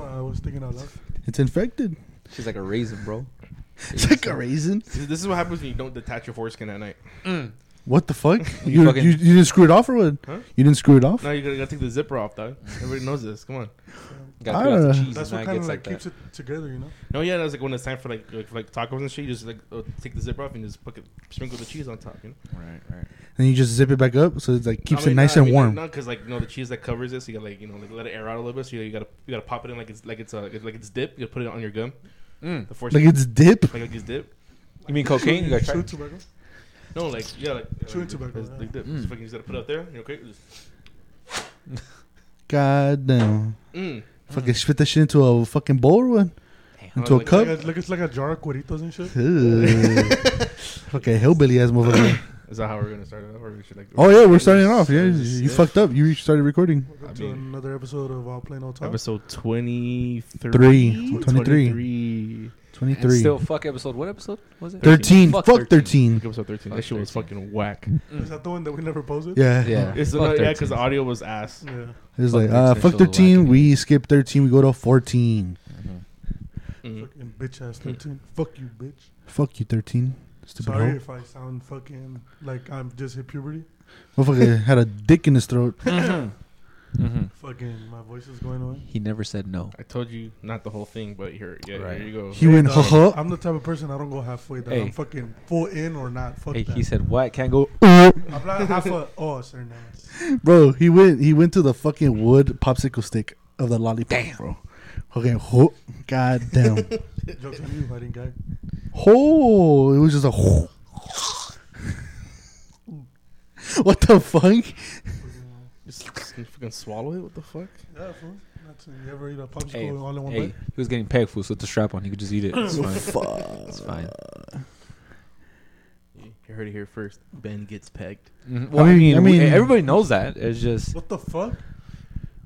was thinking out loud. It's infected. She's like a raisin, bro. It's like a raisin. This this is what happens when you don't detach your foreskin at night. What the fuck? You you, you, fucking- you didn't screw it off or what? Huh? You didn't screw it off? No, you gotta, gotta take the zipper off, dog. Everybody knows this. Come on. Got I through don't lots of know. cheese That's what and now it kind of gets like like keeps that. it together, you know. No, yeah, that's like when it's time for like like, for, like tacos and shit. You just like uh, take the zipper off and just fucking sprinkle the cheese on top. You know, Right, right. And you just zip it back up so it's like keeps I mean, it nice nah, I and mean, warm. No, because like you know the cheese that covers it, so you gotta like you know like let it air out a little bit. So you, you gotta you gotta pop it in like it's like it's uh, like it's dip. You put it on your gum. Mm. The force like it's dip. like, like it's dip. You mean cocaine? You got Chew to tobacco. No, like yeah, like yeah, Chewing like, tobacco, it's yeah. Like dip. Mm. Just fucking just gotta put it out there. You know, okay. Just, God damn. mm. Fucking spit that shit into a fucking bowl or what? Into a Like- cup? Like, a, like it's like a jar of cueritos and shit. Ugh. fucking hillbilly ass motherfucker. Is that how we're gonna start it off? Or we should, like, oh yeah, we're starting it off. Yeah, you Yeah. fucked up. You started recording. Welcome I to mean- another episode of uh, Plain Old Talk. Episode 23. Three. 23. 23. Twenty And three. still, fuck episode. What episode was it? 13. Fuck Fuck, 13. 13. Episode 13. Fuck That shit was 13. fucking whack. Is that the one that we never posted? Yeah. Yeah. It's Fuck not, yeah, 13. because the audio was ass. Yeah. It's Fuck like, uh, 13, fuck so the 13. wacky We skip 13. We go to 14. Mm. Fucking bitch ass 13. Fuck you, bitch. Fuck you, 13. Stupid Sorry hoe. if I sound fucking like I'm just hit puberty. Motherfucker had a dick in his throat. Mm-hmm. Fucking my voice is going away. He never said no. I told you not the whole thing, but here, yeah, Right. here you go. He went, Hey, dog, huh, huh. I'm the type of person I don't go halfway. That Hey. I'm fucking full in or not. Fuck Hey, that. he said what? Can't go. I'm not half a. Oh, sir, no. Bro, he went he went to the fucking wood popsicle stick of the lollipop, bro. Okay, ho- god damn. Jokes on you, I didn't gag. oh, it was just a ho- What the fuck? Just fucking swallow it. What the fuck? Yeah, fool. That's, you ever eat a popsicle Hey, all in one hey, bite? he was getting peg food, so with the strap on, he could just eat it. It's fine. It's fine. You heard it here first. Ben gets pegged. Mhm. Well, I mean- mean, I we- mean- everybody knows that. It's just What the fuck?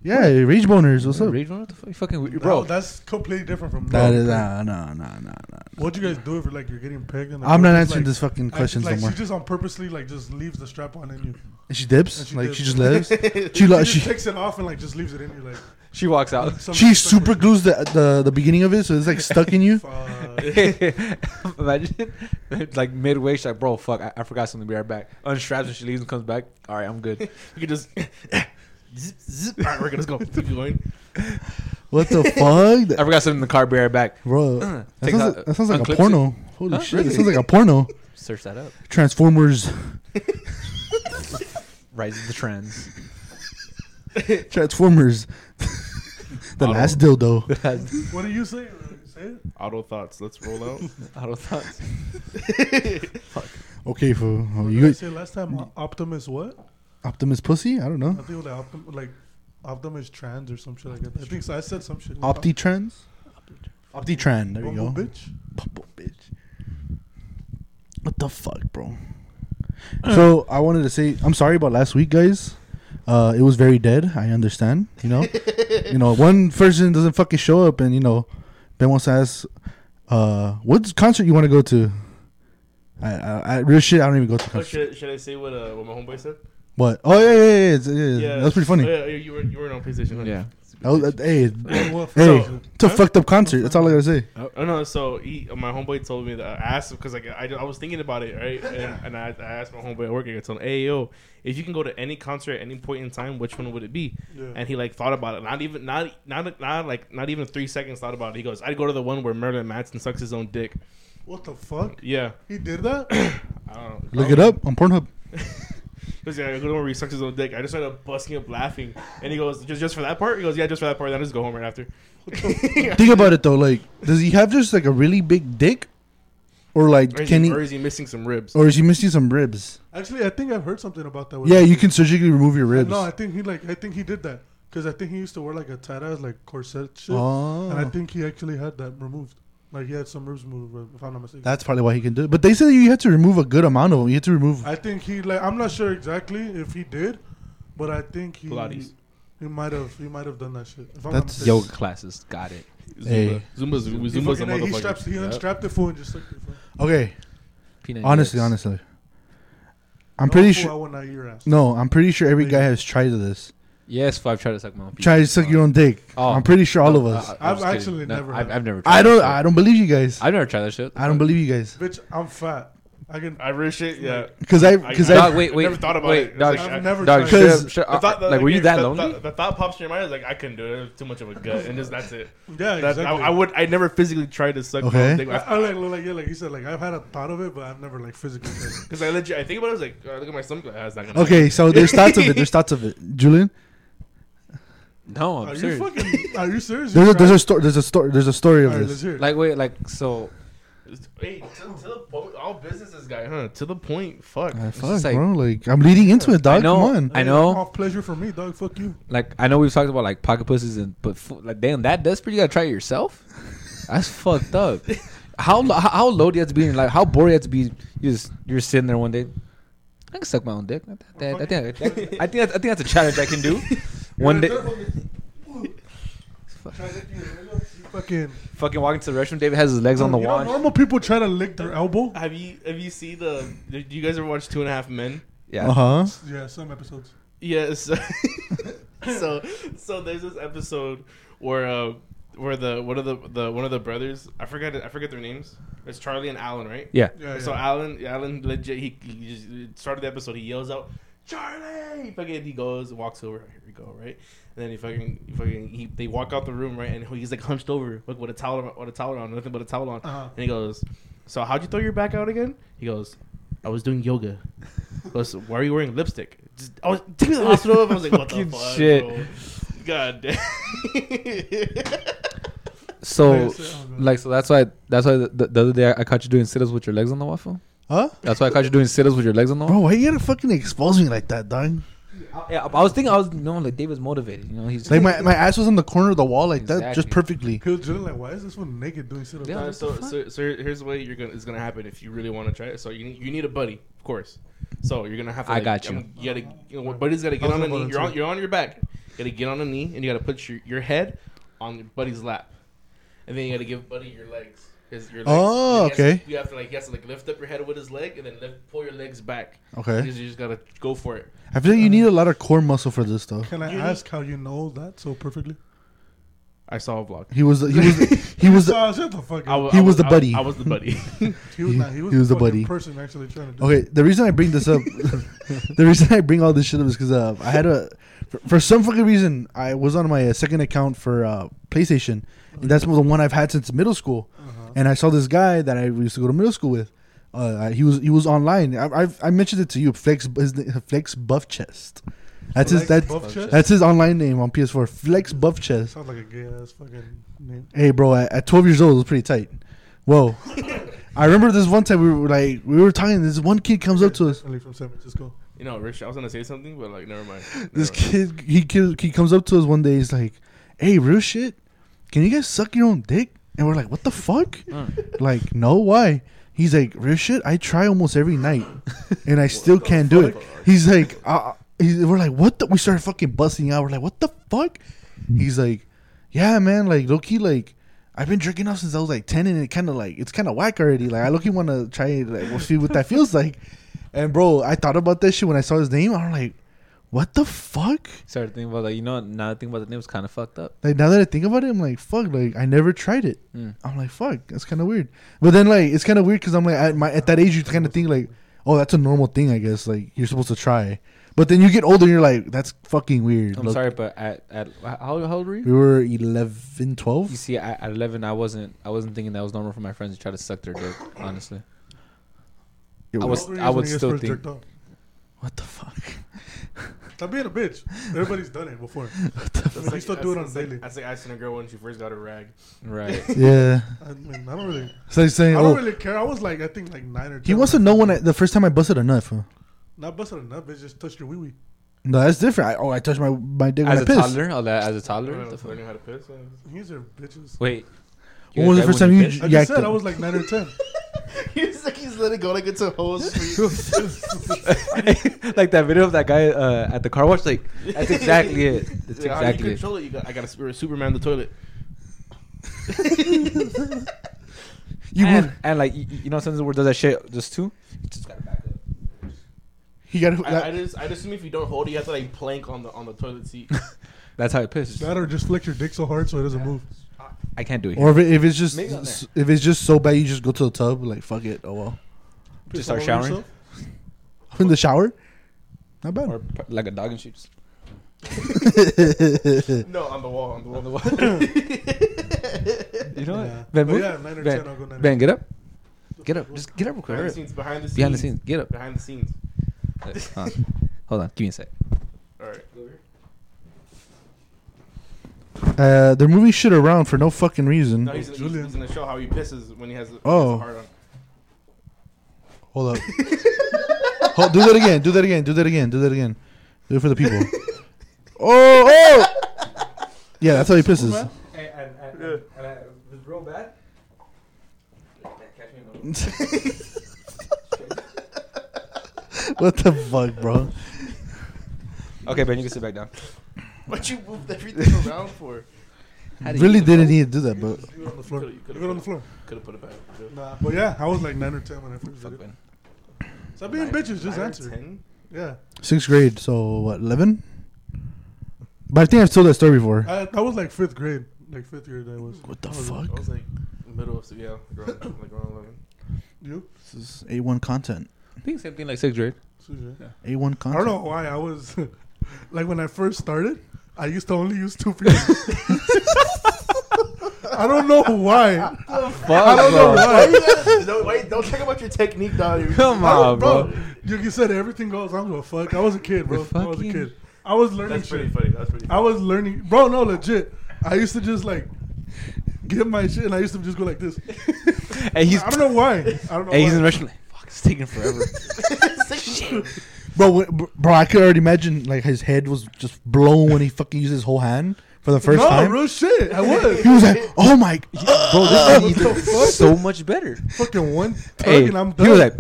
Yeah, rage boners, what's up? Rage one, what the fuck? You Fucking Bro, weird, bro. that's completely different from Nah, no. nah, nah, nah, nah, nah. What'd you guys do if you're like you're getting pegged? And the I'm girl not just, answering like, this fucking acts question like no more. She just on purposely like just leaves the strap on in you. And she dips? And she like dips. she just lives? she like she just she takes it off and like just leaves it in you. Like she walks out. some- she super glues the, the the beginning of it, so it's like stuck in you. Fuck. Imagine, like midway, she's like, "Bro, fuck, I, I forgot something. Be right back." Unstraps and she leaves and comes back. All right, I'm good. We could just. zip, zip. All right, we're gonna go. Keep going. What the fuck? I forgot something in the car. Be right back. Bro, that Uh, Take sounds, that- that sounds like unclips a it. porno. Holy Huh? shit, Really? that sounds like a porno. Search that up. Transformers, Rise of the trends. Transformers. the Auto. last dildo. What do you say? Say it. Auto thoughts. Let's roll out. Auto thoughts. Okay, fool. Oh, What you did I got say last time O- Optimus what? Optimus pussy? I don't I know. think it was like Optim like Optimus trans or some shit like that. I think so. I said some shit. like Opti trans. Opti trans. There you Bumble go. bitch. Bumble bitch. What the fuck, bro? So I wanted to say I'm sorry about last week, guys. Uh, it was very dead. I understand. You know, you know, one person doesn't fucking show up, and you know, Ben wants to ask, uh, "What concert you want to go to?" I, I, I real shit. I don't even go to Oh, concerts. should, I- should I say what uh, what my homeboy said? What? Oh yeah, yeah, yeah. yeah, it's- yeah, That's pretty funny. Oh, yeah, you were you were on PlayStation. Yeah. That was- that- hey, Hey, what- hey, so- it's a fucked up concert. That's all I gotta say. Oh no! So he, my homeboy told me that I asked him because like I, I was thinking about it right, and, and I, I asked my homeboy at work. and I told him, "Hey yo, if you can go to any concert at any point in time, which one would it be?" Yeah. And he like thought about it. Not even not not not like not even three seconds thought about it. He goes, "I'd go to the one where Merlin Manson sucks his own dick." What the fuck? Yeah, He did that? I don't know. Look it up on Pornhub. Because yeah, I go to the one where he sucks his own dick. I just started busting up laughing, and he goes, "Just just for that part?" He goes, "Yeah, just for that part." Then I just go home right after. Think about it though. Like, does he have just like a really big dick, or like Or is, can he, he, or is he missing some ribs? or is he missing some ribs? Actually, I think I've heard something about that. Yeah, you can surgically remove your ribs. No, I think he like I think he did that because I think he used to wear like a tight ass like corset shit, and I Oh, think he actually had that removed. Like he had some ribs removed, if I'm not mistaken. that's probably why he can do it. But they said you had to remove a good amount of them. You had to remove. I think he like I'm not sure exactly if he did, but I think he Pilates. he might have he might have done that shit. If I'm That's not mistaken. Yoga classes. Got it. Zumba, Hey. Zumba, Zumba, He, Zumba's a fucking- hey, he, motherfucker. straps, he Yep. unstrapped the fool and just took it. fool. Okay, P90X. honestly, honestly, I'm No, pretty fool, sure. I would not eat your ass. No, I'm pretty sure every guy has tried this. Yes, five tried to suck my own. Try to penis. suck your own dick. Oh. I'm pretty sure all of Uh, us. I was I've kidding. actually No, never I've, had I've never. Tried I that don't. shit. I don't believe you guys. I've never tried that shit. I don't believe you guys Bitch, I'm fat. I can. I really shit. Yeah. because I I- because Dog, I wait, I've wait. never thought about wait, it. It's Dog, like, sh- I've never dog, tried shut it. up, shut The up. thought- like, were you the- that the- lonely? The, the thought pops in your mind is like, I couldn't do it. It was too much of a gut, and just that's it. Yeah, That- exactly. I, I would. I never physically tried to suck Okay. my own dick. I, I like, like yeah, like you said, like I've had a thought of it, but I've never like physically. done it. Because I legit, I think about it. I was like, oh, look at my stomach. That's not gonna. okay. So there's thoughts of it. There's thoughts of it. Julian, No, Are I'm you serious. fucking? Are you serious? there's You a, there's tried? a story. There's a story. There's a story of All right, let's this. hear it. Like, wait, like, so Hey, to, to the point, all businesses guy, huh? To the point. Fuck. Ah, fuck, just like- bro. Like I'm leading into it, dog. I know- Come on. I Hey, know. All pleasure for me, dog. Fuck you. Like I know we've talked about like pocket pussies and but fu- like damn that desperate you gotta try it yourself. That's fucked up. How lo- how- how low do you have to be? in Like how bored you have to be? You just you're sitting there one day. I can suck my own dick. I think I think, I think, I think, that's, I think that's a challenge I can do. One day, Fucking. fucking walking to the restroom. David has his legs on the You know, wall. normal people try to lick their elbow. Have you have you seen the? Did you guys ever watch Two and a Half Men? Yeah. Uh huh. Yeah, some episodes. Yes. so so there's this episode where uh where the one of the, the one of the brothers I forget it- I forget their names. It's Charlie and Alan, right? Yeah. Yeah, So yeah. Alan Alan legit he, he just started the episode. He yells out, "Charlie!" Fucking he goes, walks over. Here we go, right? And then he fucking he fucking he, they walk out the room, right? And he's like hunched over, like with a towel with a towel on, nothing but a towel on. Uh-huh. And he goes, "So how'd you throw your back out again?" He goes, "I was doing yoga." He goes, "Why are you wearing lipstick?" Just, I was took me to the hospital. I was like, "What the Fucking fuck?" shit. Bro? God damn. So Like I said, oh, God. like so that's why that's why the, the, the other day I, I caught you doing sit-ups with your legs on the waffle. Huh? That's why I caught you doing sit-ups with your legs on the waffle. Bro, why you gotta fucking expose me like that, dog? Yeah, I was thinking I was you know like David's motivated. You know he's Like my, my ass was on the corner of the wall like that, just Exactly. perfectly. He was just like, why is this one naked doing sit ups? Yeah. Uh, what so, the fuck? so, so here- here's the way you're gonna it's gonna happen if you really want to try it. So you need, you need a buddy, of course. So you're gonna have to. I like, got you. um, You gotta. You know, buddy's gotta I get was on a gonna knee. You're on, volunteer. you're on your back. You gotta get on a knee and you gotta put your, your head on your buddy's lap, and then you gotta give buddy your legs. 'cause your legs- Oh, he has to- okay. you have to like he has to like lift up your head with his leg and then lift, pull your legs back. Okay. Because you just gotta go for it. I feel like you need a lot of core muscle for this though. Can I You ask how you know that so perfectly? I saw a vlog. He was the, he was the, he was the, Oh, shut the fuck I up. wa- He I was the I- buddy. I, was the buddy. He was, he- not, he was, he was the the fucking buddy. Oh, person actually trying to do okay. The reason I bring this up, the reason I bring all this shit up is because uh, I had a for, for some fucking reason I was on my uh, second account for uh, PlayStation, and that's the one I've had since middle school. Uh-huh. And I saw this guy that I used to go to middle school with. Uh, he was he was online. I I've, I mentioned it to you. Flex his, na- Flex Buff Chest. That's his Flex that's Buff Chest? that's his online name on PS4. Flex Buff Chest. Sounds like a gay ass fucking name. Hey, bro, at, at 12 years old, it was pretty tight. Whoa. I remember this one time we were like, we were talking, this one kid comes up to us. Definitely from San Francisco. you know, Rich. I was gonna say something, but like, never mind. Never This mind. kid, he, kid, he comes up to us one day, he's like, hey, real shit, can you guys suck your own dick? And we're like, what the fuck? Like, no, why? He's like, real shit, I try almost every night and I still can't do it. He's like, uh, he's, we're like, what the? We started fucking busting out. We're like, what the fuck? He's like, yeah, man, like, low key, like, I've been drinking off since I was like 10 and it kind of like, it's kind of whack already. Like, I low key want to try it, like, we'll see what that feels like. And bro, I thought about that shit when I saw his name. I'm like, what the fuck? started thinking about like you know now that I think about the name was kind of fucked up. Like now that I think about it, I'm like, fuck. Like I never tried it. Hmm. I'm like, fuck. That's kind of weird. But then like it's kind of weird because I'm like at my at that age you kind of think like, oh, that's a normal thing, I guess. Like you're supposed to try. But then you get older, and you're like, that's fucking weird. I'm Look, sorry, but at at how, how old were We you? were 11, 12. You see, at, at 11, I wasn't I wasn't thinking that was normal for my friends to try to suck their dick. Honestly, It I was What were you I would when you guys still first think jerked off? What the fuck? Stop being a bitch. Everybody's done it before. I mean, you still do it on a daily. I say asking a girl when she first got a rag. right. yeah. I mean, I don't really, So he's I saying, don't oh, really care. I was like, I think like nine or. he 10 wants to when I know when I, fucking- the first time I busted a nut. Huh? Not busted enough. Bitch, just touched your wee wee. No, that's different. I, oh, I touched my my dick As when I a pissed. toddler, I'll- as a I toddler. Oh, don't know the if fuck? I knew how to piss. These are bitches. Wait, When was the first time you I yacked just said it? I was like nine or ten. he's like he's letting go like it's a whole street. like that video of that guy uh, at the car wash? Like that's exactly it. That's Yeah, how do you exactly it. control it? You got, I got a super- Superman in the toilet. You and, would- and like you, you know sometimes the word does that shit just too. You just gotta back up. He got I, I just, I just assume if you don't hold it, you have to like plank on the on the toilet seat. That's how it pisses. That or just flick your dick so hard so it doesn't move. I can't do it. or if, it, if it's just Maybe on there. if it's just so bad, you just go to the tub. Like fuck it. Oh well. Just Piss all start over showering? yourself? In the shower. Not bad. or p- like a dog and shit. just- no, on the wall, on the wall, on the wall. You know what? Yeah. But Ben, move. yeah, nine or ben, ten, I'll go nine ben, or get up. Get up. Just get up real quick. behind Hurry the up. scenes, behind the scenes, Behind the scenes. Get up. behind the scenes. Uh, Hold on. Give me a sec. All right, Uh, they're moving shit around for no fucking reason. no, he's, he's, Oh, Julian. he's gonna show how he pisses when he has, when Oh. he has a hard on. Hold up. Hold, do that again. Do that again. Do that again. Do that again. Do it for the people. Oh, oh. Yeah, that's how he pisses. And, and, and, and- was real bad. What the fuck, bro? Okay, Ben, you can sit back down. What you moved everything around for? How do you Really do that? didn't need to do that, but Leave it on the floor. Could've- could've Leave it on the put floor. Could have put it back. Nah, but yeah, I was like nine or ten when I first Fuck, did it. Ben. Stop being bitches. Just Nine or answer. ten? Yeah, sixth grade, so what, 11? But I think I've told that story before. I, I was like fifth grade, like fifth grade. That was What the I was- fuck? I was like middle of yeah, around, like around eleven. You? This is A1 content. I think same thing like sixth grade. Suja. A1 I content. don't know why I was like when I first started. I used to only use two fingers. I don't know why. Fuck, I don't know Why you gotta- no, wait, don't talk about your technique, dog. You're- Come I don't- on, bro. You, you said everything goes. I don't give a fuck. I was a kid, bro. We're I was a fucking- kid. I was learning That's pretty shit. funny. That's pretty. I Funny. was learning, bro. No, legit. I used to just like get my shit, and I used to just go like this. And he's I don't know why. I don't know. and he's why. in Russian. Like, Fuck, it's taking forever. Shit. Bro, wh- br- bro, I could already imagine like his head was just blown when he fucking used his whole hand for the first no, time. real shit. I was He was like, "Oh my!" Bro, this is What the fuck? so much better. fucking one tug, Hey, and I'm he done. was like,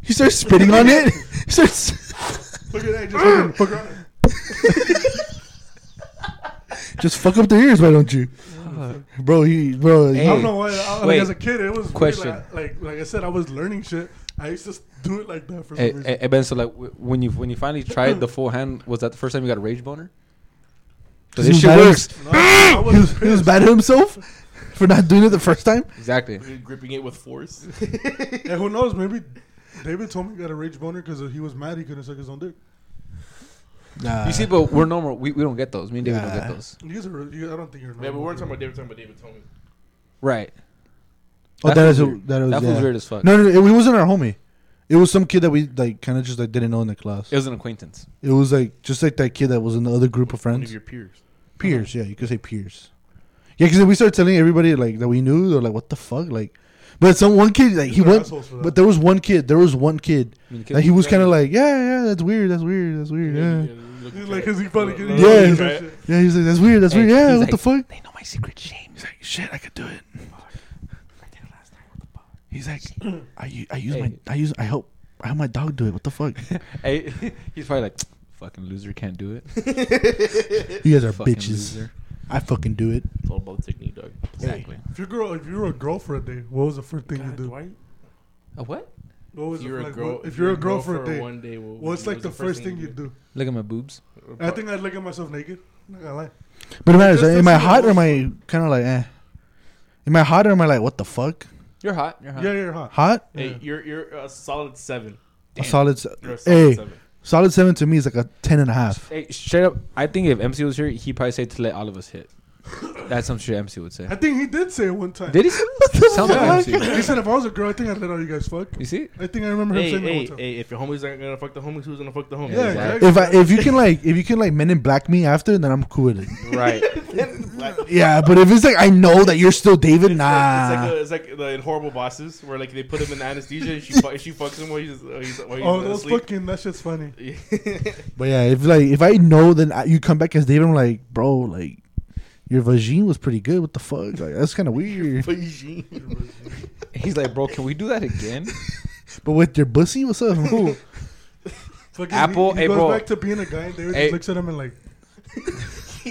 He starts spitting on it. He starts Look at that, just fucking fuck around. just fuck up their ears, why don't you, bro? He bro, he- I Hey. don't know why. I, like, wait. as a kid, it was Question. question. Like, like like I said, I was learning shit. I used to s- do it like that for some hey, reason. hey, hey, Ben, so like wh- when you when you finally tried the full hand, was that the first time you got a rage boner? 'Cause He was this shit mad at works. No, I him- he was, he was pissed. bad at himself for not doing it the first time. Exactly. You're gripping it with force. And who knows? Maybe David told me he got a rage boner because he was mad he couldn't suck his own dick. Nah. You see, but we're normal. We, we don't get those. Me and David don't Yeah. get those. You guys are. You, I don't think you're. Yeah, but we normal. weren't talking about David. Talking about David Tomey. Right. oh, that That is was who- that was That yeah. feels weird as fuck. No, no, no, it wasn't our homie. It was some kid that we like kind of just like didn't know in the class. It was an acquaintance. It was like just like that kid that was in the other group of One of friends. your peers. Peers, yeah, you could say peers. Yeah, because we started telling everybody like that we knew. They're like, "What the fuck?" Like, but some one kid like he They're went. assholes for that. But there was one kid. There was one kid You mean the that he kid? was kind of like, "Yeah, yeah, that's weird. That's weird. That's weird. Yeah, yeah." He's like, is he probably getting? Yeah. he's like, shit. he was like, "That's weird. That's Hey, weird. Yeah, he's what the like- fuck?" They know my secret shame. He's like, "Shit, I could do it." He's like, "I u- I use my Hey. I use I help I help my dog do it. What the fuck? Hey, he's probably like, fucking loser can't do it. You guys are Fucking bitches. loser. I fucking do it." It's all about technique, dog. Exactly. If your girl, if you were a girl for a day, what was the first thing you do? Why? A what? What was If you're the, a like, girl, what- if you're a girl for a day, one day, well, what's like the first thing you do? Look at my boobs. I think I'd look at myself naked. I'm not gonna lie. But it matters. just Am I doesn't hot or am look- I kind of like eh? Am I hot or am I like what the fuck? You're hot. You're hot. Yeah, you're hot. Hot? Hey, you're you're a solid seven. A solid. s- You're a solid Hey, seven. solid seven to me is like a ten and a half. Hey, straight up, I think if MC was here, he'd probably say to let all of us hit. That's some shit MC would say. I think he did say it one time. Did he? say that? Sounds Yeah. like MC. he said if I was a girl, I think I'd let all you guys fuck. You see? I think I remember him Hey, saying that hey, one time. hey, if your homies aren't gonna fuck the homies, who's gonna fuck the homies? Yeah, exactly. If I if you can like if you can like men in black me after, then I'm cool with it. Right. Like- Yeah, but if it's like I know that you're still David, It's nah. like, it's like, a, it's like the in horrible bosses where like they put him in anesthesia and she fu- she fucks him while he's while he's, while he's Oh, uh, those asleep. fucking that shit's funny. but yeah, if like if I know, then I, you come back as David. I'm like, bro, like your vagine was pretty good. What the fuck? Like that's kind of weird. He's like, bro, can we do that again? But with your pussy, what's up? Cool. Fucking Apple, he, hey, he goes bro. back to being a guy, and David Hey. just looks at him and like,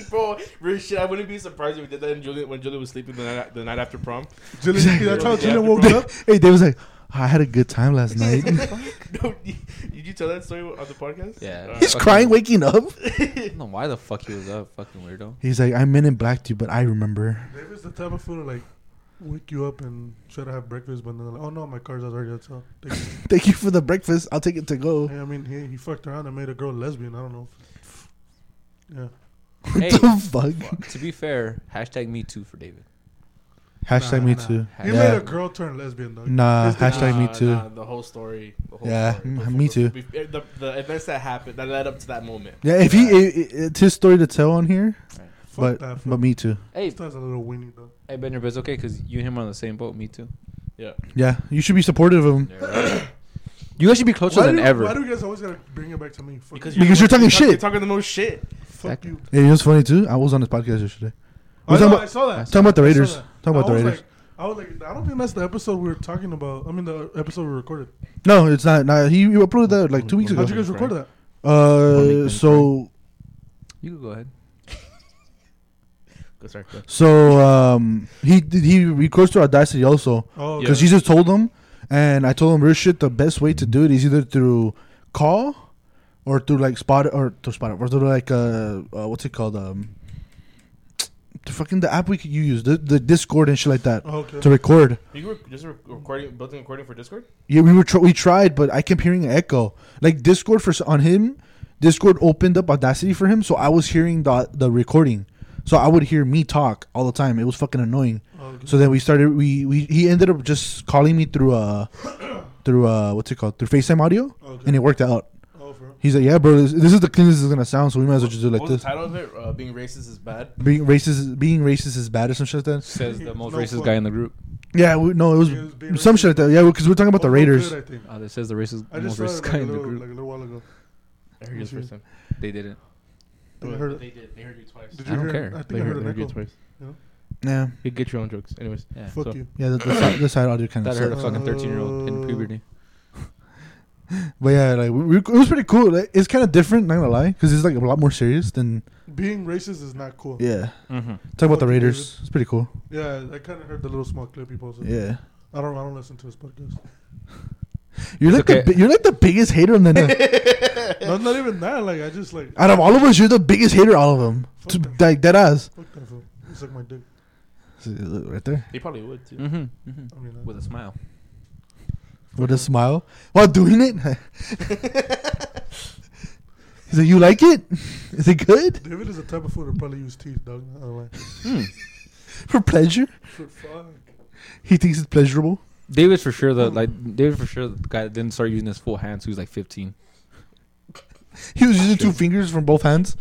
Bro, real shit. I wouldn't be surprised if we did that in Julia, when Julia was sleeping the night, the night after prom. Jillian, Exactly. that's how Yeah, Jillian after woke prom. up. hey, David's like, I had a good time last night. no, you- did you tell that story on the podcast? Uh, Yeah. All right. He's crying, waking up. I don't know why the fuck he was up, fucking weirdo. He's like, I'm in and black to you, but I remember. David's the type of fool to like wake you up and try to have breakfast, but then they're like, oh no, my car's out already outside. Thank you. Thank you for the breakfast. I'll take it to go. Hey, I mean, he, he fucked around and made a girl lesbian. I don't know. Yeah. Hey, What the fuck? to be fair, hashtag me too for David. Hashtag Nah, me nah. too. He yeah. made a girl turn lesbian though. Nah, His dick- hashtag me too. the whole story. The whole Yeah, story. mm, The- me the- too. The, the events that happened that led up to that moment. yeah, if he, it, it- it's his story to tell on here, Fuck but that fool. but me too. Hey, Sometimes a little weenie though. hey, Bender, but it's okay because you and him are on the same boat. Me too. Yeah. Yeah, you should be supportive of him You guys should be closer why than do, you- ever. Why do you guys always gotta bring it back to me? Fuck you. because you're talking shit. You're talking the most shit. Fuck you. Yeah, you know what's funny too? I was on this podcast yesterday. I, We're know, talking Oh, I about, saw that. talking about the I saw Raiders. that. Talking about I the was Raiders. Like, I was like, I don't think that's the episode we were talking about. I mean, the episode we recorded. no, it's not. Nah, he you uploaded that like two weeks ago. How'd you guys Frank. record that? Uh, so you can go ahead. Go start. Go. so um, he did- he records to Audacity also Oh, because okay. Jesus told him, and I told him real shit. The best way to do it is either through call or through like spot or to spot or through like uh, uh what's it called um. The fucking the app we could you use the, the Discord and shit like that Oh, okay. to record. You were just re- recording, built-in recording for Discord. Yeah, we were tr- we tried, but I kept hearing an echo. Like Discord for s- on him, Discord opened up Audacity for him, so I was hearing the the recording. So I would hear me talk all the time. It was fucking annoying. Okay. So then we started. We, we he ended up just calling me through uh through uh what's it called through FaceTime audio, Okay. and it worked out. oh, for real? He's like, yeah, bro, this, this is the cleanest it's gonna sound, so we might as well just do it what like was this. the title of it? Uh, Being racist is bad. Being racist, being racist is bad or some shit like that. Says the most No racist fuck. guy in the group. Yeah, we, no, it was, Yeah, it was being some racist. shit like that. Yeah, because we're talking about the Oh, Raiders. Good, I think. Uh, that says the racist, I just most saw it racist like guy a, in the little, group. like a little while ago. I heard you the first time. they didn't. I heard They did. They heard you twice. Did I don't hear- care. I think They I heard, heard they an heard you echo. twice. Yeah, You get your own jokes, anyways. Yeah. Fuck So- you. yeah, the, the, side, the side audio kind of That hurt a fucking Uh, thirteen-year-old in puberty. But yeah, like we, we- it was pretty cool. Like, it's kind of different, not gonna lie, because it's like a lot more serious than Being racist is not cool. Yeah, yeah. Mm-hmm. Talk about the Fucking Raiders. It's pretty cool. I kind of heard the little small clip he posted. Yeah, I don't. I don't listen to his podcast. you're like the okay. bi- you're like the biggest hater on the net. no, not even that. Like I just like out of all of us. You're the biggest hater. All of them, Fuck To- them. like dead ass. fuck that fool. He's like my dick. See, look, Right there They probably would too. Mm-hmm. mm-hmm. I mean, uh, With a smile. with a smile while doing it. He's like, you like it? Is it good uh, David is the type of fool that probably use teeth, dog. I don't like. for pleasure? For fuck. He thinks it's pleasurable. David's for sure the like David for sure the guy that didn't start using his full hands. Who's like fifteen, He was using two fingers from both hands.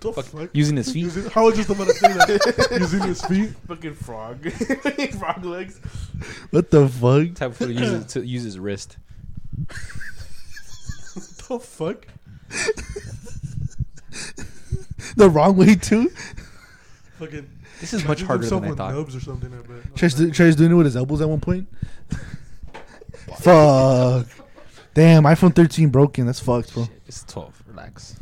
The fuck. using his feet. Using, how was just about to say that? using his feet. Fucking frog. frog legs. What the fuck? Type of fool that uses to use his wrist. The fuck. The wrong way too. Fucking. This is much harder than I thought. Nubs or something. I bet. Trey's, do- Trey's doing it with his elbows at one point. Fuck. Damn, iPhone 13 broken. That's fucked, bro. Shit, it's twelve. Relax.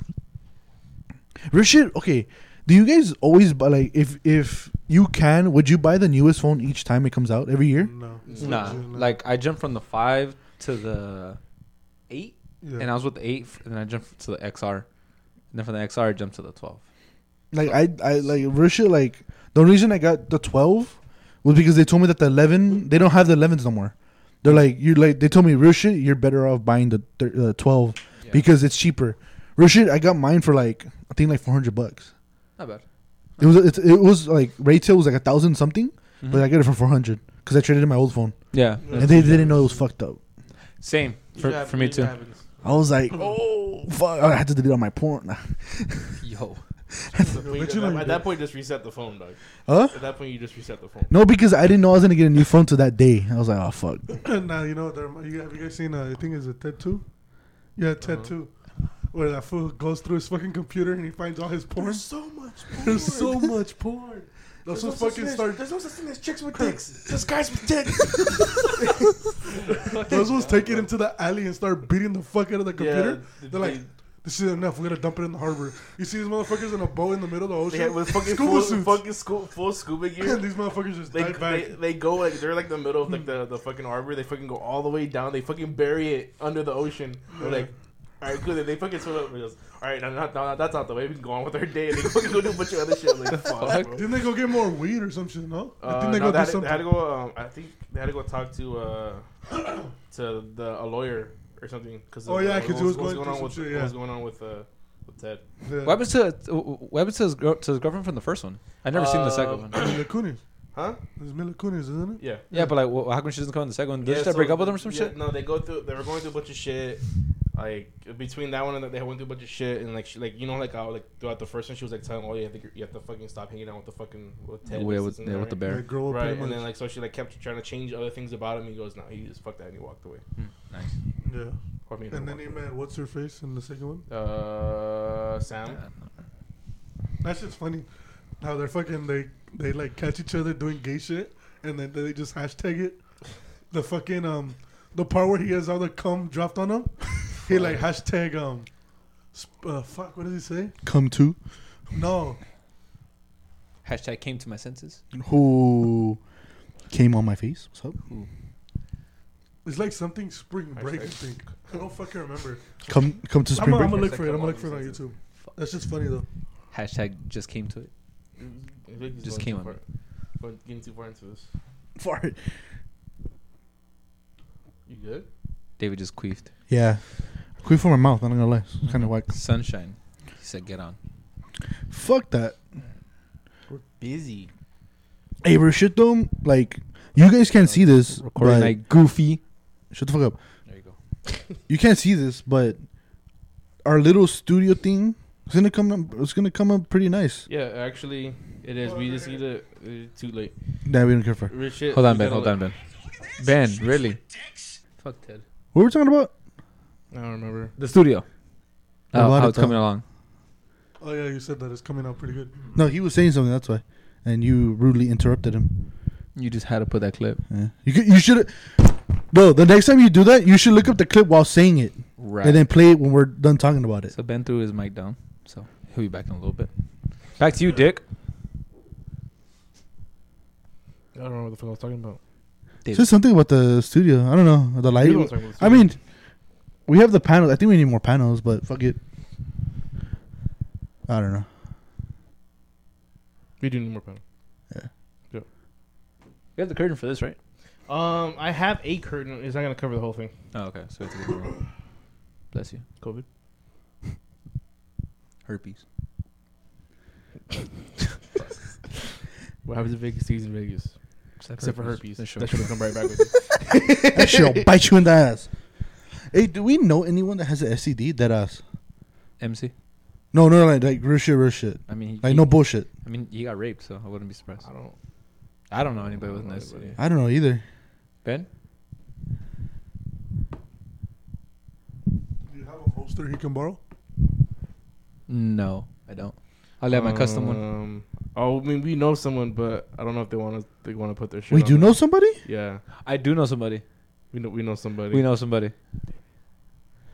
Real shit. Okay, do you guys always buy like if if you can, would you buy the newest phone each time it comes out every year? No. Nah, like I jumped from the five to the eight, Yeah. and I was with the eight, f- and I jumped to the XR, and then from the XR I jumped to the twelve. Like I I like real shit. Like the only reason I got the 12 was because they told me that the 11 they don't have the 11s no more. They're like you like they told me real shit. You're better off buying the thir- uh, 12 Yeah. because it's cheaper. Real shit. I got mine for like I think like 400 bucks. Not bad. It was it, it was like retail was like a thousand something, but Mhm. I got it for four hundred because I traded in my old phone, Yeah. Yeah. and they didn't know it was fucked up. Same for, for me too. I was like, oh fuck! I had to delete all my porn. Yo, But you know you At that did. point, just reset the phone, dog. Huh? At that point, you just reset the phone. No, because I didn't know I was gonna get a new phone to that day. I was like, oh fuck. nah, you know what? that remi- you- Have you guys seen? Uh, I think it's a Ted Two. Yeah, Ted Uh-huh. Two, where that fool goes through his fucking computer and he finds all his porn. There's so much. Porn. There's so much porn. Those fools fucking start. There's no such thing as chicks with dicks. There's guys with dicks. Those fools take it into the alley and start beating the fuck out of the computer. They're like, This is enough. We're gonna dump it in the harbor. You see these motherfuckers in a boat in the middle of the ocean They had with fucking oh, scuba full, suits. fucking scu- full scuba gear. these motherfuckers just Hmm. They, dive back. they, they go like they're like the middle of like the, the fucking harbor. They fucking go all the way down. They fucking bury it under the ocean. They're like, all right, cool. Then they fucking swim up. And just, all right, no, no, no, that's not the way. We can go on with our day. And they fucking go do a bunch of other shit. Like fuck, bro. Didn't they go get more weed or some shit? No, I Uh, think they no, go they, had, do to- something. they had to go. Um, I think they had to go talk to uh, to the a lawyer or something. Cause Oh, of yeah, what- 'cause what it was going what through on some with shit, what was yeah. going on with uh, with Ted. Yeah. What happens to what happens to his, girl, to his girlfriend from the first one? I never seen the second one. Um, Mila Kunis. Huh? It's Mila Kunis, isn't it? Yeah. Yeah, but like, wh- how come she doesn't come in the second one? Did yeah, she so break up with the- him or some yeah, shit? No, they go through. They were going through a bunch of shit. Like between that one and that, they went through a bunch of shit and like she, like you know like how like throughout the first one she was like telling oh you have to you have to fucking stop hanging out with the fucking with Ted Yeah, this, with, this, and yeah, that, with the right? They bear. grow up right pretty and much. then like so she like kept trying to change other things about him he goes no he just fucked that and he walked away yeah. Or, I mean, And he then he walked away. met what's her face in the second one. Uh, Sam. That shit's funny. How they're fucking they they like catch each other doing gay shit and then they just hashtag it. The fucking um the part where he has all the cum dropped on him. He like hashtag um sp- uh, fuck what does he say? Come to No. Hashtag came to my senses. who came on my face. What's up? It's like something spring break I Hashtag. think. I don't fucking remember. Come come to I'm spring gonna I'm gonna break. look Hashtag for it. I'm cum gonna on look for it on the YouTube. That's just funny though. Hashtag just came to it. I think he's Just going came too on far- going- Getting too far into this. Fart. You good? David just queefed. Yeah. Quit for my mouth. I'm not gonna lie. It's kind of whack. Sunshine. He said, "Get on." Fuck that. We're busy. Hey, bro, shit though. Like you guys can't see this. Recording but- like goofy. shut the fuck up. There you go. you can't see this, but our little studio thing is gonna come. Up, it's gonna come up pretty nice. Yeah, actually, it is. We just need to. Uh, too late. That we don't care for. Rich shit, Hold on, we Ben. gotta Hold let- on, Ben. Ben, really? Fuck Ted. What were we talking about? I don't remember. The studio. A Oh, lot how of it's coming time. along. Oh yeah, you said that it's coming out pretty good. No, he was saying something. That's why, and you rudely interrupted him. You just had to put that clip. Yeah. You could, you should. No, the next time you do that, you should look up the clip while saying it, Right. and then play it when we're done talking about it. so Ben threw his mic down. So he'll be back in a little bit. Back to you, Dick. I don't know what the fuck I was talking about. Just something about the studio. I don't know the You know what light. I'm talking about, I mean, we have the panels. I think we need more panels, but fuck it. I don't know. we do need more panel. You have the curtain for this, right? Um, I have a curtain. It's not gonna cover the whole thing. Oh, okay. So it's a good one. Bless you. COVID. Herpes. What happens if Vegas stays in Vegas? Except for herpes. That should have come right back with it. That shit'll bite you in the ass. Hey, do we know anyone that has an STD? That ass. MC. No, no, like like real shit, real shit. I mean, he, Like no bullshit. I mean, he got raped, so I wouldn't be surprised. I don't. I don't know anybody with an STD. Anybody. I don't know either. Ben, Do you have a poster he can borrow? no, I don't. I'll have my custom one. Um, Oh, I mean, we know someone, but I don't know if they want to. They want to put their shit. We on do there. know somebody. Yeah, I do know somebody. we know. We know somebody. We know somebody.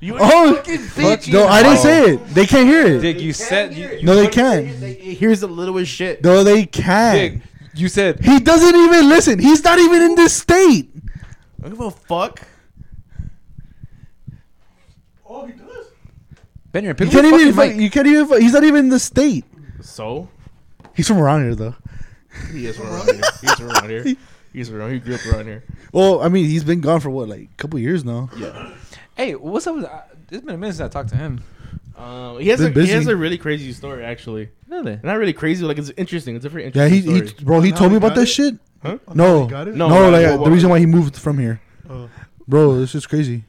You Oh, bitch, no, you I didn't know. say it. They can't hear it. Dick, you said you, No, they can't. Here's the littlest shit. No, they Dick, can't. you said He doesn't even listen. He's not even in this state. I don't give a fuck. Oh he does? Ben. You're You picking can't your even. fucking Fuck, mic. you can't even. fuck- He's not even in the state. So He's from around here though. he is from around here. He's from around here. He's from around. He grew up around here. Well, I mean, he's been gone for what, like a couple years now. Hey, what's up? With, uh, it's been a minute since I talked to him. Um, he has Been a, he has busy. a really crazy story actually. Really? Not really crazy. Like it's interesting. It's a very Yeah, he, interesting he story. bro, he Now told me he about got that it? Oh, shit. Huh? No, he got it? No. no, like well, uh, well, the reason why he moved from here, Oh. bro. This is crazy.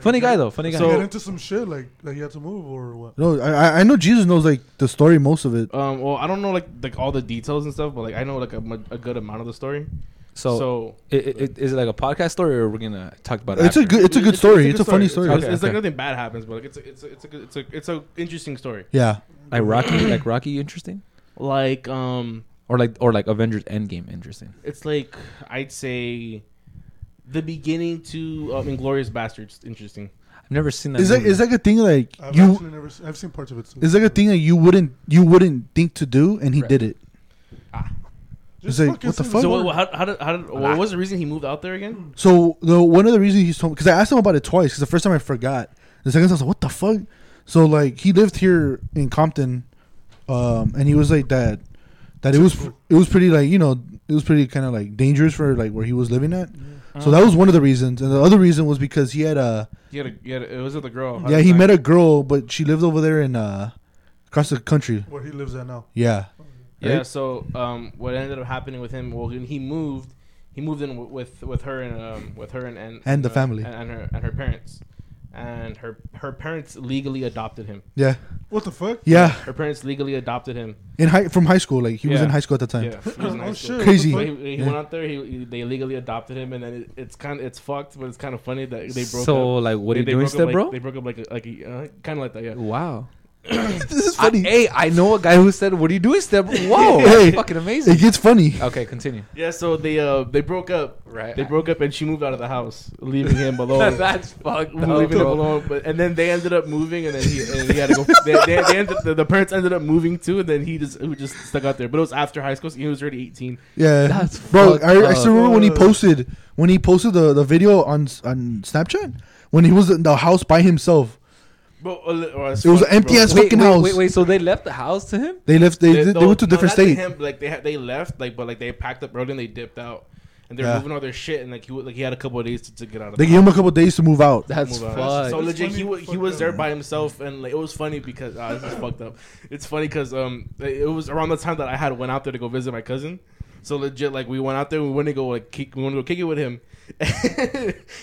Funny guy though. Funny guy. he So- got into some shit like that he had to move or what? No, I I- I know Jesus knows like the story most of it. Um, well, I don't know like like all the details and stuff, but like I know like a, mu- a good amount of the story. so, so i- i- is it like a podcast story, or we're gonna talk about it? It's a after? good it's a good story. It's a funny story. It's, Okay, it's like okay. nothing bad happens, but like it's a, it's a, it's a good, it's a it's a interesting story. Yeah. like Rocky, like Rocky, interesting, Like um, or like or like Avengers Endgame, interesting. it's like I'd say the beginning to um, Inglorious Bastards. Interesting. I've never seen that. Is that movie. is like a thing like I've you? actually never. se- I've seen parts of it. Too. Is like a thing that you wouldn't you wouldn't think to do, and he Right. did it. Just like, fucking what the say fuck? So Fun what, how, how did, how did, what was the reason he moved out there again? So the one of the reasons he's told because I asked him about it twice. Because the first time I forgot, the second time I was like, "What the fuck?" So like he lived here in Compton, um, and he was like that. That it was it was pretty like you know it was pretty kind of like dangerous for like where he was living at. So that was one of the reasons, and the other reason was because he had a He had a, he had a, it was with the girl. How yeah did he that- met a girl, but she lived over there in uh across the country. Where he lives at now. Yeah, Yeah. right? So um, what ended up happening with him? Well, when he moved, he moved in w- with with her and um, with her and and, And the uh, family. and, and her and her parents, and her her parents legally adopted him. yeah, What the fuck? yeah. Her parents legally adopted him. In high from high school, like he was Yeah. in high school at the time. Yeah. he was in high Oh, school. shit, what Crazy. the So he, fuck? he Yeah. went out there. He, he- they legally adopted him, and then it, it's kind of it's fucked, but it's kind of funny that they broke so up. like, what are They- you they doing, broke up still, like, bro? They broke up like a, like a, uh, kind of like that. Yeah. Wow. this is I, hey, I know a guy who said, "What are you doing, Step?" Whoa, Hey. that's fucking amazing. it gets funny. Okay, continue. Yeah. So they uh they broke up. Right. They broke up, and she moved out of the house, leaving him alone. that's fucked We'll leave it up. alone. But and then they ended up moving, and then he, and he had to go. They, they, they ended, the, the parents ended up moving too, and then he just he just stuck out there. But it was after high school. So he was already eighteen. Yeah, That's bro. fucked I, I still up. remember when he Ugh. posted when he posted the, the video on s- on Snapchat when he was in the house by himself. But uh, li- oh, it's It was fucked, empty bro. as- Wait, fucking wait, house. wait, wait. So they left the house to him? They left. They they, no, went to no, different not to states. him, like they had, they left, like but like they packed up early and they dipped out, and they're Yeah. moving all their shit, and like he wa- like he had a couple of days to, to get out of. They the gave him a couple days to move out. That's Move on. fucked. So That's legit, he funny. wa- he Fucked was up. there by himself, and like, it was funny because ah, this is fucked up. It's funny because um, it was around the time that I had went out there to go visit my cousin. So legit, like we went out there, we went to go like kick, we went to go kick it with him.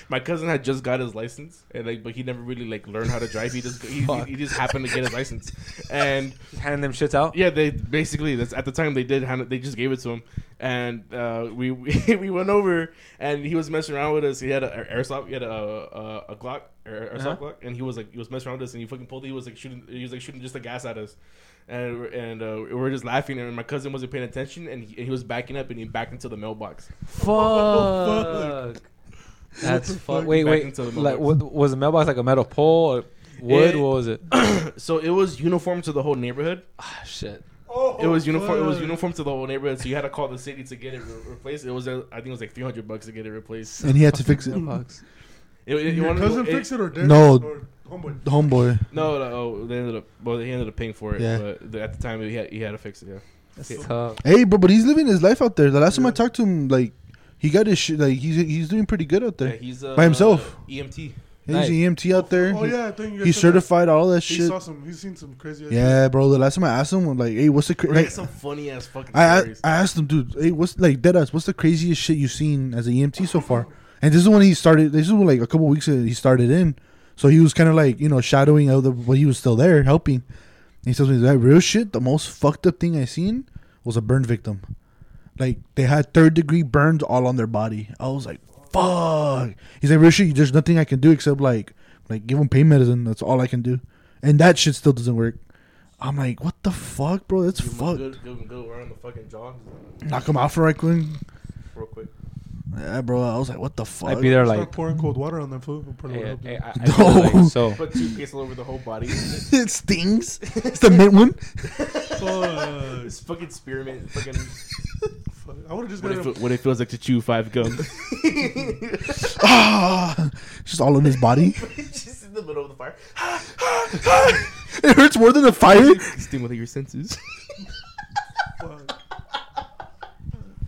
my cousin had just got his license, and like, but he never really like learned how to drive. He just he, he, Fuck. he just happened to get his license, and handing them shits out. yeah, they basically that's at the time they did hand it, they just gave it to him, and uh, we we, we went over and he was messing around with us. He had an airsoft, he had a a, a Glock, air, airsoft Uh-huh. Glock, and he was like he was messing around with us, and he fucking pulled. He was like shooting, he was like shooting just the gas at us, and we're- and uh, we were just laughing. And my cousin wasn't paying attention, and he, and he was backing up, and he backed into the mailbox. Oh, Fuck. That's the fuck. fuck? Wait, Back wait. into the Like, mailbox. what, was the mailbox like a metal pole or wood? It- what was it? So it was uniform to the whole neighborhood. ah, shit. Oh, It was uniform. It was fuck. uniform to the whole neighborhood. So you had to call the city to get it re- replaced. It was uh, I think it was like three hundred bucks to get it replaced. and he had to fix it. Mailbox. It, it, it Your wanted to- cousin fix it or Derek No. or homeboy? The homeboy. No, no, oh, they ended up. Well, he ended up paying for it, Yeah. but the, at the time he had he had to fix it. Yeah, That's Yeah. tough. Hey, bro, but he's living his life out there. The last time I Yeah. talked to him, like he got his shit. Like he's he's doing pretty good out yeah there. he's uh, By himself. EMT. Nice. He's an EMT out there. Oh yeah, I think you guys He's said that. certified. All that He shit. saw some. He's seen some crazy. ass shit. Yeah, bro. The last time I asked him, I'm like, hey, what's the cra- Bro, he like, had some funny ass fucking I, I stories. I asked him, dude, hey, what's like dead ass? What's the craziest shit you've seen as an EMT so far? And this is when he started. This is when, like a couple weeks ago he started in. So he was kind of like you know shadowing other, but he was still there helping. And he tells me that real shit. The most fucked up thing I seen was a burn victim. Like they had third degree burns all on their body. I was like, fuck. He's like, real shit. There's nothing I can do except like like give him pain medicine. That's all I can do. And that shit still doesn't work. I'm like, what the fuck, bro? That's Give him a fucked Good, give him a good word on the fucking jaw, knock him out for right quick. real quick. Yeah, bro. I was like, what the fuck? I'd be there Start like. pouring cold water on them food. would probably Hey, help hey, them. I, I feel No. like, so Put toothpaste all over the whole body. it stings. It's the mint one. Fuck. It's fucking spearmint. Fucking Fuck. I would have just what, made if, him. it- what it feels like to chew five gum? ah, it's just all in his body. Just in the middle of the fire. It hurts more than the fire. Stimulate your senses. Fuck.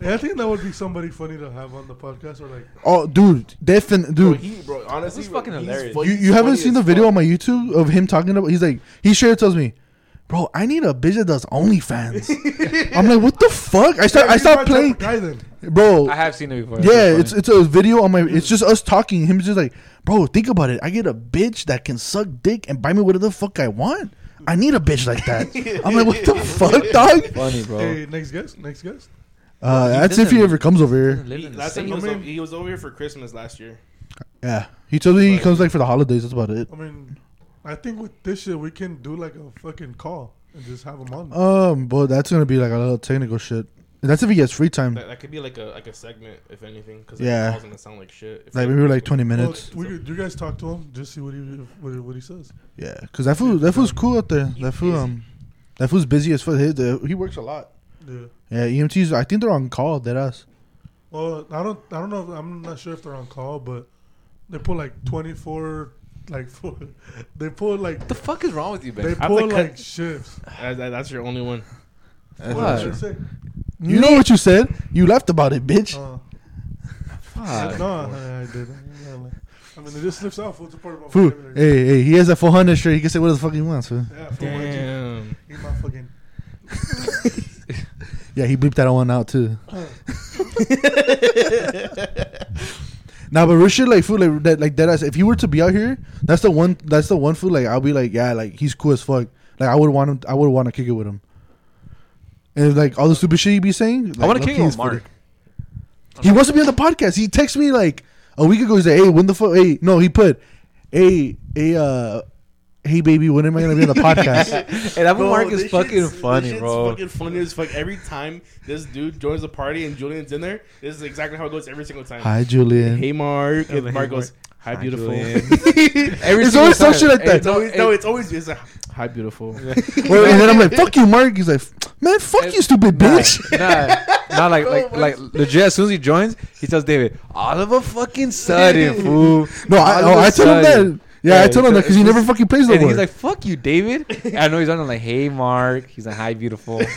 Yeah, I think that would be somebody funny to have on the podcast or like. Oh, dude, definitely, Bro, dude. he, bro, honestly, This is bro, fucking he's hilarious. fu- you he's you haven't funny seen as the video fuck. on my YouTube of him talking about? He's like, he sure tells me, bro, I need a bitch that does OnlyFans. I'm like, what the fuck? I start, I stop start playing, Guy then. bro. I have seen it before. Yeah, it's it's a video on my. It's just us talking. Him just like, bro, think about it. I get a bitch that can suck dick and buy me whatever the fuck I want. I need a bitch like that. I'm like, what the fuck, dog? funny, bro. Hey, next guest. Next guest. Uh, that's if he doesn't- ever comes over here. Live He- in the Last time he States. was, I o- mean- he was over here for Christmas last year. Yeah, he told me he comes like for the holidays. That's about it. I mean, I think with this shit we can do like a fucking call and just have him on. Uh, Um, but that's gonna be like a little technical shit. That's if he gets free time. That, that could be like a like a segment, if anything, because Yeah. the call's gonna sound like shit. If Like they- maybe like twenty Well, minutes. we could- you guys talk to him. Just see what he what, he- what he says. Yeah, because that fool that fool's cool out there. He's That fool busy. um, that fool's busy as fuck. He, the- he works a lot. Yeah. Yeah, EMTs. I think they're on call. Dead ass. Well, I don't I don't know. If, I'm not sure if they're on call, but they put like 24. Like full- they pull like What the fuck is wrong with you, they man? I pull think- like shifts. That- that- that's your only one. That's What? Should I say? You know what you said. You left about it, bitch. Uh, Fuck. no, I, I didn't. Yeah, like- I mean, it just slips off. What's the part of my Fool. vocabulary? Hey, hey. He has a four hundred shirt. He can say what the fuck he wants. Fool. Yeah, for Damn. Damn. Eat my fucking. Yeah, he bleeped that one out too. Nah, but real shit, like food, like that, like that. Ass, if he were to be out here, that's the one. That's the one food. Like I'll be like, yeah, like he's cool as fuck. Like I would want him. I would want to kick it with him. And like all the stupid shit he be saying, I want like, to kick low-key him is with funny. Mark. He wants to be on the podcast. He texted me like a week ago. He's like, hey, when the fuck? Hey, no, he put, hey, hey, uh, hey, baby, when am I gonna be on the podcast? Hey, that Mark is this fucking shit's- this funny, shit's bro. Fucking funny as fuck. Every time this dude joins the party and Julian's in there, this is exactly how it goes every single time. Hi, Julian. Hey Mark, Hello, and hey, Mark goes, "Hi, Hi, beautiful." Julian. Every It's single always some time. shit like that. It's always, no, it's always it's a, "Hi, beautiful." Wait, and then I'm like, fuck you, Mark. He's like, man, fuck you, stupid Nah, bitch. nah, nah, like, like, like, legit. As soon as he joins, he tells David, "All of a fucking sudden, fool." No, I, All oh, of a I told him sudden. that. Yeah, I Yeah, told him so that because he it's never just- fucking plays no And more. he's like, "Fuck you, David." And I know he's on. I'm like, "Hey, Mark." He's like, "Hi, beautiful."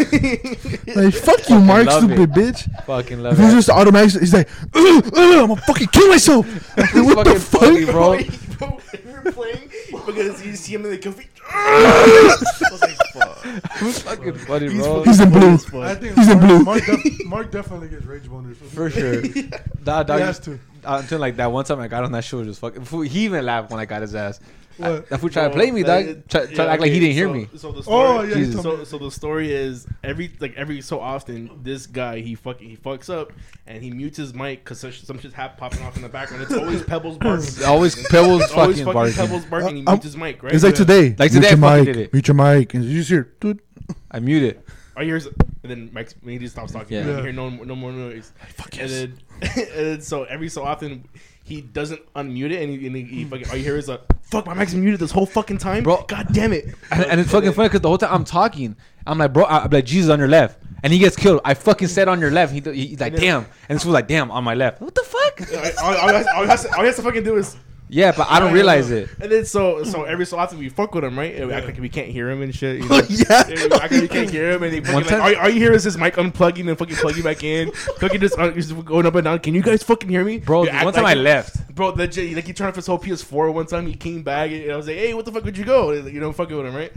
Like, fuck you, Mark, love stupid it. bitch. fucking If love he's it. just automatic, he's like, "Ugh, ugh, I'm gonna fucking kill myself. Like, He's what the fuck? fucking funny, bro. Bro, you're playing because you see him in the coffee. I was like, "Fuck." He's fucking funny, He's bro. fucking He's in funny blue. as fuck. I think He's in Mark, blue. Mark, def- Mark definitely gets rage boners For sure. Nah, dog, He has to. I'm telling you, like that one time I got on that show was just fucking. Fool, he even laughed when I got his ass. What? That fool tried to Bro, play me, dog. that is- Try, try Oh, yeah, to act like he okay, didn't hear so- me. So the Oh, story, yeah, you Jesus. told me. so, so the story is every like every so often this guy he fucking he fucks up and he mutes his mic because some shit's hap- popping off in the background. It's always pebbles barking. It's Always pebbles always fucking fucking barking. pebbles barking. He Uh, um, mutes his mic, right? It's like today. Like Mute today, I your mic. fucking did it. Mute your mic. And you just hear, dude. I muted. I hear, and then Mike's, he just stops talking. Yeah. You Yeah. hear no, no more noise. And then, and then so every so often, he doesn't unmute it, and he, and he, he fucking, all you hear is a fuck. My mic's been muted this whole fucking time, Bro. God damn it! And, and it's fucking funny because the whole time I'm talking, I'm like, bro, I- I'm like, Jesus on your left, and he gets killed. I fucking said on your left. He, he- he's like, And then- damn, and this was like, damn, on my left. What the fuck? All, all, all, he has- all, he has to, all he has to fucking do is. Yeah, but I don't realize it. And then so so every so often we fuck with him, right? And we act like we can't hear him and shit. You know? Yeah. And we act like we can't hear him, and he fucking Oh, One like, time- all, you- all you hear is his mic unplugging and fucking plugging back in, fucking just, uh, just going up and down. Can you guys fucking hear me, Bro, You act one time like- I left. Bro, legit, like he turned off his whole PS4 one time. He came back and I was like, "Hey, what the fuck would you go?" And, you know, fucking with him, right?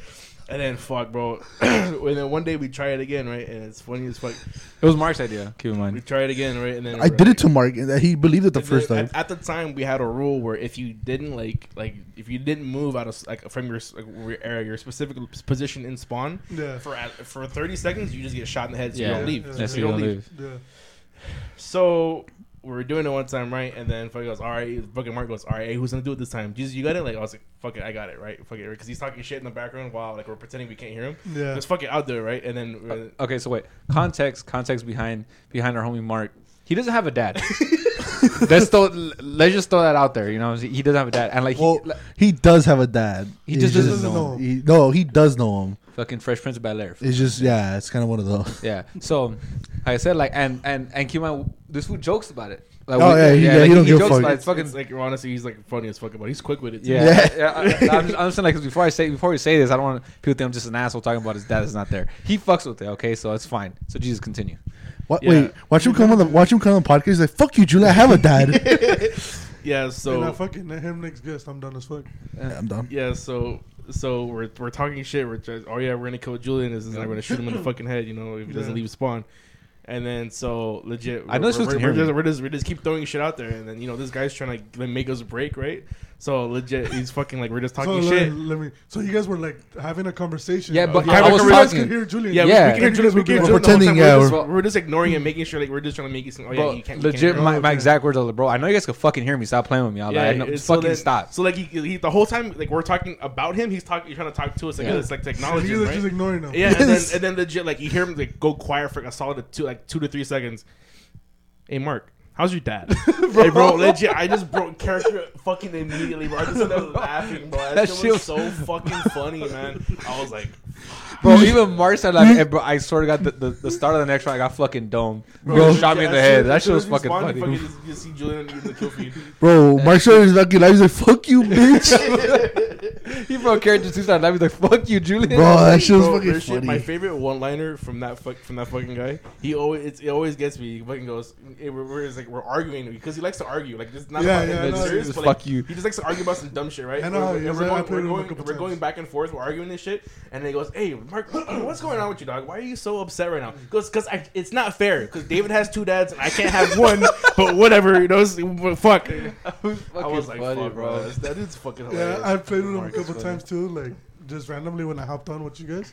And then fuck, bro. and then one day we try it again, right? And it's funny as fuck. It was Mark's idea. Keep in We mind. try it again, right? And then I did it to Mark, and he believed it the first at, time. At the time, we had a rule where if you didn't like, like if you didn't move out of s- like from your s- like, where- area, your specific position in spawn Yeah. for at, for thirty seconds, you just get shot in the head, so Yeah. you don't leave. Yeah. So That's you what don't you leave. leave. Yeah. So we were doing it one time, right? And then fucking goes, all right. Fucking Mark goes, all right. Hey, who's gonna do it this time? Jesus, you got it. Like I was like, fuck it, I got it, right? Fuck it, because he's talking shit in the background while like we're pretending we can't hear him. Yeah. Just fuck it out there, right? And then uh, Okay, so wait. Context, context behind behind our homie Mark. He doesn't have a dad. let's throw, let's just throw that out there. You know, he doesn't have a dad, and like, Well, he, like he does have a dad. He It's just doesn't know him. he- no, he does know him. fucking Fresh Prince of Bel Air. It's just, yeah, it's kind of one of those. Yeah. So, like I said, like, and and and keep in mind, this fool jokes about it. Like, Oh, we- yeah, he- yeah, he don't give a fuck. about it. it's It's fucking it's, like honestly, he's like funny as fuck about. it. He's quick with it. too. Yeah, Yeah. yeah. I, am just, I'm just saying, like, 'cause before I say before we say this, I don't want people to think I'm just an asshole talking about his dad is not there. He fucks with it, okay? So it's fine. So Jesus, continue. What, Yeah. Wait, watch him come on the watch him come on the podcast. He's like, fuck you, Julia. I have a dad. yeah. and I So fucking let him next guest. I'm done as fuck. I'm done. Yeah, so so we're we're talking shit. We're just, oh yeah, we're gonna kill Julian. This is we're gonna shoot him in the fucking head, you know, if he doesn't Yeah. leave spawn. And then so legit, I know we're, this was we're, to we're hear just, me. we're just we just keep throwing shit out there, and then you know this guy's trying to like, make us break, right? So legit, he's fucking like we're just So talking let, shit. let me. So you guys were like having a conversation. Yeah, but You I guys was could- you guys could talking. hear Julian. yeah, Yeah. we, we can hear Julian. We can hear We're Julian the whole pretending, time. yeah, we're, just, we're- we're just ignoring and making sure like we're just trying to make it. seem, Oh yeah, Bro, you can't, you legit, can't- my, my Okay. exact words are like, bro. I know you guys can fucking hear me. Stop playing with me. I'll like, no, it's- fucking so then- stop. So like he, he the whole time like we're talking about him, he's talking, he's trying to talk to us. Like Yeah. it's like You technology, guys are right? just ignoring him. Yeah, and, Yes. then, and then legit, like you hear him like go quiet for a solid two, like like two to three seconds. Hey, Mark, how's your dad? Hey, bro, legit, I just broke character fucking immediately, bro. I just started laughing, bro. That, That shit shit was so fucking funny, man. I was like, Bro, even Mark said like, hey, bro, I sort of got the, the, the start of the next one. I got fucking domed. Bro, shot me in the head. That shit was fucking funny. You just, you see Julian in the kill feed. Bro, Mark Shredder's fucking life is like, fuck you, bitch. he broke character two times. I was like, fuck you, Julian. Bro, that shit was Bro, fucking real shit, my funny. favorite one-liner from that fuck, from that fucking guy. He always it's, it always gets me. He fucking goes, hey, we're, we're just like we're arguing because he likes to argue. Like just not Yeah, about yeah, anything I know. serious, Just but, like, fuck you. He just likes to argue about some dumb shit, right? I know how We're, he we're, is. we're I- I going, played with him we're, a going, couple we're going times. back and forth. We're arguing this shit, and then he goes, hey, Mark, what's going on with you, dog? Why are you so upset right now? He Goes because it's not fair. Because David has two dads and I can't have one. but whatever, you know, it's- but fuck. I was like, fuck, bro, that's- that dude's fucking hilarious. Yeah, I played with him a Mark is couple funny. times too, like just randomly when I hopped on with you guys.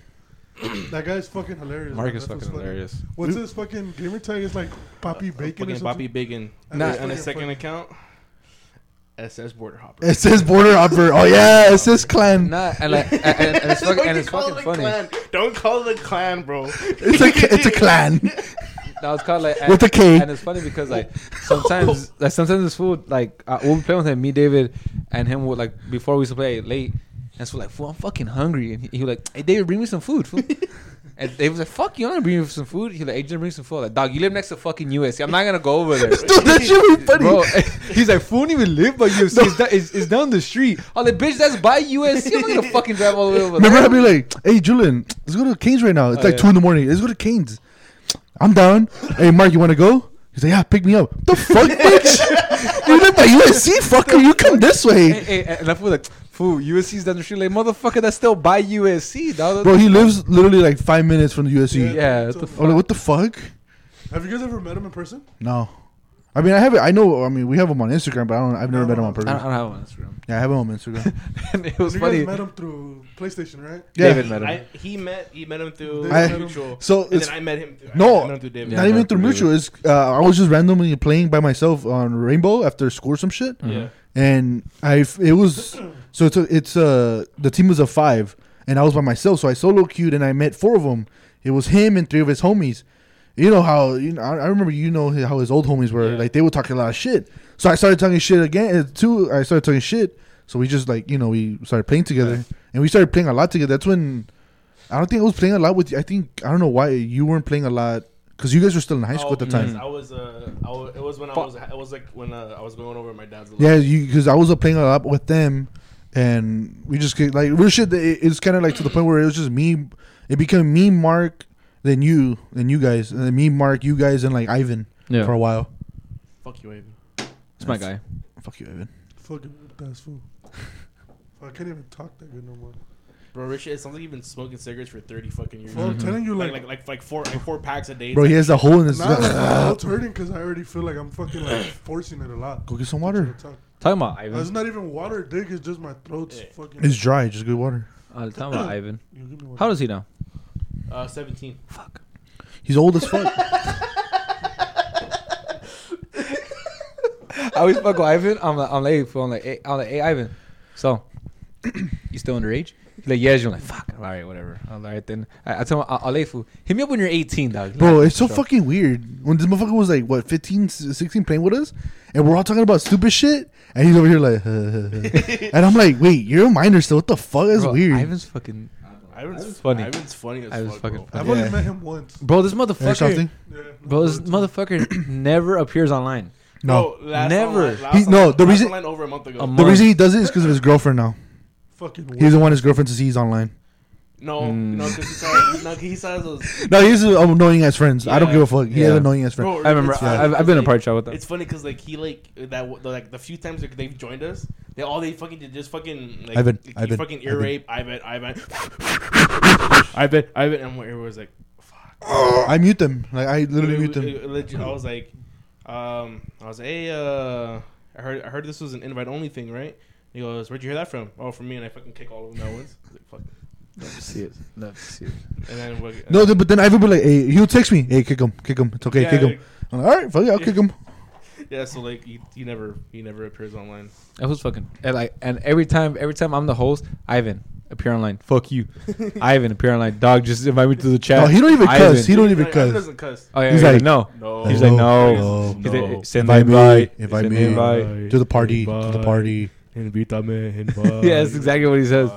that guy's fucking hilarious. Mark man. is That's what's fucking funny. hilarious. What's his fucking gamer tag? It's like Poppy Bacon or Fucking Bobby something. Biggin. And Nah, it's on a fucking second funny. account, SS Border Hopper. It says border hopper. Oh yeah, it says clan. Nah, and like, and, and, and it's Don't fucking, and you it's call fucking it funny. Clan. Don't call it a clan, bro. It's a it's a clan. No, it's called like With and- a K. And it's funny because like sometimes like sometimes this fool like uh, we'll be playing with him, me, David, and him would like before we used to play late, and so like fool, I'm fucking hungry, and he, he was like, hey David, bring me some food, fool. And David was like, "Fuck you! I'm gonna bring you some food." He like, "Hey, just bring me some food." Like, dog, you live next to fucking USC. I'm not gonna go over there, Dude, that shit be funny. bro. He's like, "Fool, don't even live by USC. It's, da- it's, it's down the street." I'm like, "Bitch, that's by USC. I'm not gonna fucking drive all the way over Remember there." I'd be like, hey Julian, let's go to Canes right now. It's Oh, like yeah. two in the morning. Let's go to Canes. I'm down. Hey Mark, you wanna go? He's like, yeah, pick me up. The fuck, bitch? you live by USC, fucker. You come this hey, way. hey, and I feel like, "Fool, USC's down the street." Like, motherfucker, that's still by USC, dog. Bro, he lives literally like five minutes from the USC. Yeah, what the I'm like, what the fuck? Have you guys ever met him in person? No. I mean, I have. I know. I mean, we have him on Instagram, but I don't. I've never met him on I purpose. don't, I don't have one on Instagram. Yeah, I have him on Instagram. and it was you funny. guys met him through PlayStation, right? Yeah. David met him. I, he met he met him through I- mutual. so and it's then I met him through No, I met him through David. Yeah, not I even met through through mutual. It's uh, I was just randomly playing by myself on Rainbow after score some shit. Yeah. and I f- it was so it's a, it's uh the team was a five and I was by myself so I solo queued and I met four of them. It was him and three of his homies. You know how you know, I I remember you know how his old homies were Yeah. like they would talk a lot of shit. So I started talking shit again uh, too. I started talking shit. So we just like you know we started playing together and we started playing a lot together. That's when I don't think I was playing a lot with you. I think I don't know why you weren't playing a lot because you guys were still in high school at the because time. Oh, I was uh, I wa- it was when I Fuck. was it was like when uh, I was going over my dad's. Yeah, you because I was uh, playing a lot with them, and we just get, like real shit. It, it's kind of like to the point where it was just me. It became me, Mark, then you, then you guys, and then me, Mark, you guys, and like Ivan Yeah. for a while. Fuck you, Abe. It's my guy. Fuck you, Ivan. Fucking that's fool. I can't even talk that good no more. Mm-hmm. Bro, Rich, it sounds like you've been smoking cigarettes for thirty fucking years. Well, I'm telling you, Like, like, like like like four like four packs a day. Bro, he has a hole in his. now like, my throat's hurting because I already feel like I'm fucking like forcing it a lot. Go get some water. Talking about Uh, It's Ivan. not even water, dick. It's just my throat's Yeah. fucking. It's dry. Just get water. Uh, talking about Ivan. You give me one. How does he know? uh, seventeen. Fuck. He's old as fuck. I always fuck with Ivan. I'm like, I'm like, fool, I'm like, hey, I'm like, hey, Ivan. So, you still underage? He's like, yes. You're like, fuck. I'm like, all right, whatever. I'm like, all right then. I, I tell him, I'll like, fool. Hit me up when you're 18, dog. He's Bro, like, it's so sure. fucking weird. When this motherfucker was like, what, 15, 16 playing with us? And we're all talking about stupid shit. And he's over here like, and I'm like, wait, you're a minor still. What the fuck? That's Bro, weird. Ivan's fucking. Ivan's, Ivan's funny. Ivan's funny as Ivan's fuck. fucking bro. I've Yeah. only met him once. Bro, this Hey, something? motherfucker. Yeah, no, Bro, this it's- motherfucker never appears online. No. Bro, last Never. Online, last He- no, online- the last reason- online over a month ago. A month. The reason he does it is because of his girlfriend now. fucking. He doesn't want his girlfriend to see he's online. No, Mm. no, because he saw, no, 'cause he saw those. No, he's an annoying ass friends. I don't Yeah. give a fuck. He's Yeah. an annoying ass friend. Bro, I remember. it's funny I, I've, I've 'cause been a they- party shot with them. It's funny because like he like that w- the, like the few times like, they've joined us, they all they fucking did just fucking like Ivan, he Ivan, fucking ear Ivan. rape. I bet, I bet, I bet, I bet, and everyone's like, fuck. I mute them. Like I literally mute them. Uh, legit, I was like, um, I was like, hey, uh, I heard, I heard this was an invite only thing, right? He goes, where'd you hear that from? Oh, from me, and I fucking kick all of them at once. I was like, fuck. Love to see it. Love to see it. And then we- No, th- but then Ivan be like, hey, he'll text me. Hey, kick him, kick him. It's okay, Yeah, kick him. like- I'm like, all right, fuck it, I'll kick him. yeah, so like he, he never he never appears online. It was fucking and like and every time every time I'm the host, Ivan. appear online. Fuck you, Ivan. Appear online. Dog, just invite me to the chat. No, he don't even Ivan. cuss. He don't even Like, Ivan cuss. doesn't cuss. oh yeah, he's he's like like, no. No. He's like no. No. He's No. like, send the Invite me, invite. invite Send the me. invite. To the party. To the Bye. party. Yeah, that's exactly what he says.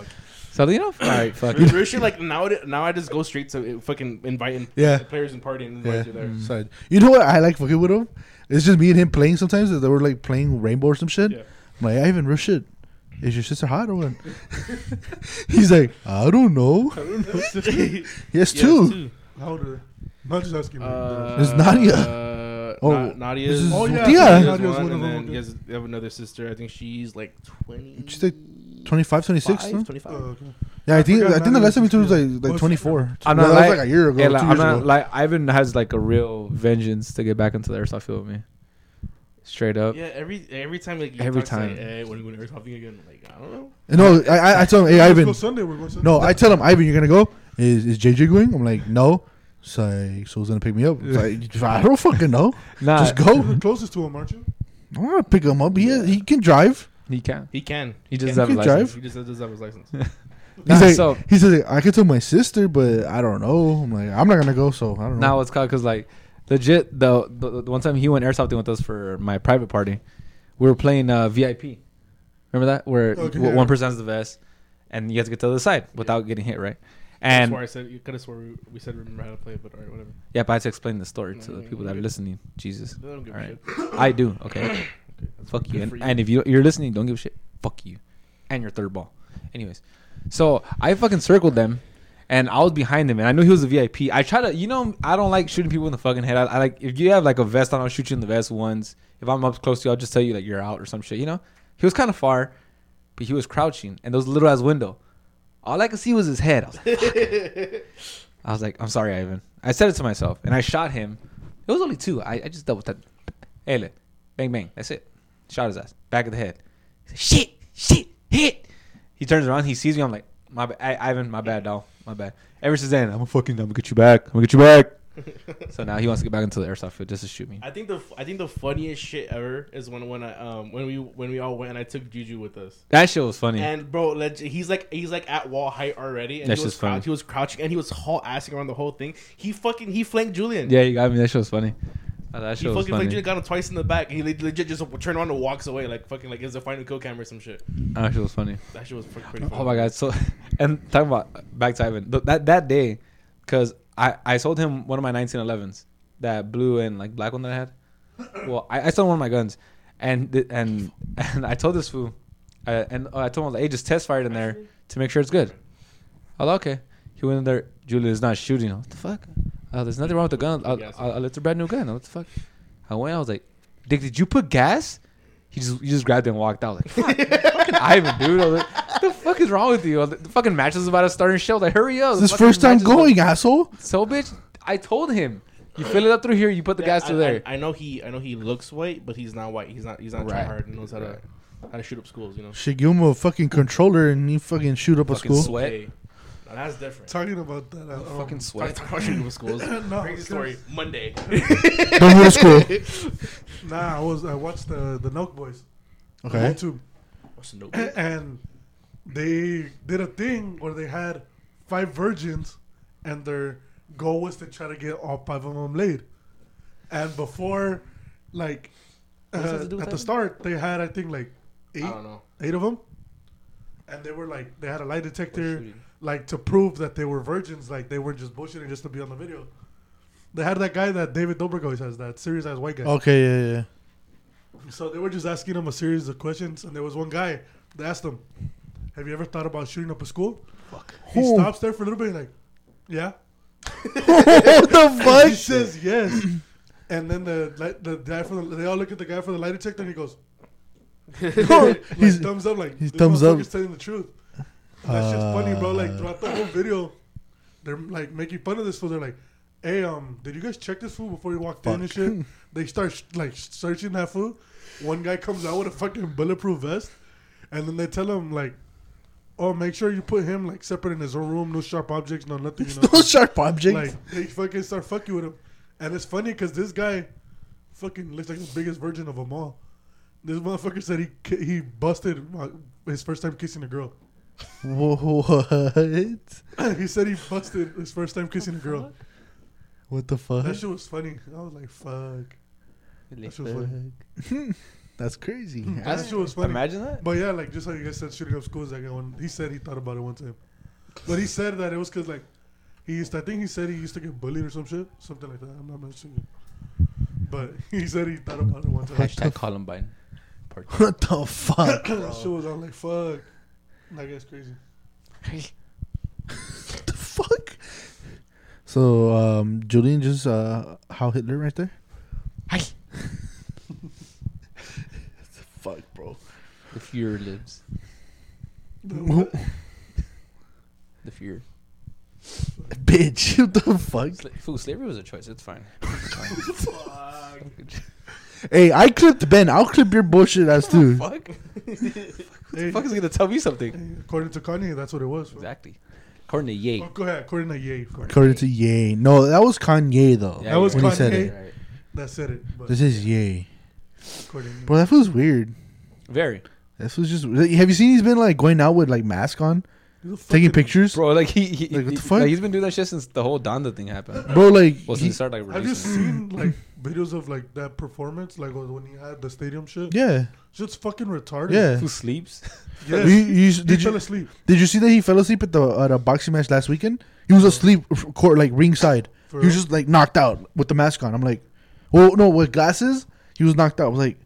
So you know, all right, fuck. Real- real shit, like now, it- now I just go straight to it, fucking inviting Yeah. the players and party and Yeah. invite you there. So, you know what I like fucking with him? It's just me and him playing sometimes. They were like playing Rainbow or some shit. Yeah. I'm like, Ivan, real shit. Is your sister hot or what? He's like, I don't know. Yes, Yes, too. too. How old are they? Not just asking. Uh, There's Nadia. Uh, Oh, Na- Nadia's. this is- oh yeah, Dia. yeah. Nadia's Nadia's one, one of and them. then okay. you guys have another sister. I think she's like 20. She's like 25, 26. no? 25. Oh, okay. Yeah, I think forgot I think the last time we told was Nadia's like, sister. like What's- 24. I'm No, not that was like- like a year ago. Yeah, like, two I'm years not ago. like Ivan has like a real vengeance to get back into the airsoft field with me. Straight up. Yeah, every every time like you Every talk to, time. like, hey, when are you going to something again? Like I don't know. no, I, I, I tell him, hey, Let's Ivan. go Sunday. We're going Sunday. No, I tell him, Ivan, you're gonna go. Is is JJ going? I'm like, no. So like, so's gonna pick me up. It's like, I don't fucking know. Nah, Just You're go. the closest to him, aren't you? I'm gonna pick him up. He he can drive. he can. He can. He does can. have a You can license. He just doesn't have his license. He's Nah, like, so- he says I could tell my sister, but I don't know. I'm like, I'm not gonna go. So I Mm-hmm. don't Now know. it's called because like legit the, the the one time he went airsofting with us for my private party, we were playing uh, VIP. Remember that where Oh, Okay, w- yeah. one person's the vest, and you have to get to the other side without getting hit, right? And I swore I said you could have swore we, we said remember how to play, but alright, whatever. yeah, but I had to explain the story to the Mm, people that are okay. listening. Jesus, They don't give a Alright. shit. I do. Okay, Okay, that's fuck good you. for And, and if you you're listening, don't give a shit. Fuck you, and your third ball. Anyways, so I fucking circled them, and I was behind him, and I knew he was a VIP. I try to, you know, I don't like shooting people in the fucking head. I, I like if you have like a vest on, I'll shoot you in the vest once. If I'm up close to you, I'll just tell you like you're out or some shit. You know, he was kind of far, but he was crouching, and there was a little ass window. All I could see was his head. I was like, fuck. I was like, I'm sorry, Ivan. I said it to myself, and I shot him. It was only two. I, I just double tapped. Hey, look. bang bang. That's it. Shot his ass back of the head. He's like, shit, shit, hit. He turns around. He sees me. I'm like, my ba- I, Ivan, my bad, doll, my bad. Ever since then, I'm gonna fucking, I'm gonna get you back. I'm gonna get you back. so now he wants to get back into the airsoft field just to shoot me. I think the f- I think the funniest shit ever is when when I um when we when we all went and I took Juju with us. That shit was funny. And bro, leg- he's like he's like at wall height already, and That's he was just funny. crouch, he was crouching and he was haul assing around the whole thing. He fucking he flanked Julian. yeah, you got me. That shit was funny. Oh, that He shit fucking was flanked funny. Julian, got him twice in the back, and he le- legit just turned around and walks away like fucking like it's a final kill camera or some shit. That shit was funny. That shit was pretty. pretty funny. Oh my god! So, and talking about back to Ivan th- that that day, because I I sold him one of my 1911s, that blue and like black one that I had. Well, I, I sold one of my guns, and th- and and I told this fool, uh, and uh, I told him like, hey, just test fired in there to make sure it's good. I was like, okay. He went in there. Julia is not shooting. What the fuck? Uh, there's nothing wrong with the gun. I, Gas. I, I, it's a brand new gun. What the fuck? I went. I was like, Dick, did you put gas? He just he just grabbed it and walked out. I was Like, fuck, fucking Ivan, dude. I was like, what the fuck is wrong with you? The, the fucking match is about to start and show. Like, hurry up. It's The his fucking first time match is about- going, asshole. So, bitch, I told him. You fill it up through here. You put the Yeah, gas through I, there. I, I know he I know he looks white, but he's not white. He's not he's not Right. trying hard and knows how to Right. how to shoot up schools. You know. Should give him a fucking controller and he fucking shoot up a Fucking school. sweat. Now that's different. Talking about that. I, um, fucking Talk, sweat. talk about shooting up schools. No, Crazy story. Monday. Don't go to school. um, Nah, I was. I watched the the Nelk Boys on Okay. YouTube, What's the note? and they did a thing where they had five virgins, and their goal was to try to get all five of them laid. And before, like, What does that have uh, to do with at the that? start, they had I think like I eight, don't know. eight of them, and they were like they had a lie detector. shooting. like to prove that they were virgins, like they weren't just bullshitting just to be on the video. They had that guy that David Dobrik always has, that serious ass Oh, white guy. Okay. Yeah. Yeah. So they were just asking him a series of questions, and there was one guy that asked him, "Have you ever thought about shooting up a school?" Fuck. He Oh. stops there for a little bit, like, "Yeah." what the He fuck? says yes, and then the light- the guy from the, they all look at the guy from the light detector, and he goes, like, He's- thumbs up, like he's this thumbs up. Uh, motherfucker's telling the truth. And that shit's funny, bro. Like throughout the whole video, they're like making fun of this fool. They're like, "Hey, um, did you guys check this fool before you walked in and shit?" They start sh- like searching that fool. One guy comes out with a fucking bulletproof vest, and then they tell him like, "Oh, make sure you put him like separate in his own room. No sharp objects. No nothing. You know? No sharp object. Like they fucking start fucking with him, and it's funny because this guy, fucking looks like the biggest virgin of them all. This motherfucker said he ki- he busted uh, his first time kissing a girl. What? he said he busted his first time kissing a girl. What the fuck? That shit was funny. I was like, fuck. That shit was funny. Hmm. That's crazy. That shit was funny. Imagine that. But yeah, like just like you guys said, shooting up schools. Like when he said he thought about it one time, but he said that it was because like he used. To, I think he said he used to get bullied or some shit, something like that. I'm not mentioning it, but he said he thought about it one time. that Hashtag Columbine. Part two. What the fuck? shit was on like fuck. Like that's crazy. the fuck? So, um, Julian just uh, how Hitler right there? Hi. Fuck, bro. The Fuhrer lives. What? The Fuhrer. Bitch, what the fuck? Sla- food slavery was a choice. It's fine. Fuck. Hey, I clipped Ben. I'll clip your bullshit ass too. Fuck. Hey, Fuck is gonna tell me something. hey, according to Kanye, that's what it was. bro. Exactly. According to Ye. Oh, go ahead. According to Ye, fuck. According to Ye. No, that was Kanye though. Yeah, That was when he said Kanye. it. Right. that said it. But This is Ye. according to Bro, that feels weird. Very. This was just. Have you seen he's been like going out with like mask on, He's a taking fucking- pictures? Bro, Bro, like he, he, Like, what the he- fuck? like, he's been doing that shit since the whole Donda thing happened. like Well, since he- he started like I've just seen releasing. like videos of like that performance, like when he had the stadium shit. yeah, Shit's fucking retarded. yeah. Who sleeps? Yes. You- you- he did fell you asleep did you see that he fell asleep at the at a boxing match last weekend? He was asleep, f- court like ringside. For he was real? just like knocked out with the mask on. I'm like, well, no, with glasses, he was knocked out. I was like,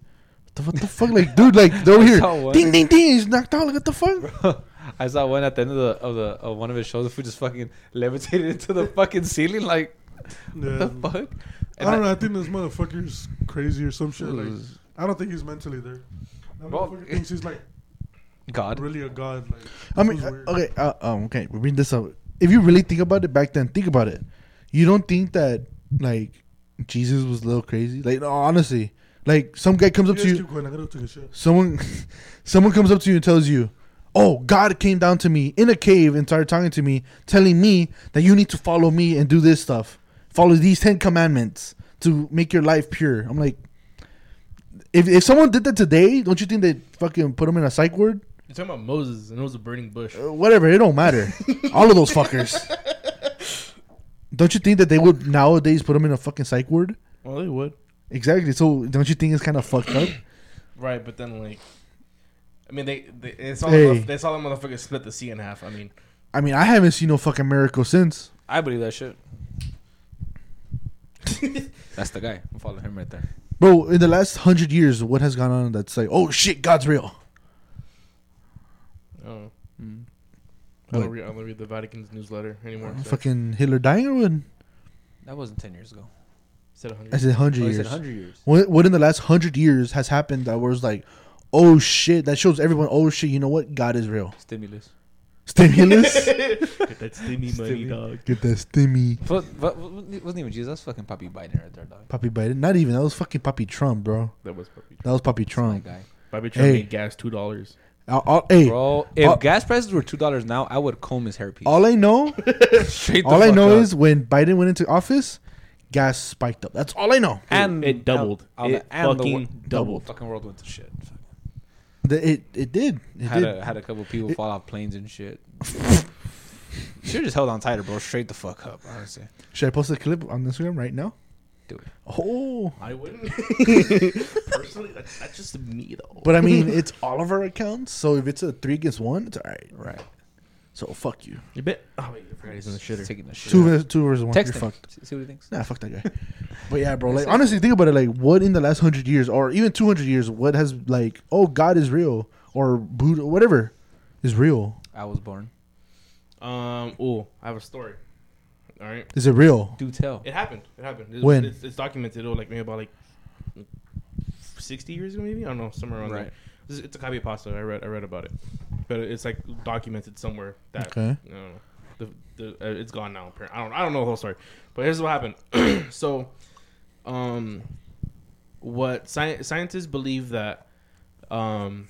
what the, what the fuck, like, dude, like they're over I here, saw one. ding, ding, ding, he's knocked out. Like, what the fuck? I saw one at the end of the of the of one of his shows. If we just fucking levitated into the fucking ceiling, like Yeah. the fuck. I And don't know. I think this motherfucker's crazy or some shit. Like, Ooh. I don't think he's mentally there. That Well, motherfucker thinks he's like God. really a god. Like, I mean, this is uh, weird. okay, uh, um, okay, we bring this up. If you really think about it back then, think about it. You don't think that like Jesus was a little crazy? Like, no, honestly, like some guy comes You up guys to you. keep going. I gotta take a shit. Someone, someone comes up to you and tells you, "Oh, God came down to me in a cave and started talking to me, telling me that you need to follow me and do this stuff, follow these ten commandments to make your life pure." I'm like, if if someone did that today, don't you think they would fucking put them in a psych ward? You're talking about Moses, and it was a burning bush. Oh. Uh, Whatever, it don't matter. All of those fuckers. Don't you think that they would nowadays put them in a fucking psych ward? Well, they would. Exactly. So don't you think it's kind of fucked up? Right, but then like, I mean, they they it's all Hey. they saw the motherfuckers split the sea in half. I mean, I mean, I haven't seen no fucking miracle since. I believe that shit. That's the guy. I'm following him right there. Bro, in the last hundred years, what has gone on that's like, oh shit, God's real. I don't, know. Mm. Oh. I What? don't, read, I don't read the Vatican's newsletter anymore. so- Fucking Hitler dying or what? That wasn't ten years ago. Said a I hundred. said Oh, hundred he said years. hundred years. What, what in the last hundred years has happened that was like, oh shit, that shows everyone, oh shit, you know what? God is real. Stimulus. Stimulus? Get that stimmy money, Stimmy. dog. Get that stimmy. But, but, it wasn't even Jesus. That's fucking Poppy Biden right there, dog. Poppy Biden. Not even. That was fucking Poppy Trump, bro. That was Bobby. That was Poppy That's my Trump. guy. Bobby trying Hey. to get gas two dollars. I'll- I'll- hey, Bro, if Oh. gas prices were two dollars now, I would comb his hairpiece. all I know, Straight the all I fuck know up. is when Biden went into office, gas spiked up. That's all I know. and it doubled. all the- It and the fucking wor- doubled. Fucking world went to shit. Fuck. The- it it did. It had did. a, had a couple people It- fall off planes and shit. Should just held on tighter, bro. Straight the fuck up, honestly. Should I post a clip on Instagram right now? Do it. Oh. I wouldn't. Personally, that's, that's just me though. But I mean, it's all of our accounts. So if it's a three against one, it's all right. Right. So fuck you. you bet. Oh wait, I forgot he's in the shitter. Taking the shit. Two versus two versus one. Text You're him. fucked. See, see what he thinks. Nah, fuck that guy. but yeah, bro. Like That's it. honestly, think about it. Like, what in the last hundred years, or even two hundred years, what has like, oh, God is real, or Buddha, whatever, is real? I was born. Um. Oh, I have a story. All right. Is it real? Do tell. It happened. It happened. It's, When? It's, it's documented. It was like maybe about like sixty years ago, maybe I don't know, somewhere around Right. there. It's, it's a copy of pasta. I read. I read about it, but it's like documented somewhere that. Okay. I don't know. The, the, uh, it's gone now. Apparently, I don't. I don't know the whole story, but here's what happened. so, um, what sci- scientists believe that um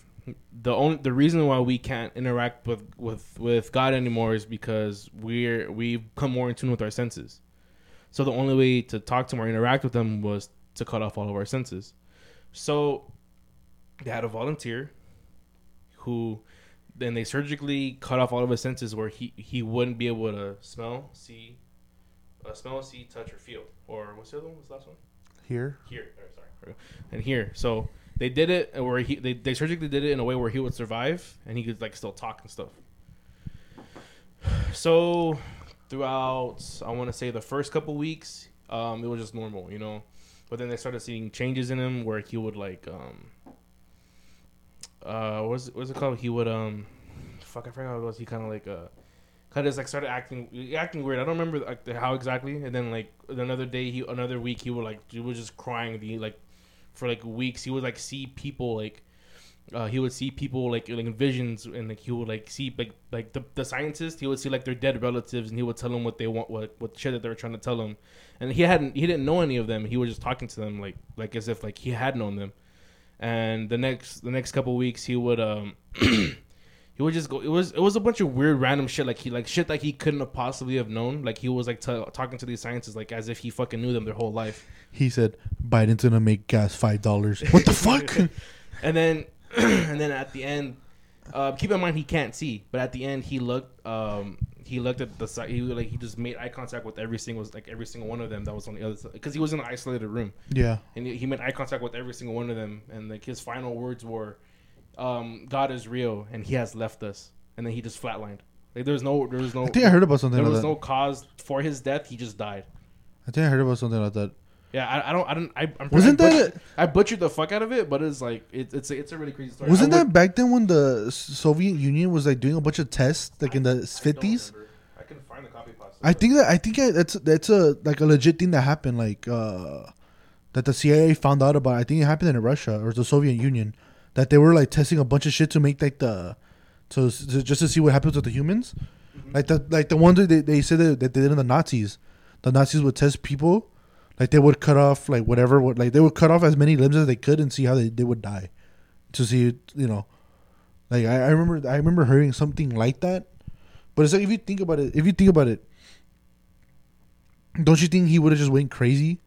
the only the reason why we can't interact with with with God anymore is because we're we've come more in tune with our senses. So the only way to talk to him or interact with them was to cut off all of our senses. So they had a volunteer who they- and they surgically cut off all of his senses where he he wouldn't be able to smell, see, uh, smell, see, touch, or feel. Or what's the other one? What's the last one? Here. Here, or, sorry, and here. So they did it uh, where he they, they surgically did it in a way where he would survive and he could like still talk and stuff. So throughout, I want to say the first couple weeks, um, it was just normal, you know. But then they started seeing changes in him where he would like um, uh what's what's it called? He would um fuck I forgot what it was. He kinda like uh kinda just like started acting acting weird. I don't remember like the- how exactly and then like another day he another week he would like he was just crying the like for like weeks he would like see people like uh, he would see people like like in visions and like he would like see like like the, the scientist he would see like their dead relatives and he would tell them what they want what what shit that they were trying to tell him and he hadn't he didn't know any of them he was just talking to them like like as if like he had known them and the next the next couple weeks he would um he would just go it was it was a bunch of weird random shit like he like shit like he couldn't have possibly have known like he was like t- talking to these scientists like as if he fucking knew them their whole life He said Biden's gonna make gas five dollars. What the fuck? and then and then at the end uh, keep in mind he can't see but at the end he looked um he looked at the side he like he just made eye contact with every single like every single one of them that was on the other side because he was in an isolated room yeah. and he he made eye contact with every single one of them and like his final words were um, god is real and he has left us and then he just flatlined like there's no there was no I think I heard about something there like was that. no cause for his death he just died I think I heard about something like that. yeah i, I don't i don't I, i'm Wasn't I that butchered, i butchered the fuck out of it but it's like it, it's a, it's a really crazy story Wasn't I that back then when the S- Soviet Union was like doing a bunch of tests, like in the fifties? i can find the copy pasta I think that I think I, that's that's a like a legit thing that happened, like uh, that the CIA found out about. I think it happened in Russia or the Soviet Union, that they were like testing a bunch of shit to make like the, to, to just to see what happens with the humans, like the like the ones that they, they said that, that they did in the Nazis, the Nazis would test people, like they would cut off like whatever, what like they would cut off as many limbs as they could and see how they, they would die, to see you know, like I, I remember I remember hearing something like that, but it's like if you think about it, if you think about it, don't you think he would have just went crazy?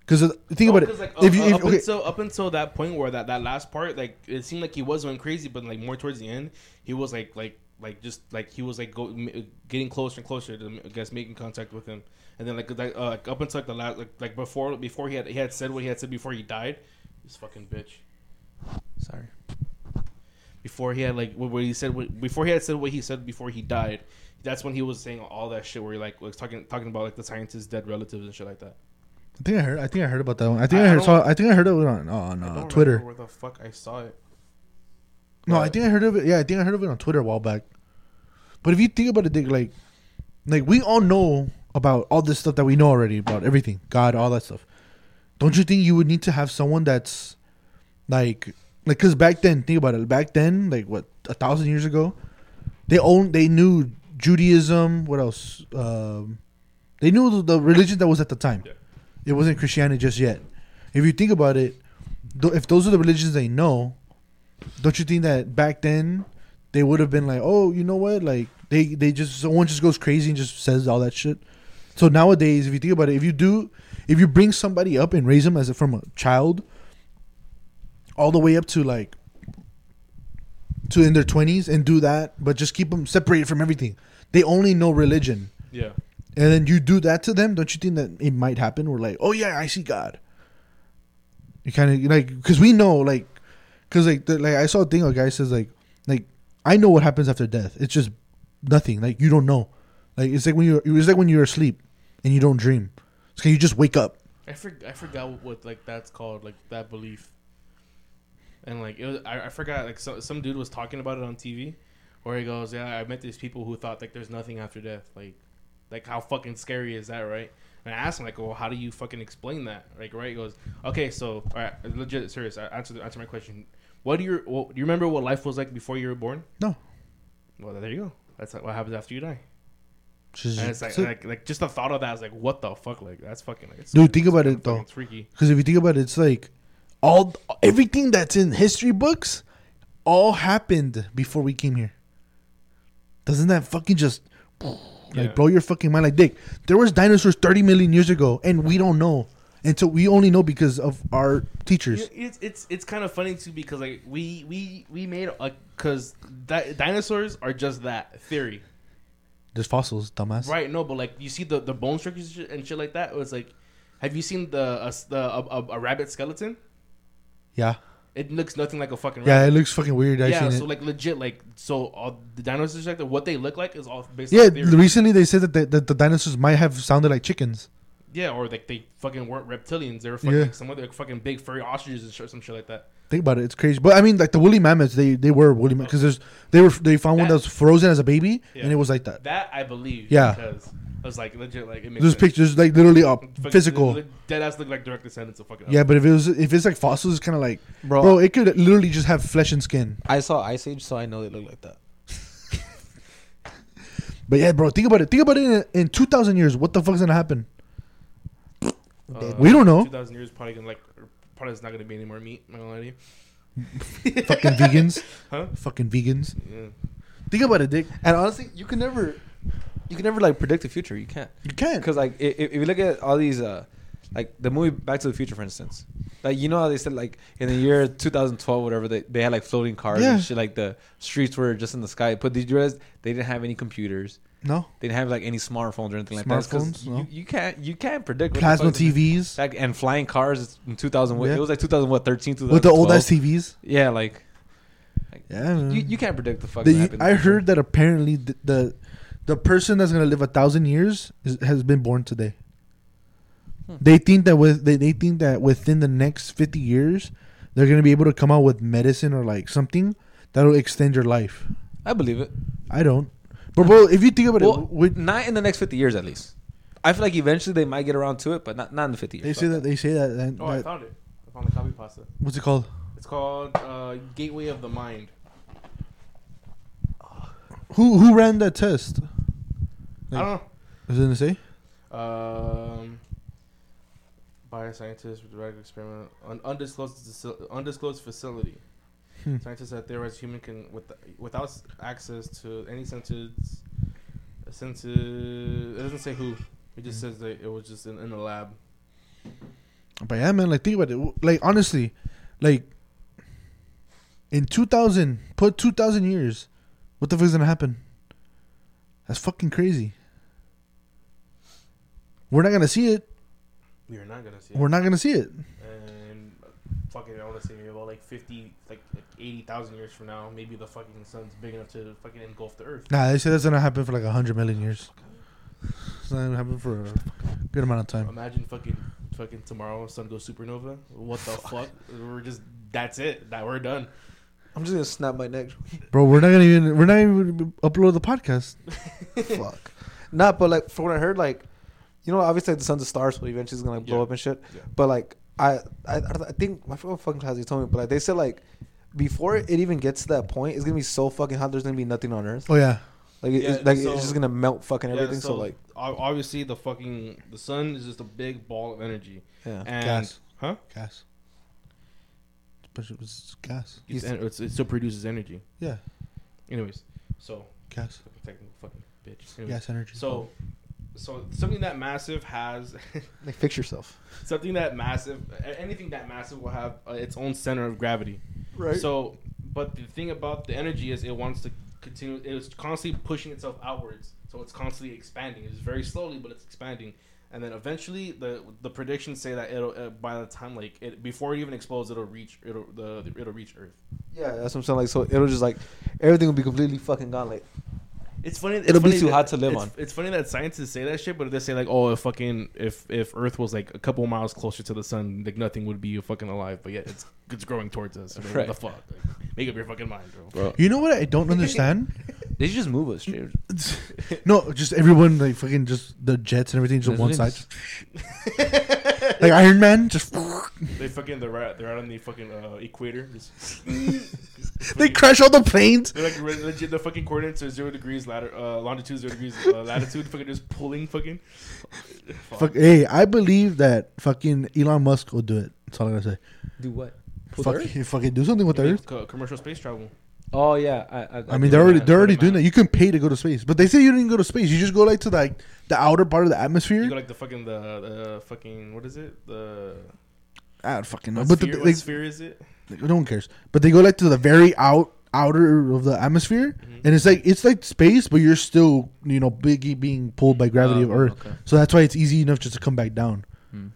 Because think No, about Oh, 'cause, it. Like, if up, you, if, up okay, until up until that point where that, that last part, like it seemed like he was going crazy, but like more towards the end, he was like like like just like he was like go, m- getting closer and closer to I guess making contact with him, and then like like, uh, like up until like the last like, like before before he had he had said what he had said before he died, this fucking bitch. Sorry. Before he had like what what he said what- before he had said what he said before he died, that's when he was saying all that shit where he like was talking talking about like the scientist's dead relatives and shit like that. I think I heard. I think I heard about that one. I think I, I- I heard. don't- saw, I think I heard of it on on I uh, don't Twitter. remember Where the fuck I saw it? No, I But- think I heard of it. Yeah, I think I heard of it on Twitter a while back. But if you think about it, Dick, like, like we all know about all this stuff that we know already about everything, God, all that stuff. Don't you think you would need to have someone that's like, like, cause back then, think about it. Back then, like what a thousand years ago, they own, they knew Judaism. What else? Um, they knew the, the religion that was at the time. Yeah. It wasn't Christianity just yet. If you think about it, tho- if those are the religions they know, don't you think that back then they would have been like, oh, you know what? Like they they just someone just goes crazy and just says all that shit. So nowadays, if you think about it, if you do, if you bring somebody up and raise them as a, from a child, all the way up to like to in their twenties and do that, but just keep them separated from everything. They only know religion, Yeah. and then you do that to them. Don't you think that it might happen? We're like, oh yeah, I see God. You kind of like because we know like because like the, like I saw a thing a guy says like like I know what happens after death. It's just nothing. Like you don't know. Like it's like when you it's like when you're asleep and you don't dream. It's like you just wake up. I for, I forgot what, what like that's called like that belief. And like it was, I, I forgot like so, some dude was talking about it on TV, where he goes, yeah, I met these people who thought like there's nothing after death, like, like how fucking scary is that, right? And I asked him like, well, how do you fucking explain that, like, right? He goes, okay, so all right, legit, serious, I- answer the- answer my question. What do you well, do you remember what life was like before you were born? No. Well, there you go. That's like, what happens after you die. Just, And it's like, like, like just the thought of that is like, what the fuck? Like, that's fucking like, it's, Dude, think about kinda it, though. fucking freaky. Because if you think about it, it's like all everything that's in history books all happened before we came here. Doesn't that fucking just like Yeah. blow your fucking mind? Like, Dick, there was dinosaurs thirty million years ago, and we don't know. And so we only know because of our teachers. You know, It's it's it's kind of funny too because like we we we made because di- dinosaurs are just that theory, There's fossils, dumbass. right? No, but like you see the the bone structures and shit- and shit like that. It was like, have you seen the uh, s- the a, a, a rabbit skeleton? Yeah. It looks nothing like a fucking Yeah, rabbit. it looks fucking weird. I've yeah. seen So it. like legit, like so all the dinosaurs like that, what they look like is all based yeah, on theory. recently they said that the, that the dinosaurs might have sounded like chickens. yeah, or like they fucking weren't reptilians. They were fucking Yeah. like, some other like, fucking big furry ostriches and shit, some shit like that. Think about it, it's crazy. But I mean, like the woolly mammoths, they they were woolly mammoths because there's they were they found one That- that was frozen as a baby, Yeah. and it was like that. That I believe. Yeah. Because I was like legit, like it makes There's sense. pictures like literally uh, Fucking- physical. Dead ass look like direct descendants of fucking. Yeah, but if it was if it's like fossils, it's kind of like Bro. bro. it could literally just have flesh and skin. I saw Ice Age, so I know they look like that. But yeah, bro, think about it. Think about it in, in two thousand years. What the fuck's gonna happen? Uh, We don't know. Two thousand years probably gonna like er, probably there's not gonna be any more meat. I'm not gonna lie to you. Fucking vegans. Huh? Fucking vegans. Yeah. Think about it, Dick. And honestly, you can never, you can never like predict the future. You can't. You can't. because like if, if you look at all these uh like the movie back to the future for instance like you know how they said like in the year 2012 whatever they, they had like floating cars Yeah. and shit like the streets were just in the sky but did you realize they didn't have any computers No. they didn't have like any smartphones or anything like that It's 'cause Smartphones? you, No. you can't you can't predict what the Plasma fuck's gonna- TVs. like, and flying cars in 2000 what- Yeah. it was like 2000 what 13 With the old 2012. ass TVs. yeah like, like Yeah. you, you can't predict the fuck The- that happened in I the future. heard that apparently the, the the person that's gonna live a thousand years is, has been born today. Hmm. They think that with they, they think that within the next fifty years, they're gonna be able to come out with medicine or like something that'll extend your life. I believe it I don't. But bro, if you think about Well, it, would, not in the next 50 years at least. I feel like eventually they might get around to it, but not, not in the 50 years. they say that they say that, that- Oh, I that- found it. I found the copy pasta. what's it called? It's called uh, Gateway of the Mind. Who who ran that test? I don't Was it gonna say? know. Um, bioscientist with direct experiment on undisclosed faci- undisclosed facility. Hmm. Scientists have theorized human can with, without s- access to any senses. Senses. It doesn't say who. It just Hmm. says that it was just in, in a lab. But yeah, man, like think about it. Like honestly, like in two thousand, put two thousand years, what the fuck's gonna happen? That's fucking crazy. We're not gonna see it. You're not gonna see. We're not gonna see it. and fucking I want to say maybe about like fifty, like, like eighty thousand years from now, maybe the fucking sun's big enough to fucking engulf the earth. Nah, they said that's gonna happen for like hundred million years. It's not gonna happen for a good amount of time. Imagine fucking fucking tomorrow, sun goes supernova. What the fuck? We're just that's it. That we're done. I'm just gonna snap my neck. Bro, we're not gonna even we're not even gonna upload the podcast. Fuck. Not, but like from what I heard, like you know, obviously the sun's a star, so eventually it's gonna like, blow Yeah. up and shit. Yeah. But like I, I, I think I forgot what fucking class they told me, but like they said like before it even gets to that point, it's gonna be so fucking hot. There's gonna be nothing on Earth. Oh yeah. Like, Yeah, it's, like so- it's just gonna melt fucking everything. so, like ob- obviously the fucking the sun is just a big ball of energy. yeah, And Gas. huh? Gas. But it was gas. It's, en- it's, it still produces energy. Yeah. Anyways, so Gas. fucking technical fucking bitch. Anyways, Gas energy. So, so something that massive has like fix yourself. something that massive a- anything that massive will have uh, its own center of gravity Right. so but the thing about the energy is it wants to continue it's constantly pushing itself outwards so it's constantly expanding it's very slowly but it's expanding and then eventually the the predictions say that it'll uh, by the time like it before it even explodes it'll reach it'll the it'll reach earth yeah, that's what I'm saying. Like so, it'll just like everything will be completely fucking gone. Like It's funny. it's It'll be funny too that- hot to live it's, on. It's funny that scientists say that shit, but they say like, "Oh, if fucking if if Earth was like a couple miles closer to the sun, like nothing would be fucking alive." But yet it's it's growing towards us. Like, Right. What the fuck? Like, make up your fucking mind, bro. You know what I don't understand? they should just move us. Dude. no, just everyone like fucking just the jets and everything just That's one what side, it just- like Iron Man. Just They fucking they're right, they're out on the fucking uh, equator. Just, they crash all the planes. They're like re- legit. The fucking coordinates are zero degrees latter, uh, longitude, zero degrees uh, latitude. Fucking just pulling fucking. Fuck. Fuck, hey, I believe that fucking Elon Musk will do it. That's all I gotta say. Do what? Fuck, he fucking do something with the Maybe Earth. co- commercial space travel. Oh yeah, I, I, I mean, they're already that, they're already put doing 'em out. that. You can pay to go to space, but they say you didn't go to space. You just go like to like the outer part of the You go atmosphere. like the fucking the, the fucking what is it the I don't fucking know, what but the, sphere, what they, sphere is it? no one cares. But they go like to the very out outer of the atmosphere, Mm-hmm. Mhm. and it's like it's like space, but you're still you know biggie being pulled by gravity of Oh, Earth. okay. So that's why it's easy enough just to come back down. Hmm.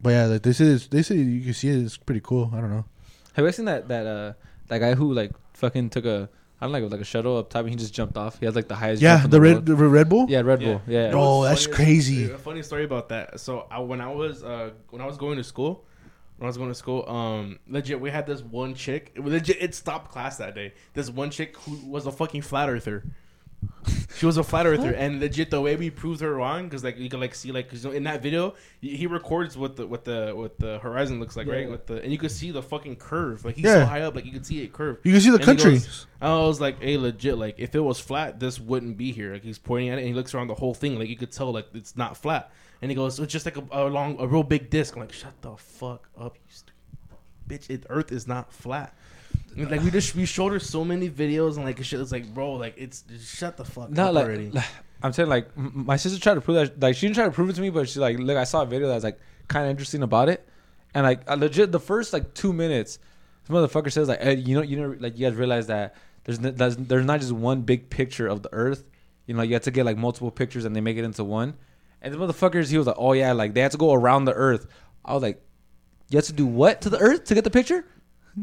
But yeah, like they say, it's, they say you can see it. It's pretty cool. I don't know. Have you guys seen that that uh that guy who like fucking took a I don't know, like like a shuttle up top and he just jumped off. He has like the highest. yeah, jump in the red world. the Red Bull. Yeah, Red Bull. Yeah. Yeah. No. Oh, What's that's crazy. A funny story about that. So I, when I was uh, when I was going to school, when I was going to school, um, legit we had this one chick. It, was legit, it stopped class that day. This one chick who was a fucking flat earther. She was a flat earther, and legit the way we proved her wrong because like you can like see like 'cause, you know, in that video he he records what the what the what the horizon looks like Yeah. right with the and you can see the fucking curve like he's Yeah. so high up like you can see it curve You can see the and he country. goes- I was like, hey, legit, like if it was flat, this wouldn't be here. Like he's pointing at it and he looks around the whole thing, like you could tell like it's not flat. And he goes, it's just like a, a long, a real big disc. I'm like, shut the fuck up, you stupid bitch. It, Earth is not flat. And, like we just we showed her so many videos and like shit. It's like, bro, like it's shut the fuck Not up like, already. like- I'm saying like m- my sister tried to prove that like she didn't try to prove it to me, but she like look I saw a video that's like kind of interesting about it, and like I legit the first like two minutes, this motherfucker says like hey, you know you know like you guys realize that there's, n- there's there's not just one big picture of the Earth, you know you have to get like multiple pictures and they make it into one, and the motherfuckers he was like oh yeah like they had to go around the Earth, I was like you have to do what to the Earth to get the picture?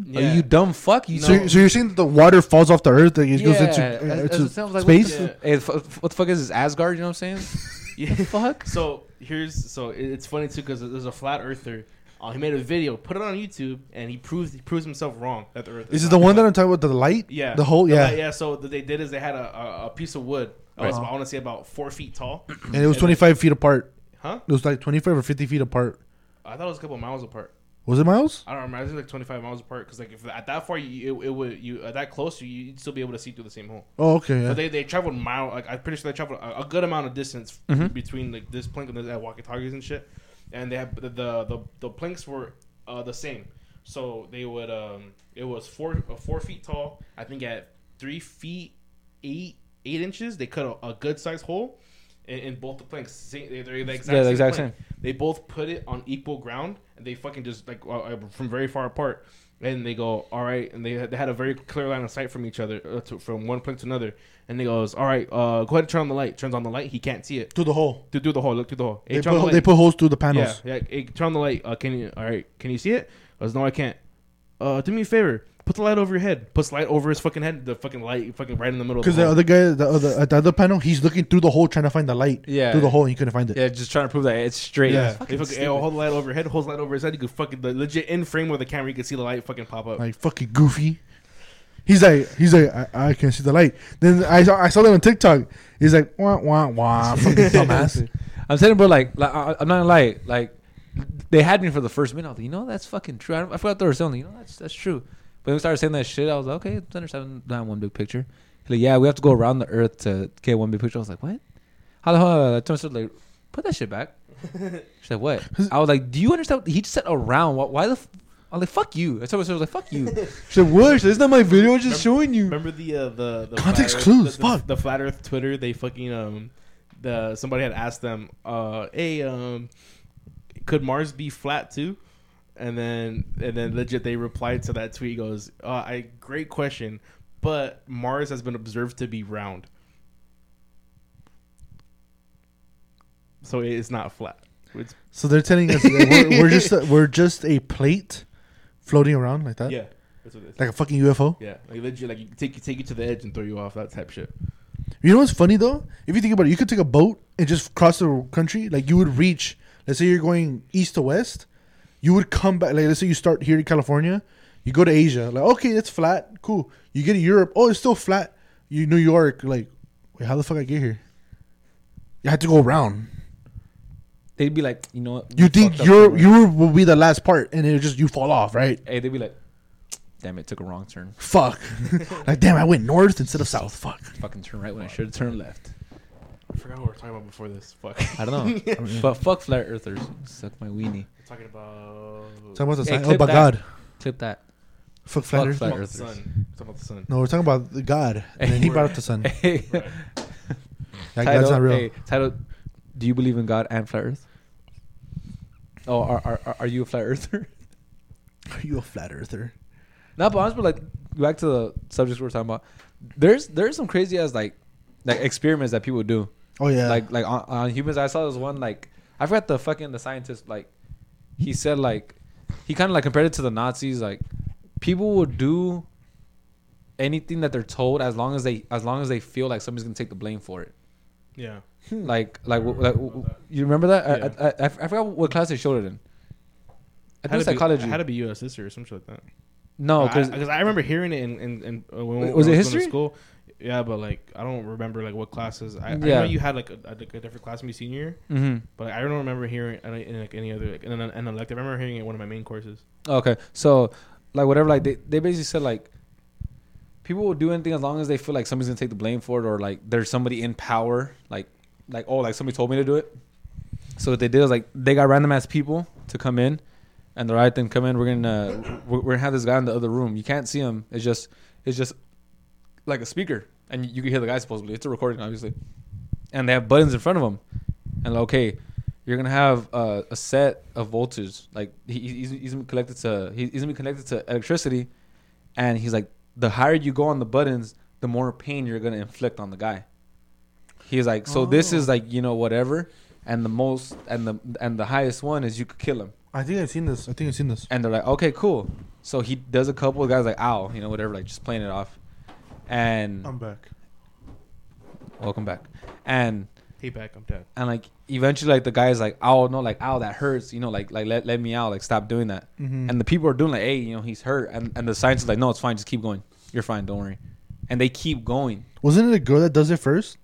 Yeah. Are you dumb fuck? You So, you- so you're saying that the water falls off the earth and it goes into, as- uh, as into it sounds like, space? What the, hey, f- f- what the fuck is this Asgard? You know what I'm saying? Yeah. fuck. So here's so it- it's funny too because there's a flat earther. Uh, he made a video, put it on YouTube, and he proves he proves himself wrong that the Earth Is it not the one flat. that I'm talking about? The light? Yeah. The whole The yeah. Uh-huh. li- yeah. So what they did is they had a, a, a piece of wood. I was I want to say about four feet tall. And it was 25 feet apart. Huh? It was like 25 or 50 feet apart. I thought it was a couple miles apart. Was it miles? I don't remember. I think it was like twenty five miles apart because like if at that far you it, it would you at that close you, you'd still be able to see through the same hole. Oh, okay. But Yeah. they, they traveled mile like I'm pretty sure they traveled a, a good amount of distance Mm-hmm. between like this plank and the walkie talkies and shit. And they had the the the, the planks were uh, the same, so they would um it was four uh, four feet tall. I think at three feet eight eight inches they cut a, a good size hole in, in both the planks. Same, they- they're the exact, Yeah, the same, exact plank. They both put it on equal ground and they fucking just like uh, uh, from very far apart. And they go, all right, and they, they had a very clear line of sight from each other, uh, to, from one plank to another. And they goes, all right, uh, go ahead and turn on the light. Turns on the light, he can't see it. Through the hole. Do do the hole, look through the hole. Hey, They turn on put, the they light. put holes through the Yeah, panels. yeah. Hey, turn on the light. Uh, can you? All right. Can you see it? I was no, I can't. Uh, do me a favor. Put the light over your head. Puts light over his fucking head. The fucking light, fucking right in the middle. of Because the the hole. other guy, the other, at the other panel, he's looking through the hole trying to find the light. Yeah. Through the hole, and he couldn't find it. Yeah, just trying to prove that it's straight. Yeah. Fucking They fucking hey, hold the light over your head. Holds the light over his head. You could fucking the legit in frame of the camera. You could see the light fucking pop up. Like fucking goofy. He's like, he's like, I, I can't see the light. Then I saw, I saw that on TikTok. He's like, wah wah wah, fucking dumbass. I'm saying, bro, like, like I, I'm not gonna lie, like they had me for the first minute. I was like, you know, that's fucking true. I, don't- I forgot they were selling. You know, that's that's true. But then we started saying that shit. I was like, okay, it's understandable. Not one big picture. He's like, yeah, we have to go around the earth to get one big picture. I was like, what? How the hell? I told her, like, put that shit back. She said, what? I was like, do you understand? He just said around. Why, why the? F-? I was like, fuck you. I told her, I was like, fuck you. She said, what? She said, It's not my video. I'm just showing you. Remember the uh, the, the Context flat earth- clues, The, the- fuck. the flat Earth Twitter. They fucking um the somebody had asked them uh hey um could Mars be flat too? And then and then legit they replied to that tweet goes uh, I great question but Mars has been observed to be round. So it is not flat. It's, So they're telling us that we're, we're just a, we're just a plate floating around like that, yeah, that's what it is. like a fucking UFO. yeah, like legit, like you take you take you to the edge and throw you off that type shit. You know what's funny though? If you think about it, you could take a boat and just cross the country. Like you would reach. Let's say you're going east to west, you would come back. Like let's say you start here in California, you go to Asia. Like okay, it's flat, cool. You get to Europe. Oh, it's still flat. You New York. Like wait, how the fuck I get here? You had to go around. They'd be like, you know what? we You think fucked up Europe, somewhere. Europe will be the last part, and it just you fall off, right? Hey, they'd be like, damn it, took a wrong turn. Fuck. like damn, I went north instead of south. Fuck. Fucking turn right when I should have turned left. I forgot what we were talking about before this. Fuck. I don't know. but fuck flat earthers. Suck my weenie. Talking about. Talking about the Hey, sign- Oh clip my that. god. Clip that. Fuck Fuck flat earth. flat Talking about the earthers. sun. Talking about the sun. No, we're talking about the God, and then he brought up the sun. Hey, Right. That title, God's not real. Hey, title, do you believe in God and flat Earth? Oh, are are, are- are you a flat Earther? Are you a flat earther? no, but honestly, like back to the subject we were talking about. There's there's some crazy ass like like experiments that people do. Oh yeah. Like like on, on humans, I saw this one like I forgot the fucking the scientist like he said like he kind of like compared it to the Nazis like people will do anything that they're told as long as they as long as they feel like somebody's gonna take the blame for it. Yeah. Like, like, w- like w- w- you remember that? I, Yeah. I, I, I forgot what class they showed it in. I Had think to be- psychology. Had to be U.S. history or some shit like that. no, because because I, remember hearing it in, in, in uh, when, when Was it I going to history? School. Yeah, but like I don't remember like what classes. I, I Yeah. Mm. know you had like a, a- like a different class in my senior year, Mm-hmm. but I don't remember hearing it in like any other like in an, an elective. I remember hearing it in one of my main courses. okay, so like whatever, like they, they basically said like people will do anything as long as they feel like somebody's gonna take the blame for it or like there's somebody in power, like like oh like somebody told me to do it. So what they did was like they got random ass people to come in, and they're like, then come in. We're gonna we're, we're gonna have this guy in the other room. You can't see him. It's just it's just like a speaker, and you can hear the guy supposedly. It's a recording, obviously, and they have buttons in front of him, and like, okay, you're gonna have uh, a set of voltage. Like he, he's he's gonna be connected to he- he's gonna be connected to electricity, and he's like, the higher you go on the buttons, the more pain you're gonna inflict on the guy. He's like, so this Oh. is like you know whatever, and the most and the and the highest one is you could kill him. I think I've seen this. I think I've seen this. And they're like, okay, cool. So he does a couple of guys like, ow, you know, whatever, like just playing it off. And Um. I'm back. welcome back. And Hey, back, I'm dead. and like eventually like the guy's like, ow, no, like ow, that hurts, you know, like like let, let me out, like stop doing that. Mhm. And the people are doing like, hey, you know, he's hurt. And and the science is like, no, it's fine, just keep going. You're fine, don't worry. And they keep going. Wasn't it a girl that does it first?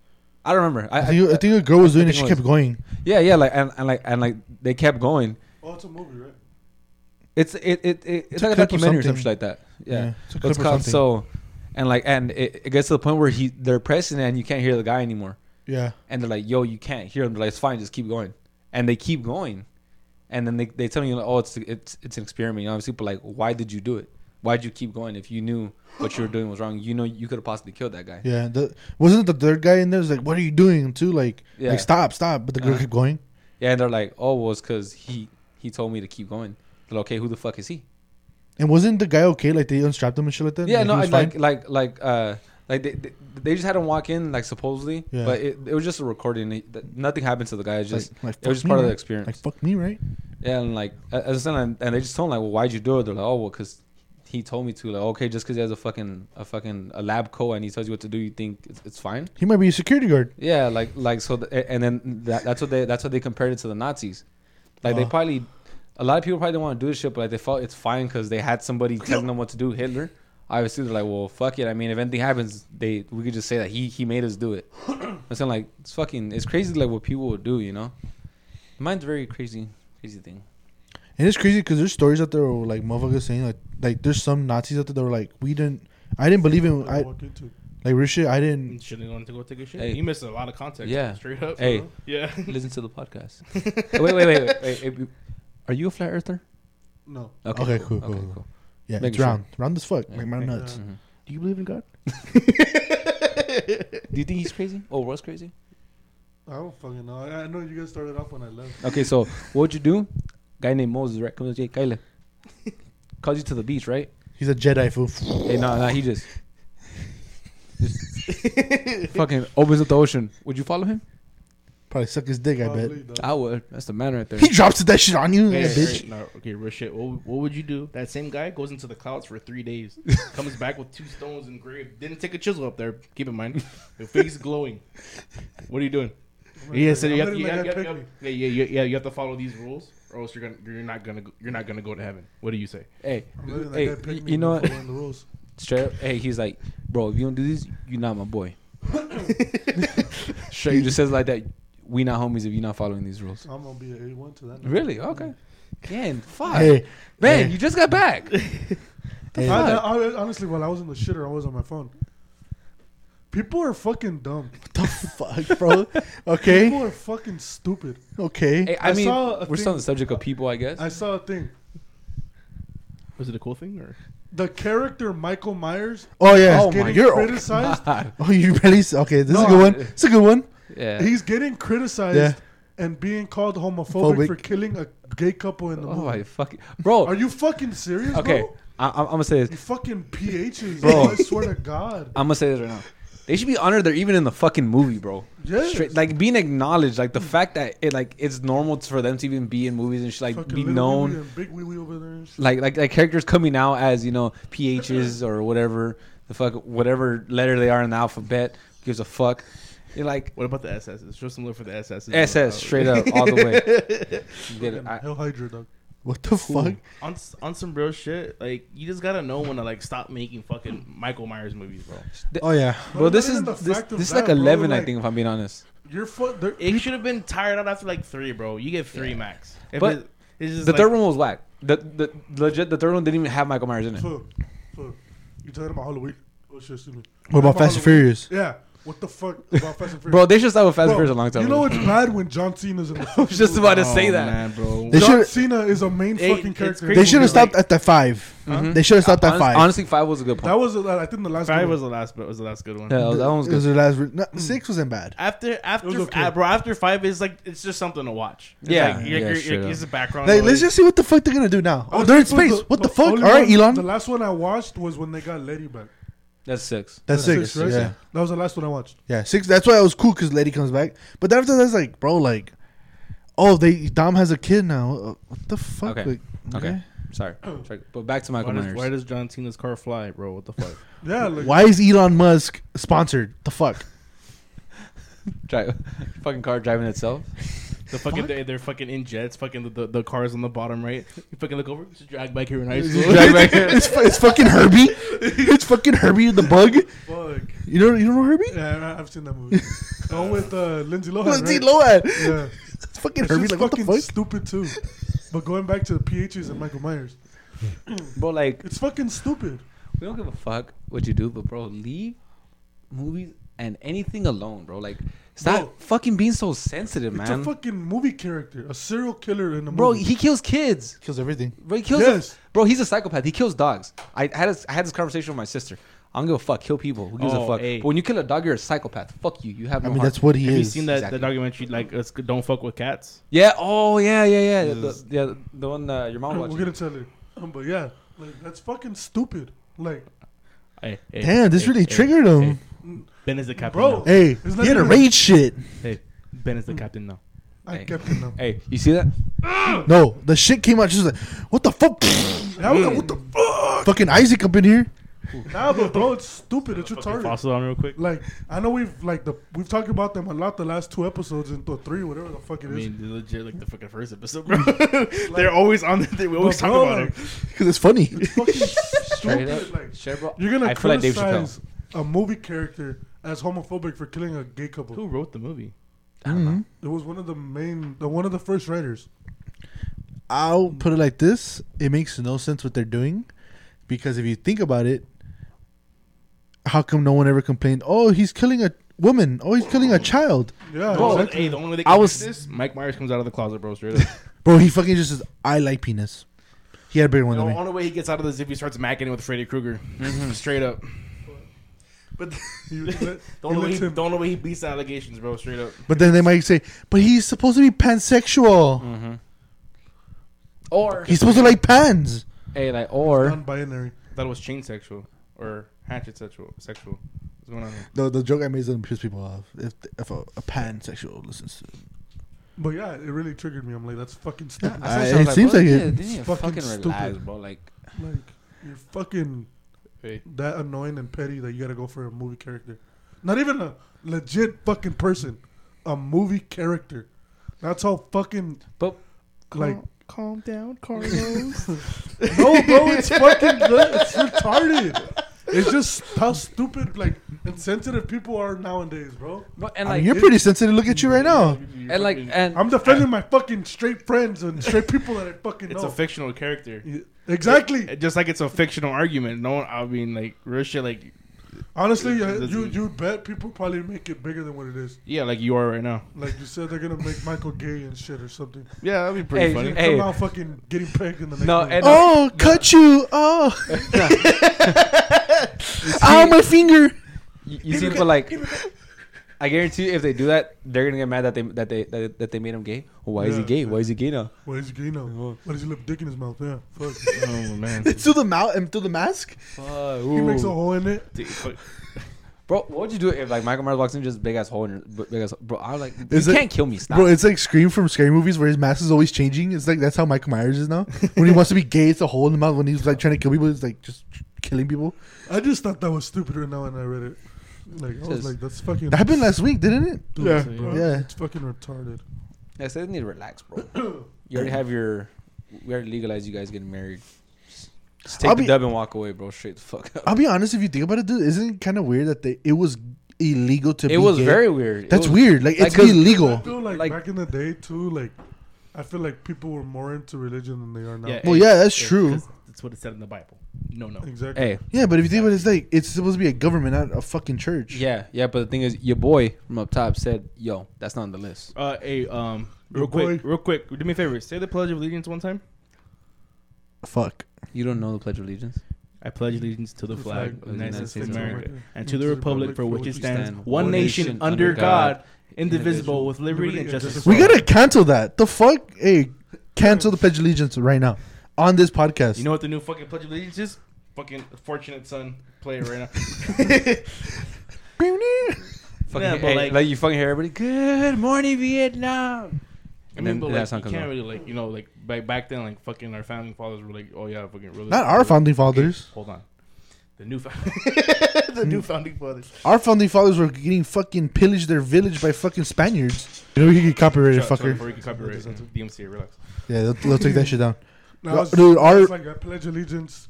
I don't remember. I, I think, I think a girl was doing it. She think it kept going. yeah, yeah, like and, and like and like they kept going. Oh, it's a movie, right? It's it it, it It's it's a like a clip or documentary or something. something like that. Yeah. it's a clip What's or called something. so, and like and it, it gets to the point where he they're pressing it and you can't hear the guy anymore. Yeah. And they're like, "Yo, you can't hear him." They're like, "It's fine, just keep going." And they keep going, and then they they tell you, like, "Oh, it's it's it's an experiment." You know, obviously, but like, why did you do it? Why would you keep going if you knew what you were doing was wrong? You know, you could have possibly killed that guy. Yeah, the, wasn't it the third guy in there? Was like, what are you doing? Too like, Yeah. like stop, stop. But the girl Uh-huh. kept going. Yeah, and they're like, "Oh, well, it's because he he told me to keep going." They're like, "Okay, who the fuck is he?" And wasn't the guy okay? Like they unstrapped him and shit like that. Yeah, like, no, he I, was like fine? like like uh like they, they they just had him walk in like supposedly, Yeah. but it, it was just a recording. It- th- nothing happened to the guy. It's just like, like it was just fuck me, part of the right? experience. Like fuck me, right? yeah, and like a- as I said, and and they just told him like, well, why'd you do it? They're like, oh, well, because he told me to. Like, okay, just because he has a fucking a fucking a lab coat and he tells you what to do, you think it's, it's fine? He might be a security guard. Yeah, like like so, th- a- and then that, that's what they that's what they compared it to the Nazis. Like they Uh. probably a lot of people probably didn't want to do this shit, but like they felt it's fine because they had somebody telling them what to do. Hitler, obviously, they're like, well, fuck it. I mean, if anything happens, they we could just say that he he made us do it. I'm saying like it's fucking it's crazy like what people would do, you know. Mine's very crazy, crazy thing. And it's crazy because there's stories out there where like motherfuckers saying like like there's some Nazis out there that were like we didn't I didn't believe in I walk into. like real shit I You didn't Shouldn't want to go take a shit. Hey. You missed a lot of context. Yeah. Straight up. Hey. bro. Yeah. Listen to the podcast. wait, wait, wait, wait, wait, wait. Are you a flat earther? No. Okay, cool, cool, cool. yeah Making it's sure. round round as fuck Yeah. like my Yeah. nuts Mhm. Do you believe in God? Do you think he's crazy? Oh, was crazy? I don't fucking know. I, I know you guys started off when I left. Okay, so what'd you do? Guy named Moses, right? Comes Jay Kyle. Calls you to the beach, right? he's a Jedi fool Hey, no, no, he just, just fucking opens up the ocean. Would you follow him? probably suck his dick I bet Probably, though. I would. That's the man right there. he drops that shit on you yeah, Yeah, bitch right. No, okay, real shit. What, what would you do? That same guy goes into the clouds for three days, comes back with two stones engraved. Didn't take a chisel up there. Keep in mind, your face glowing. What are you doing? I'm Yeah, letting- so I'm you have, letting you that guy have, you have, pick you have- me. yeah, yeah, yeah, yeah, you have to follow these rules, or else you're gonna you're not gonna go, you're not gonna go to heaven. What do you say? Hey, I'm letting that hey, guy pick y- me you know for what? following the rules. Straight up, hey, he's like, bro, if you don't do this, you're not my boy. Straight, he just says like that. We not homies if you're not following these rules. I'm gonna be an A one to that. now. Really? Oh. Okay. Damn, fuck. hey man, hey. you just got back. hey, I, fuck? I- I- honestly, while I was in the shitter, I was on my phone. People are fucking dumb. what the fuck bro okay People are fucking stupid. okay Hey, I, I mean, saw a we're still on thing- the subject of people, I guess. I saw a thing. Was it a cool thing or? the character Michael Myers Oh yeah. Oh, is getting my You're- criticized. Oh, you really? s- Okay, this is No, a good one. I- It's a good one. yeah. He's getting criticized Yeah. and being called homophobic Phobic. for killing a gay couple in the oh movie. my fucking bro. Are you fucking serious, Oh. okay, bro? I, I'm I'm gonna say You this. fucking PHs, Bro. bro. I swear to God. I'm gonna say this right now. They should be honored. They're even in the fucking movie, bro. Yes. Straight, like being acknowledged. Like the fact that it like it's normal for them to even be in movies and shit, like Fucking be Little known. Willy and Big Willy over there. and shit. like like like characters coming out as you know PHs or whatever the fuck whatever letter they are in the alphabet gives a fuck. You're like What about the SSs? Show some love for the SSs. SS straight up all the way. You get it. Fucking I- Hell Hydra, dog. What the fuck? on s- on some real shit. Like you just gotta know when to like stop making fucking Michael Myers movies, bro. Oh yeah. Bro, this Not is even the this, fact of this is like that, bro, eleven, I like- think, if I'm being honest. Your foot. they're- It should have been tired out after like three, bro. You get three max. If But it- it's just The like- third one was whack. The the legit the third one didn't even have Michael Myers in it. Foot, foot. You talking about Halloween? Oh shit, excuse me. What about Fast and Furious? Yeah. What the fuck about Fast and Furious? Bro, they should start with Fast Bro, and Furious a long time. You ago. know it's bad when John Cena's in the. I was just about to say Oh, that. man, bro. They John should- Cena is a main Hey, fucking it's character. crazy. They should have Like- stopped at the five. Uh-huh. They should have stopped at Hon- five. Honestly, five was a good That point. was, uh, I think, the last. Five one. was the last, but was the last good one. Yeah, that was, that one was It was good. their last. Re- Mm. no, Six wasn't bad. After after was okay. ah, bro, after five is like it's just something to watch. It's Yeah. like, Yeah, you're, you're, straight you're, up. it's a background. Like, noise. let's just see what the fuck they're gonna do now. Oh, Honestly, they're in fool, space. What the fuck? All only right, one- Elon. The last one I watched was when they got Letty back. That's six. That's six. right? Yeah, That was the last one I watched. yeah, six. That's why it was cool because Lady comes back. But then after that's like, bro, like, oh, they Dom has a kid now. Uh, What the fuck? Okay. Like, Okay. Sorry. Oh. Sorry. But back to Michael why does, Myers. why does John Cena's car fly, bro? What the fuck? Yeah, like, Why is Elon Musk sponsored? The fuck? Dri- fucking car driving itself. The fucking They, they're fucking in jets. Fucking the, the, the cars on the bottom right. You fucking look over. It's a drag back here in high school. Drag back here. it's, it's fucking Herbie. It's fucking Herbie the bug. fuck. You know you don't know Herbie? Yeah, I- I've seen that movie. The one with uh, Lindsay Lohan. Lindsay right? Lohan. Yeah, It's fucking it's Herbie. just Like what the fucking fuck? stupid too. But going back to the PHs and Michael Myers, Bro, like it's fucking stupid. we don't give a fuck what you do, but bro, leave movies and anything alone, bro. Like stop Bro. fucking being so sensitive, It's man. a fucking movie character, a serial killer in the bro, movie. he kills kids. Kills everything. Bro, he kills. Yes. bro, he's a psychopath. He kills dogs. I had this, I had this conversation with my sister. I don't give a fuck. Kill people. Who gives a Oh, fuck? hey. But when you kill a dog, you're a psychopath. Fuck you. You have I no mean, heart. that's what he Have you is. seen that, Exactly. that documentary like it's, "Don't Fuck with Cats"? yeah. Oh yeah, yeah, yeah. The, Jesus. yeah, the one uh, your mom We're watched. gonna tell it. Um, but yeah, like that's fucking stupid. Like, Hey, hey, Damn, this hey, really hey, triggered him. Ben is the captain. Bro. Bro, Hey, It's he not had a even- rage shit. hey, Ben is the captain now. I Hey. kept it now. Hey, you see that? No, the shit came out just like, what the fuck? Now, we're like, what the fuck? fucking Isaac up in here. Nah, but bro, it's stupid. It's Fucking retarded. fossil on real quick. Like I know we've like the we've talked about them a lot the last two episodes and or three whatever the fuck it I is. mean, they're legit, like the fucking first episode, bro. they're always on. They, we always But talk bro, about it. like, Because it's funny. Fucking Straight stupid. up. Like Share, bro. you're gonna I feel like Dave criticize Chappelle. a movie character as homophobic for killing a gay couple. Who wrote the movie? I don't know. It was one of the main, the one of the first writers. I'll put it like this it makes no sense what they're doing. Because if you think about it, how come no one ever complained? Oh, he's killing a woman. Oh, he's killing a child. Yeah, Bro, exactly. hey, the only way they I can I was- this, Mike Myers comes out of the closet, bro. Straight up. Bro, he fucking just says, I like penis. He had a bigger one the than me. only way he gets out of this is if he starts macking it with Freddy Krueger, Mm-hmm. straight up. But the, He let- he only way lets he, him- the only way he beats the allegations, bro. Straight up. But then they might say, but he's supposed to be pansexual. Mm-hmm. Or He's supposed to like pans. hey, like or non-binary. That was chain sexual or hatchet sexual. Sexual. What's going on? Here? The, the joke I made is going to piss people off. If, if a, a pansexual listens to But yeah, it really triggered me. I'm like, that's fucking stupid. I- it seems like it. Didn't Fucking fucking relax, stupid. bro? Like like you're fucking Hey. that annoying and petty that you gotta go for a movie character. Not even a legit fucking person, a movie character. That's how fucking But- like calm down, Carlos. no, bro, it's fucking good. It's retarded. It's just how stupid, like insensitive people are nowadays, bro. Bro, and I like mean, you're pretty sensitive. Look at you right now. Oh, and like and I'm defending my fucking straight friends and straight people that I fucking it's know. a fictional character. Yeah, exactly. Just like it's a fictional argument. No one, I mean, like real shit. Like Honestly, It uh, doesn't- you you bet people probably make it bigger than what it is. Yeah, like you are right now. Like you said, they're gonna make Michael gay and shit or something. Yeah, that'd be pretty Hey, funny. Come hey. out fucking getting pegged in the next No, one. and- Oh, cut you! Oh, ow, my finger! You, you see, but like, I guarantee you, if they do that, they're gonna get mad that they that they that, that they made him gay. Well, why is he Yeah. gay? Why is he gay now? Why is he gay now? Well- Why does he live dick in his mouth? Yeah, fuck. oh man, through the mouth and through the mask. Fuck, he makes a ooh. hole in it. Dude, fuck. Bro, what would you do if like Michael Myers walks in just big ass hole in your b- big ass? Bro, I'm like, Is you it- can't kill me. Stop. Bro, it's like Scream from scary movies where his mask is always changing. It's like that's how Michael Myers is now. When he wants to be gay, it's a hole in the mouth. When he's like trying to kill people, he's like just killing people. I just thought that was stupid right now when I read it. Like I was Just- like, that's fucking. That happened last week, didn't it? stupid, Yeah. bro. Yeah. It's fucking retarded. I said, they need to relax, bro. You already have your, we already legalized you guys getting married. Just- Just take I'll the be- dub and walk away, bro. Straight the fuck up. I'll be honest. If you think about it, dude, isn't it kind of weird that they it was illegal to? be it was gay? very weird. It That's was- weird. Like, like, it's 'cause- I illegal. feel like, Like- back in the day too. Like I feel like people were more into religion than they are now. Yeah. Well, yeah, that's Yeah, true. 'cause That's what it said in the Bible. No, no. Exactly. Hey, Yeah, but if you think about it, it's like it's supposed to be a government, not a fucking church. yeah, yeah. But the thing is, your boy from up top said, "Yo, that's not on the list." Uh, hey, um, real Your quick, boy. real quick, do me a favor. Say the Pledge of Allegiance one time. Fuck. You don't know the Pledge of Allegiance. I pledge allegiance to the flag of the United States of America and to the republic for which it stands, stand, one nation under God, indivisible, with liberty and justice. for We all. gotta cancel that. The fuck? Hey, cancel the Pledge of Allegiance right now on this podcast. You know what the new fucking Pledge of Allegiance is? Fucking Fortunate Son. Play it right now. Fucking, Yeah, but hey, like- like, you fucking hear everybody. Good morning, Vietnam. I And mean, then but that like, song you comes can't on. really like, you know, like back back then, like fucking our founding fathers were like, oh yeah, fucking really. Not our founding fathers. Hold on. The new, fa- the new founding fathers. Our founding fathers were getting fucking pillaged their village by fucking Spaniards. You know we could get copyrighted, Shut up, sorry, fucker. Before you can copyright, DMCA, relax. Yeah, they'll, they'll take that shit down. Now it's, Dude, our- it's like I pledge allegiance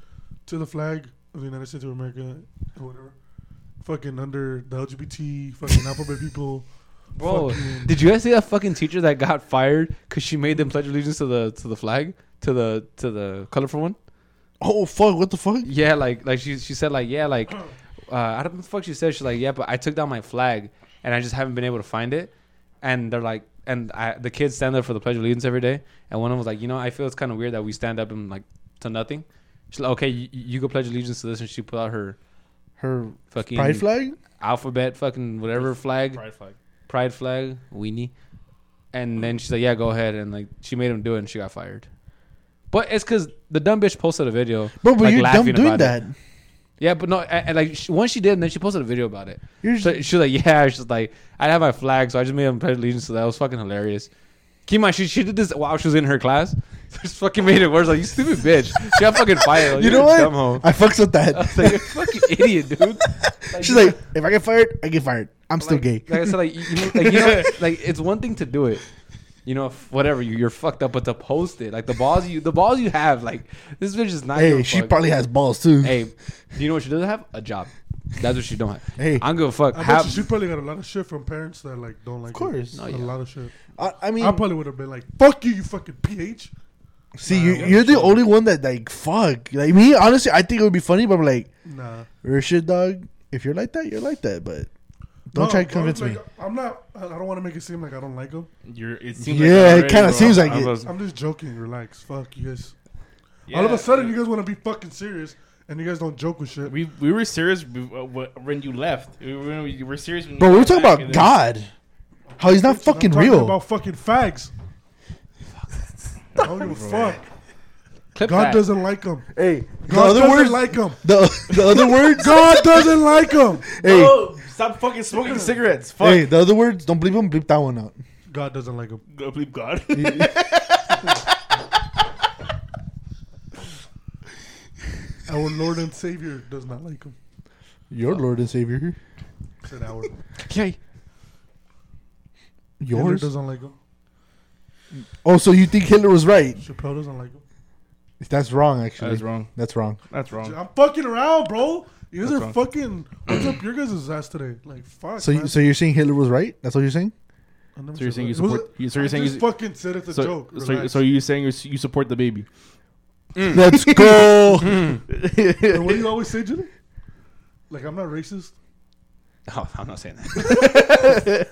to the flag of the United States of America, or whatever. Fucking under the LGBT, fucking alphabet people. Bro, fucking- did you guys see that fucking teacher that got fired because she made them pledge allegiance to the to the flag to the to the colorful one? Oh fuck! What the fuck? Yeah, like like she she said like yeah like uh, I don't know what the fuck she said. She's like yeah, but I took down my flag and I just haven't been able to find it. And they're like and I the kids stand up for the pledge of allegiance every day. And one of them was like you know I feel it's kind of weird that we stand up and like to nothing. She's like okay you, you go pledge allegiance to this and she put out her Her fucking pride flag? alphabet fucking whatever flag Pride flag. pride flag, weenie. And then she's like, yeah, go ahead. And like, she made him do it and she got fired. But it's because the dumb bitch posted a video. Bro, but like, you're dumb laughing doing about it. that. Yeah, but no, and, and, like, she, once she did, and then she posted a video about it. You're So she was like, yeah, she's just like, I have my flag, so I just made him pledge allegiance to that. It was fucking hilarious. Keep in mind, she, she did this while she was in her class. So just fucking made it worse. Like, you stupid bitch. She got fucking fired. Like, you Oh, you're know a dumb what? hoe. I fucks with I that. was like, you're a fucking idiot, dude. She's like, if I get fired, I get fired. I'm still like, gay. Like I said, like you, you know, like, you know, like it's one thing to do it. You know, f- whatever you, you're fucked up, but to post it, like the balls you, the balls you have, like this bitch is not. Hey, gonna she fuck. probably has balls too. Hey, do you know what she doesn't have? A job. That's what she don't have. Hey. I'm gonna fuck. I bet have, you she probably got a lot of shit from parents that like don't like. Of a course. No, yeah. lot of shit. I, I mean, I probably would have been like, "Fuck you, you fucking ph." see, Nah, you, I'm you're the sure. only one that like fuck. Like me, honestly, I think it would be funny, but I'm like, Nah, real shit, dog. If you're like that, you're like that. But don't No, try to bro, convince like, me. I'm not. I I don't want to make it seem like I don't like them. You're, it seems like Yeah, already, it kind bro. of seems like I it. was- I'm just joking. Relax. Fuck you guys. yeah. All of a sudden, you guys want to be fucking serious, and you guys don't joke with shit. We we were serious be- uh, wh- when you left. We were, we were serious. When Bro, you we were talking got back, about and then- God. How he's not Bitch, I'm fucking talking real. About fucking fags. I don't give a fuck. clip God that. doesn't like them. hey, the God other doesn't words, like them. the the other words. God doesn't like them. hey, Oh, stop fucking smoking cigarettes. Fuck. hey, the other words. Don't bleep him. Bleep that one out. God doesn't like them. Go believe God. Our Lord and Savior does not like them. Your Lord and Savior. Said our. Okay. Hitler Yours. doesn't like them. Oh, so you think Hitler was right? Chappelle doesn't like them. That's wrong. Actually, That's wrong. That's wrong. That's wrong. I'm fucking around, bro. You guys Oh. That's are wrong. fucking. What's up your guys' ass today? Like, fuck. So, you, man. so you're saying Hitler was right? That's what you're saying? I never So you're said saying that. you Was support- it- you- so you're I saying just you- fucking said it's a So, joke. so, Relax. so you saying you s- you support the baby? Let's go. And what do you always say, Julie? Like I'm not racist. Oh, I'm not saying that.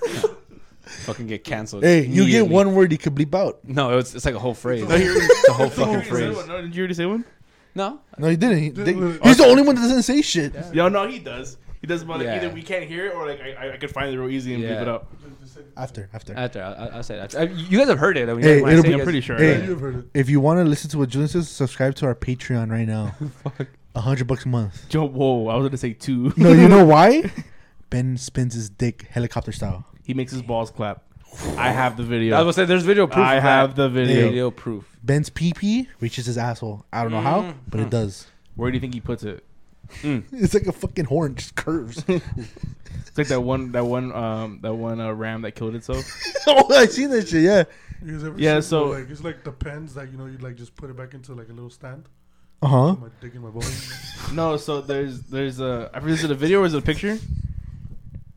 Fucking get canceled. Hey, you get immediately. one word you could bleep out. No, it's it's like a whole phrase. No, you're- it's a whole it's a whole fucking phrase. Did you already say one? No, did you already say one? No, No, he didn't. He- they- Dude, he's the only one that doesn't say shit. Yo, no, he does. He does, but like, Yeah. either we can't hear it or like I, I- I could find it real easy and Yeah. bleep it out. After, after. after I, I- I said after. I, you guys have heard it. I mean, Hey, when I it'll be- say you I'm guys- pretty sure. Hey. Yeah, you've heard it. If you want to listen to what Julian says, subscribe to our Patreon right now. A hundred bucks a month. Joe, whoa, I was gonna say two. No, you know why? Ben spins his dick helicopter style. He makes his balls clap. I have the I was video. gonna say there's video proof. I of that. have the video. video proof. Ben's pee pee reaches his asshole. I don't know how, but it does. Where do you think he puts it? Mm-hmm. It's like a fucking horn, just curves. It's like that one, that one, um, that one uh, ram that killed itself. oh, I seen that shit. Yeah. You guys ever Yeah, seen it? so- like it's like the pens that you know you like just put it back into like a little stand. Uh huh. Put my dick in my balls. No, so there's there's a I forget is it a video or is it a picture?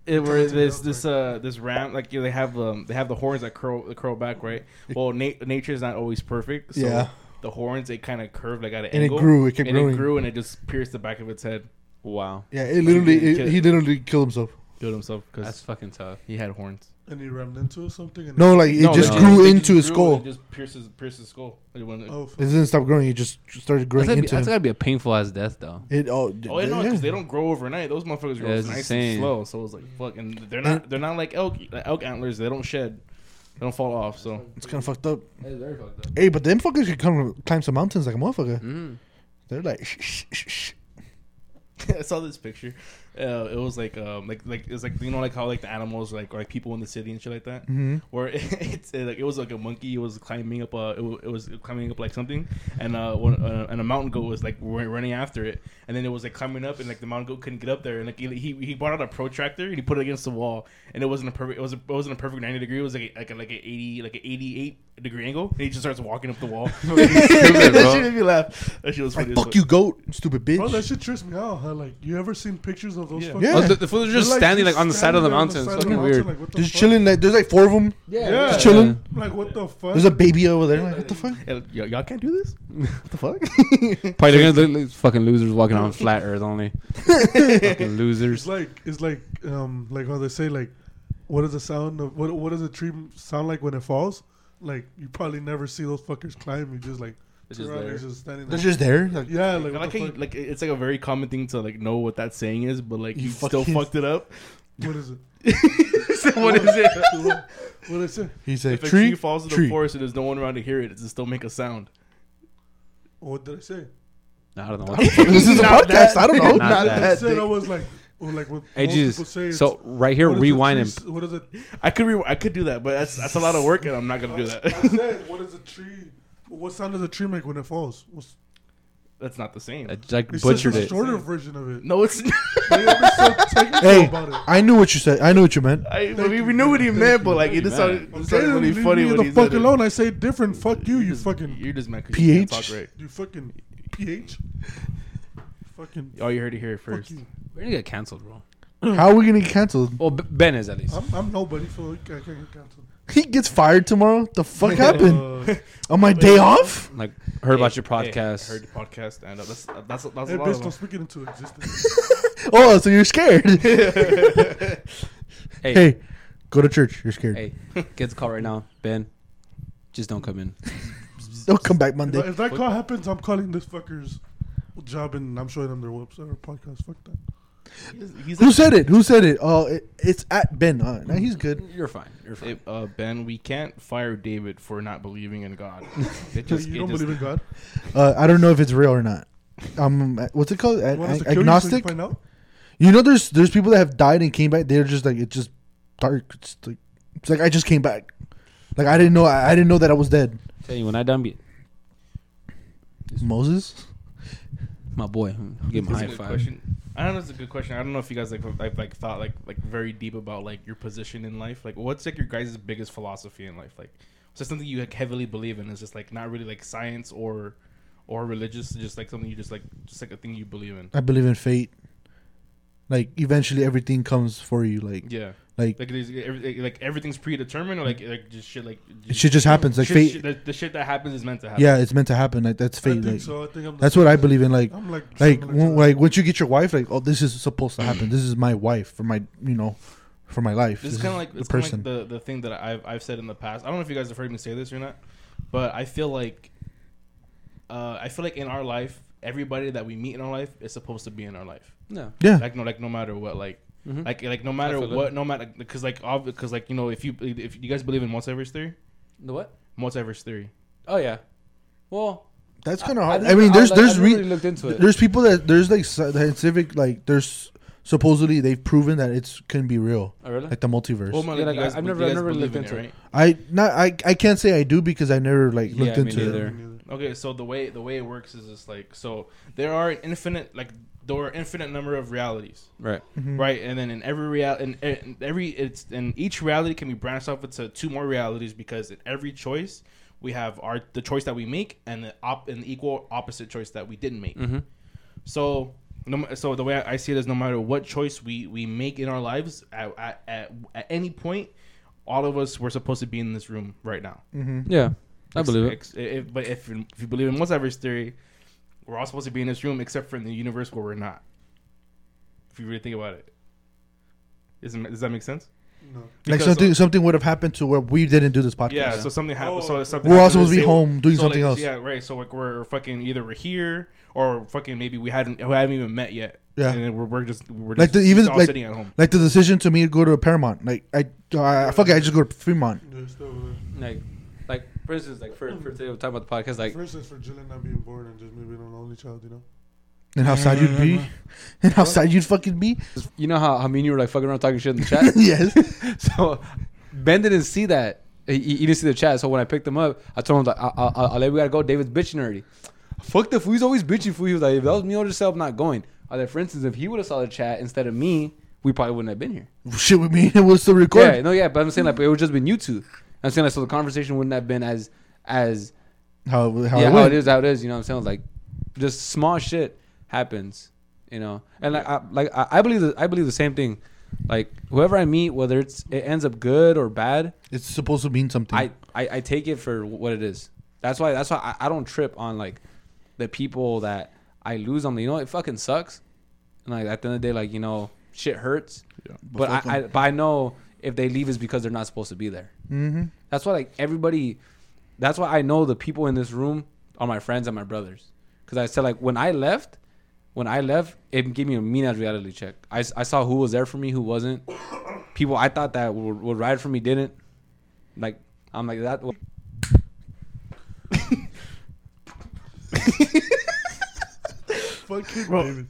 It where this this uh this ram like you know, they have um they have the horns that curl that curl back right. Well, na- nature is not always perfect. So Yeah. The horns they kind of curved like at an And it angle. grew, it kept and growing. it grew and it just pierced the back of its head. Wow, Yeah, it literally, He it, killed- he literally killed himself. Killed himself that's because fucking tough. he had horns. and he rammed into it or something. And No, like it No, just no. grew it into just his grew skull. and Just pierces pierces his skull. Like, when it- oh, fuck. It didn't stop growing. It just started That's growing gotta, be, into that's him. gotta be a painful ass death though. It oh, d- Oh, yeah, no, yeah. because they don't grow overnight. Those motherfuckers grow Yeah, it's nice insane. and slow. So it's like fuck, and they're not they're not like elk like elk antlers. They don't shed, they don't fall off. So It's kind of fucked up. That's very fucked up. Hey, but them fuckers could come climb some mountains like a motherfucker. Mm. They're like, shh, shh, shh, shh. I saw this picture. Uh, it was like um like like it's like you know like how like the animals like or like people in the city and shit like that. Mhm. Where it's uh, like it was like a monkey. It was climbing up. Uh, it, wa- it was climbing up like something, and uh, one, uh and a mountain goat was like ru- running after it, and then it was like climbing up, and like the mountain goat couldn't get up there, and like he he, he brought out a protractor and he put it against the wall, and it wasn't a perfect. It was a, it wasn't a perfect ninety degree. It was like a, like a, like an eighty like an eighty eight degree angle, and he just starts walking up the wall. that shit made me laugh. That shit was funny. like as fuck you, goat, stupid bitch. Bro, that shit trips me out. Huh? Like, you ever seen pictures of those? Yeah. fuckers? Yeah. Oh, the, the fools are They're, just standing like on the side of the standing on mountain. It's side of the fucking mountain, weird. like, what the just fuck? chilling. Like there's like four of them. Yeah, Yeah. Just chilling. I'm like, what the fuck? There's a baby over there. Like, what the fuck? Hey, y- y'all can't do this. What the fuck? Probably they're gonna look like fucking losers walking on flat Earth only. fucking It's losers. like it's like um like how they say like, what is the sound of what what does a tree sound like when it falls? Like you probably never see those fuckers climb. You just like They're turn just around, there. they're just standing. They're There. just there. Like, yeah, like, what I like the how you, fuck? like it's like a very common thing to like know what that saying is, but like You you, still fucking- fucked it up. what is it? so what is it? What is it? He said, If a tree, tree falls in tree. the forest and there's no one around to hear it, does it still make a sound? Oh, What did I say? I don't know. What the fuck. this is a Not podcast. that- I don't know. Not Not, that I that. said thing. I was like, well, like what Hey, most people Jesus. say. it's, So right here, what does the rewind tree and s- What is it? I could re- I could do that, but that's that's a lot of work, and I'm not gonna do I that. said, what is a tree? What sound does a tree make when it falls? What's, that's not the same. I it's like just butchered a it. shorter version of it. no, it's. They were so technical Hey, about it. I knew what you said. I knew what you meant. I, Thank we, you, we knew what he thank meant, you. but like it just Thank you, sounded, Okay, it sounded then really leave funny me when the he fuck said it. alone. I say different. Fuck you, You're you just- fucking, You're just mad 'cause you can't PH? talk right. you fucking ph. Fucking Oh, you heard it here first. fuck you. We're gonna get canceled, bro. How are we gonna get canceled? Well, B- Ben is at least. I'm, I'm nobody, so I can't get canceled. He gets fired tomorrow. The fuck Oh. happened Uh, on my day off? Like heard about Hey, your podcast. Hey, heard the podcast, and uh, that's that's that's a hey, lot bitch, of don't them. speak it into existence. Oh, so you're scared? Hey, hey, go to church. You're scared. hey, get the call right now, Ben. Just don't come in. Don't come back if, Monday. that- if that call happens, I'm calling this fucker's job and I'm showing them their website or podcast. Fuck that. He's- he's Who like- said it? Who said it? Oh, it, it's at Ben. Uh, nah, he's good. You're fine. You're fine. Hey, uh, ben, we can't fire David for not believing in God. It You just, it don't just- believe in God? Uh, I don't know if it's real or not. Um, what's it called? You Ag- want us to kill you so you agnostic. can find out? You know, there's there's people that have died and came back. They're just like it's just dark. It's like, it's like I just came back. Like I didn't know. I, I didn't know that I was dead. Tell you when I done beat Moses. my boy, hmm, give him a That's a high good five. question. I don't know. It's a good question. I don't know if you guys like like, like thought like like very deep about like your position in life. Like, what's like your guys' biggest philosophy in life? Like, is that something you like, heavily believe in? Is just like not really like science or or religious? Just like something you just like just like a thing you believe in. I believe in fate. Like eventually everything comes for you. Like Yeah, Like, Like, there's, every, like everything's predetermined, or like like just shit like shit just happens, like shit- fate- shit- the, the shit that happens is meant to happen. yeah, it's meant to happen. Like that's I fate. think like, so. I think I'm the That's what I believe in. Like, I'm like similar like to when, that. like once you get your wife, like oh, this is supposed to happen. This is my wife for my you know, for my life. This is kind of like, the it's kinda person. like the, the thing that I've, I've said in the past. I don't know if you guys have heard me say this or not, but I feel like uh, I feel like in our life, everybody that we meet in our life is supposed to be in our life. No. yeah, Like no, like no matter what, like Mhm. like like no matter feel that. what, no matter because like because like you know if you if you guys believe in multiverse theory, The what? multiverse theory. Oh yeah. Well, that's kind of I- hard. I I, mean, never- there's I- I there's never re- really looked into it. there's people that there's like scientific like there's supposedly they've proven that it's can be real, oh, really? like the multiverse. Well, man, Yeah, like, like, you guys, I've you never- guys I've never believe looked in it, into it. right? I not I I can't say I do because I never like Yeah, looked me into neither. it. Okay, so the way the way it works is just like so there are infinite like there are infinite number of realities, Right. right? And then in every real in, in every it's in each reality can be branched off into two more realities because in every choice we have our the choice that we make and the op and the equal opposite choice that we didn't make. Mhm. So no, ma- so the way I I see it is no matter what choice we we make in our lives at at, at, at any point. All of us were supposed to be in this room right now. Yeah. I believe it. Ex- if- but if, if you believe in multiverse theory, we're all supposed to be in this room except for in the universe where we're not. If you really think about it, Isn't, does that make sense? No. Like Because- uh, something something would have happened to where we didn't do this podcast. Yeah, so something happened. Oh. so something we're all happened supposed to be say- home doing so, something like, else. Yeah, right. So like we're fucking either we're here or fucking maybe we hadn't we haven't even met yet. Yeah. and then we're, we're just we're Like just, the- even, just all like- sitting at home. Like the decision to me to go to Paramount. Like I, uh, fuck it, I just go to Fremont. They're still over there. Like, like for instance, like for for today we're talking about the podcast. Like, For instance, for Jillian not being born and just me being an only child, you know? And outside you'd be, and outside you'd fucking be. you know how how me and you were like fucking around talking shit in the chat. yes. so Ben didn't see that. He, he didn't see the chat. So when I picked him up, I told him like, I, I, I, I'll let we gotta go. David's bitching already. Fuck the fool. He's always bitching for you. Like if that was me or yourself, not going. I was like, for instance, if he would have saw the chat instead of me, we probably wouldn't have been here. Shit with me. It was still Yeah, recorded. no, yeah. But I'm saying like it would just been you two. I'm saying like so the conversation wouldn't have been as as How, how yeah, it how went. it is, how it is. You know what I'm saying? Like, just small shit happens. You know, and like, I, like I I believe, the, I believe the same thing. Like, whoever I meet, whether it's it ends up good or bad, It's supposed to mean something. I, I, I take it for what it is. That's why, that's why I, I don't trip on like the people that I lose on. You know, it fucking sucks. And like at the end of the day, like you know, shit hurts. But fuck 'em. I, I, but I know if they leave is because they're not supposed to be there. mm-hmm. That's why like everybody. That's why I know the people in this room are my friends and my brothers. Because I said like when I left, when I left, it gave me a mean ass reality check. I, s- I saw who was there for me, who wasn't. People I thought that would, would ride for me didn't. Like I'm like that. Fuck David.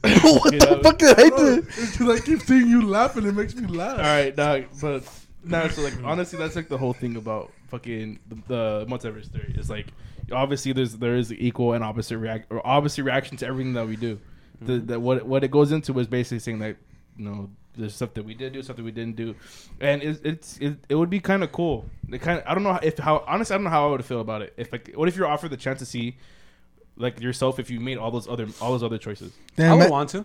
what You the know? fuck did I Bro, do? it's 'cause I keep seeing you laugh and it makes me All laugh. right, dog. But no, so like honestly, that's like the whole thing about fucking the, the multiverse theory. Is like obviously there's there is equal and opposite react or opposite reaction to everything that we do. The, the what what it goes into is basically saying that you know there's stuff that we did do, stuff that we didn't do, and it's it's it, it would be kind of cool. It kind I don't know if how honestly I don't know how I would feel about it. If like what if you're offered the chance to see like yourself if you made all those other all those other choices. I Damn, would I- want to.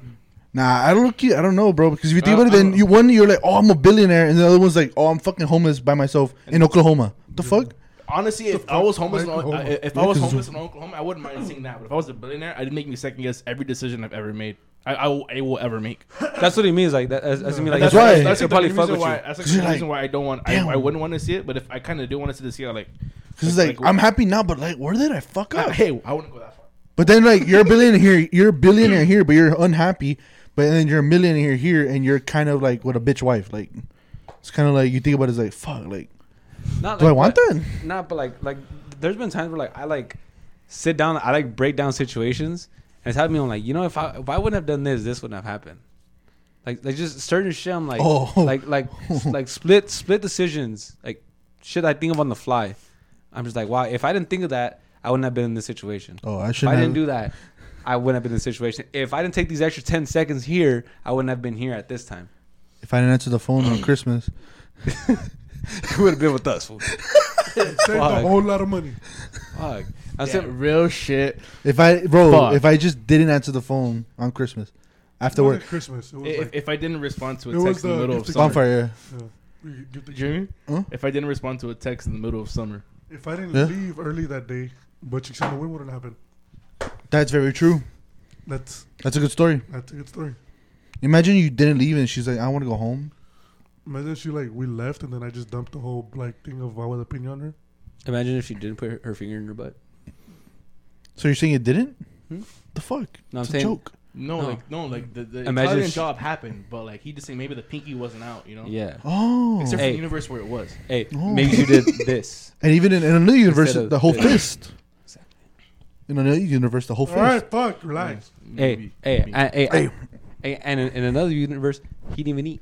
nah, I don't look. I don't know, bro. Because if you think Uh, about it, then I'm- you one you're like, oh, I'm a billionaire, and the other one's like, oh, I'm fucking homeless by myself in Oklahoma. The fuck? Honestly, if I was homeless, in, fuck, I- Oklahoma? if I was homeless in Oklahoma, I wouldn't mind seeing that. But if I was a billionaire, I'd make me second guess every decision I've ever made. I, I, will, I will ever make. That's what he means. Like that. That's, that's what he means, like, That's that's why- why. That's like, probably the fuck reason with why. you. That's like 'Cause the you're reason like, why I don't want. I, damn. I wouldn't want to see it. But if I kind of do want to see the see, like, Because it's like, Like, I'm happy now, but like, where did I fuck God, up? hey, I wouldn't go that far. But then like you're a billionaire here, you're a billionaire here, but you're unhappy. But then you're a millionaire here, and you're kind of like with a bitch wife. Like it's kind of like you think about it, it's like fuck. Like Not do like I want that? that? Not, but like, like, there's been times where like I like sit down, I like break down situations, and it's having me on like, you know, if I if I wouldn't have done this, this wouldn't have happened. Like, like just certain shit. I'm like, Oh. like, like, s- like split split decisions, like shit I think of on the fly. I'm just like, wow, if I didn't think of that, I wouldn't have been in this situation. Oh, I if I shouldn't. didn't do have- that, I wouldn't have been in this situation. If I didn't take these extra ten seconds here, I wouldn't have been here at this time. If I didn't answer the phone on Christmas, You would have been with us. fool. Saved a Fuck. whole lot of money. Fuck. I'm Yeah, saying- real shit. if I bro, Fuck. if I just didn't answer the phone on Christmas after It wasn't work, Christmas. It was If, like, if I didn't respond to It a was text in the the- middle of it's the summer, bonfire. yeah. You give the- Jimmy, Huh? if I didn't respond to a text in the middle of summer, If I didn't Yeah. leave early that day, but you said the win wouldn't happen. That's very true. That's That's a good story. that's a good story. Imagine you didn't leave and she's like, I want to go home. Imagine she like we left and then I just dumped the whole like thing of Wawa opinion on her. Imagine if she didn't put her, her finger in her butt. So you're saying it didn't? Hmm? The fuck? No, I'm it's a saying- joke. no, No. like no, like the, the Imagine Italian if she- job happened, but like he just said maybe the pinky wasn't out, you know? Yeah. Oh. Except for Hey. the universe where it was. Hey, Oh. maybe you did this. and even in, in another universe, Instead of- the whole Yeah. fist. Exactly. In another universe, the whole All right, fist. fuck, relax. Hey, Maybe- hey, maybe. I, hey, hey, hey, and in, in another universe, he didn't even eat.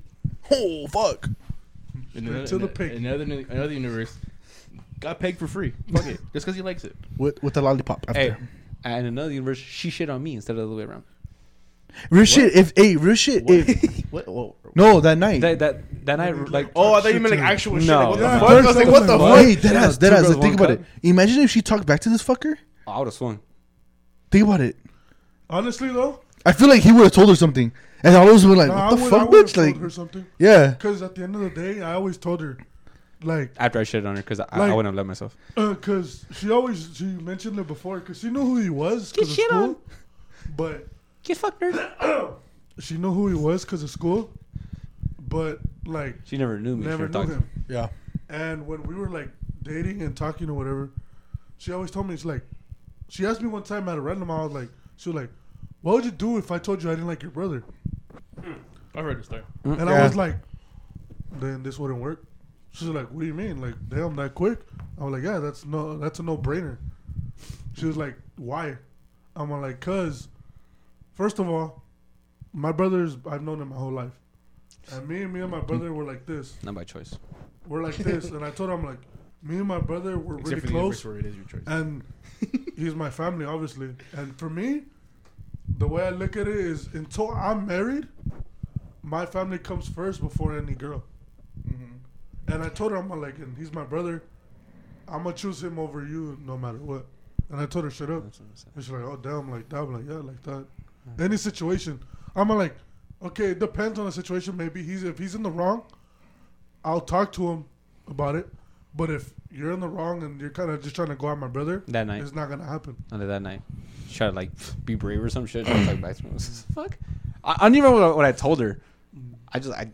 Oh, fuck. In Straight another, to the in pig. Another another universe got pegged for free. Fuck it, just because he likes it. With, with the lollipop. After. Hey, and in another universe, she shit on me instead of the other way around. Real shit. If, hey, real shit. If, what? Whoa. no, that night. That that that night, like Oh, I thought you meant like actual shit. Like, No. what Yeah, the fuck? I was first like, I what the was fuck? like, Hey, that ass, that Two ass. girls, Think one about it. cup. Imagine if she talked back to this fucker. I would have swung. Think about it. Honestly though, I feel like he would have told her something, and all of us were like, nah, "What I the would- I fuck, would've bitch!" told Like, her something. yeah, Because at the end of the day, I always told her, like, After I shit on her, because I, I Like- wouldn't have let myself. because she always she mentioned it before because she knew who he was because of shit school, but Get fucked, nerd. she knew who he was because of school, but like She never knew me. she never never knew talked to him. me. yeah. And when we were like dating and talking or whatever, she always told me she's like, she asked me one time at a random. I was like, she was like, "What would you do if I told you I didn't like your brother?" I've heard this story. Mm-hmm. And Yeah. I was like, then this wouldn't work. She's like, what do you mean? Like, damn, that quick? I was like, yeah, that's no, that's a no brainer. She was like, why? I'm like, cause, first of all, my brothers, I've known them my whole life, and me and me and my brother were like this, Not by choice. we're like this, and I told him like, me and my brother were really Except for the universe close, where it is your choice. and he's my family, obviously. And for me, the way I look at it is until I'm married, my family comes first before any girl. And I told her, I'm like, and he's my brother. I'm gonna choose him over you no matter what. And I told her, shut up. That's what I'm saying. And she's like, oh damn, like that. I'm like, yeah, like that. Any situation, I'm like, okay, it depends on the situation. Maybe he's if he's in the wrong, I'll talk to him about it. But if you're in the wrong and you're kind of just trying to go at my brother, That night. it's not gonna happen. Under that night, she tried to like be brave or some shit. She talked back to me. I was just, Fuck. I, I don't even remember what I, what I told her. I just I,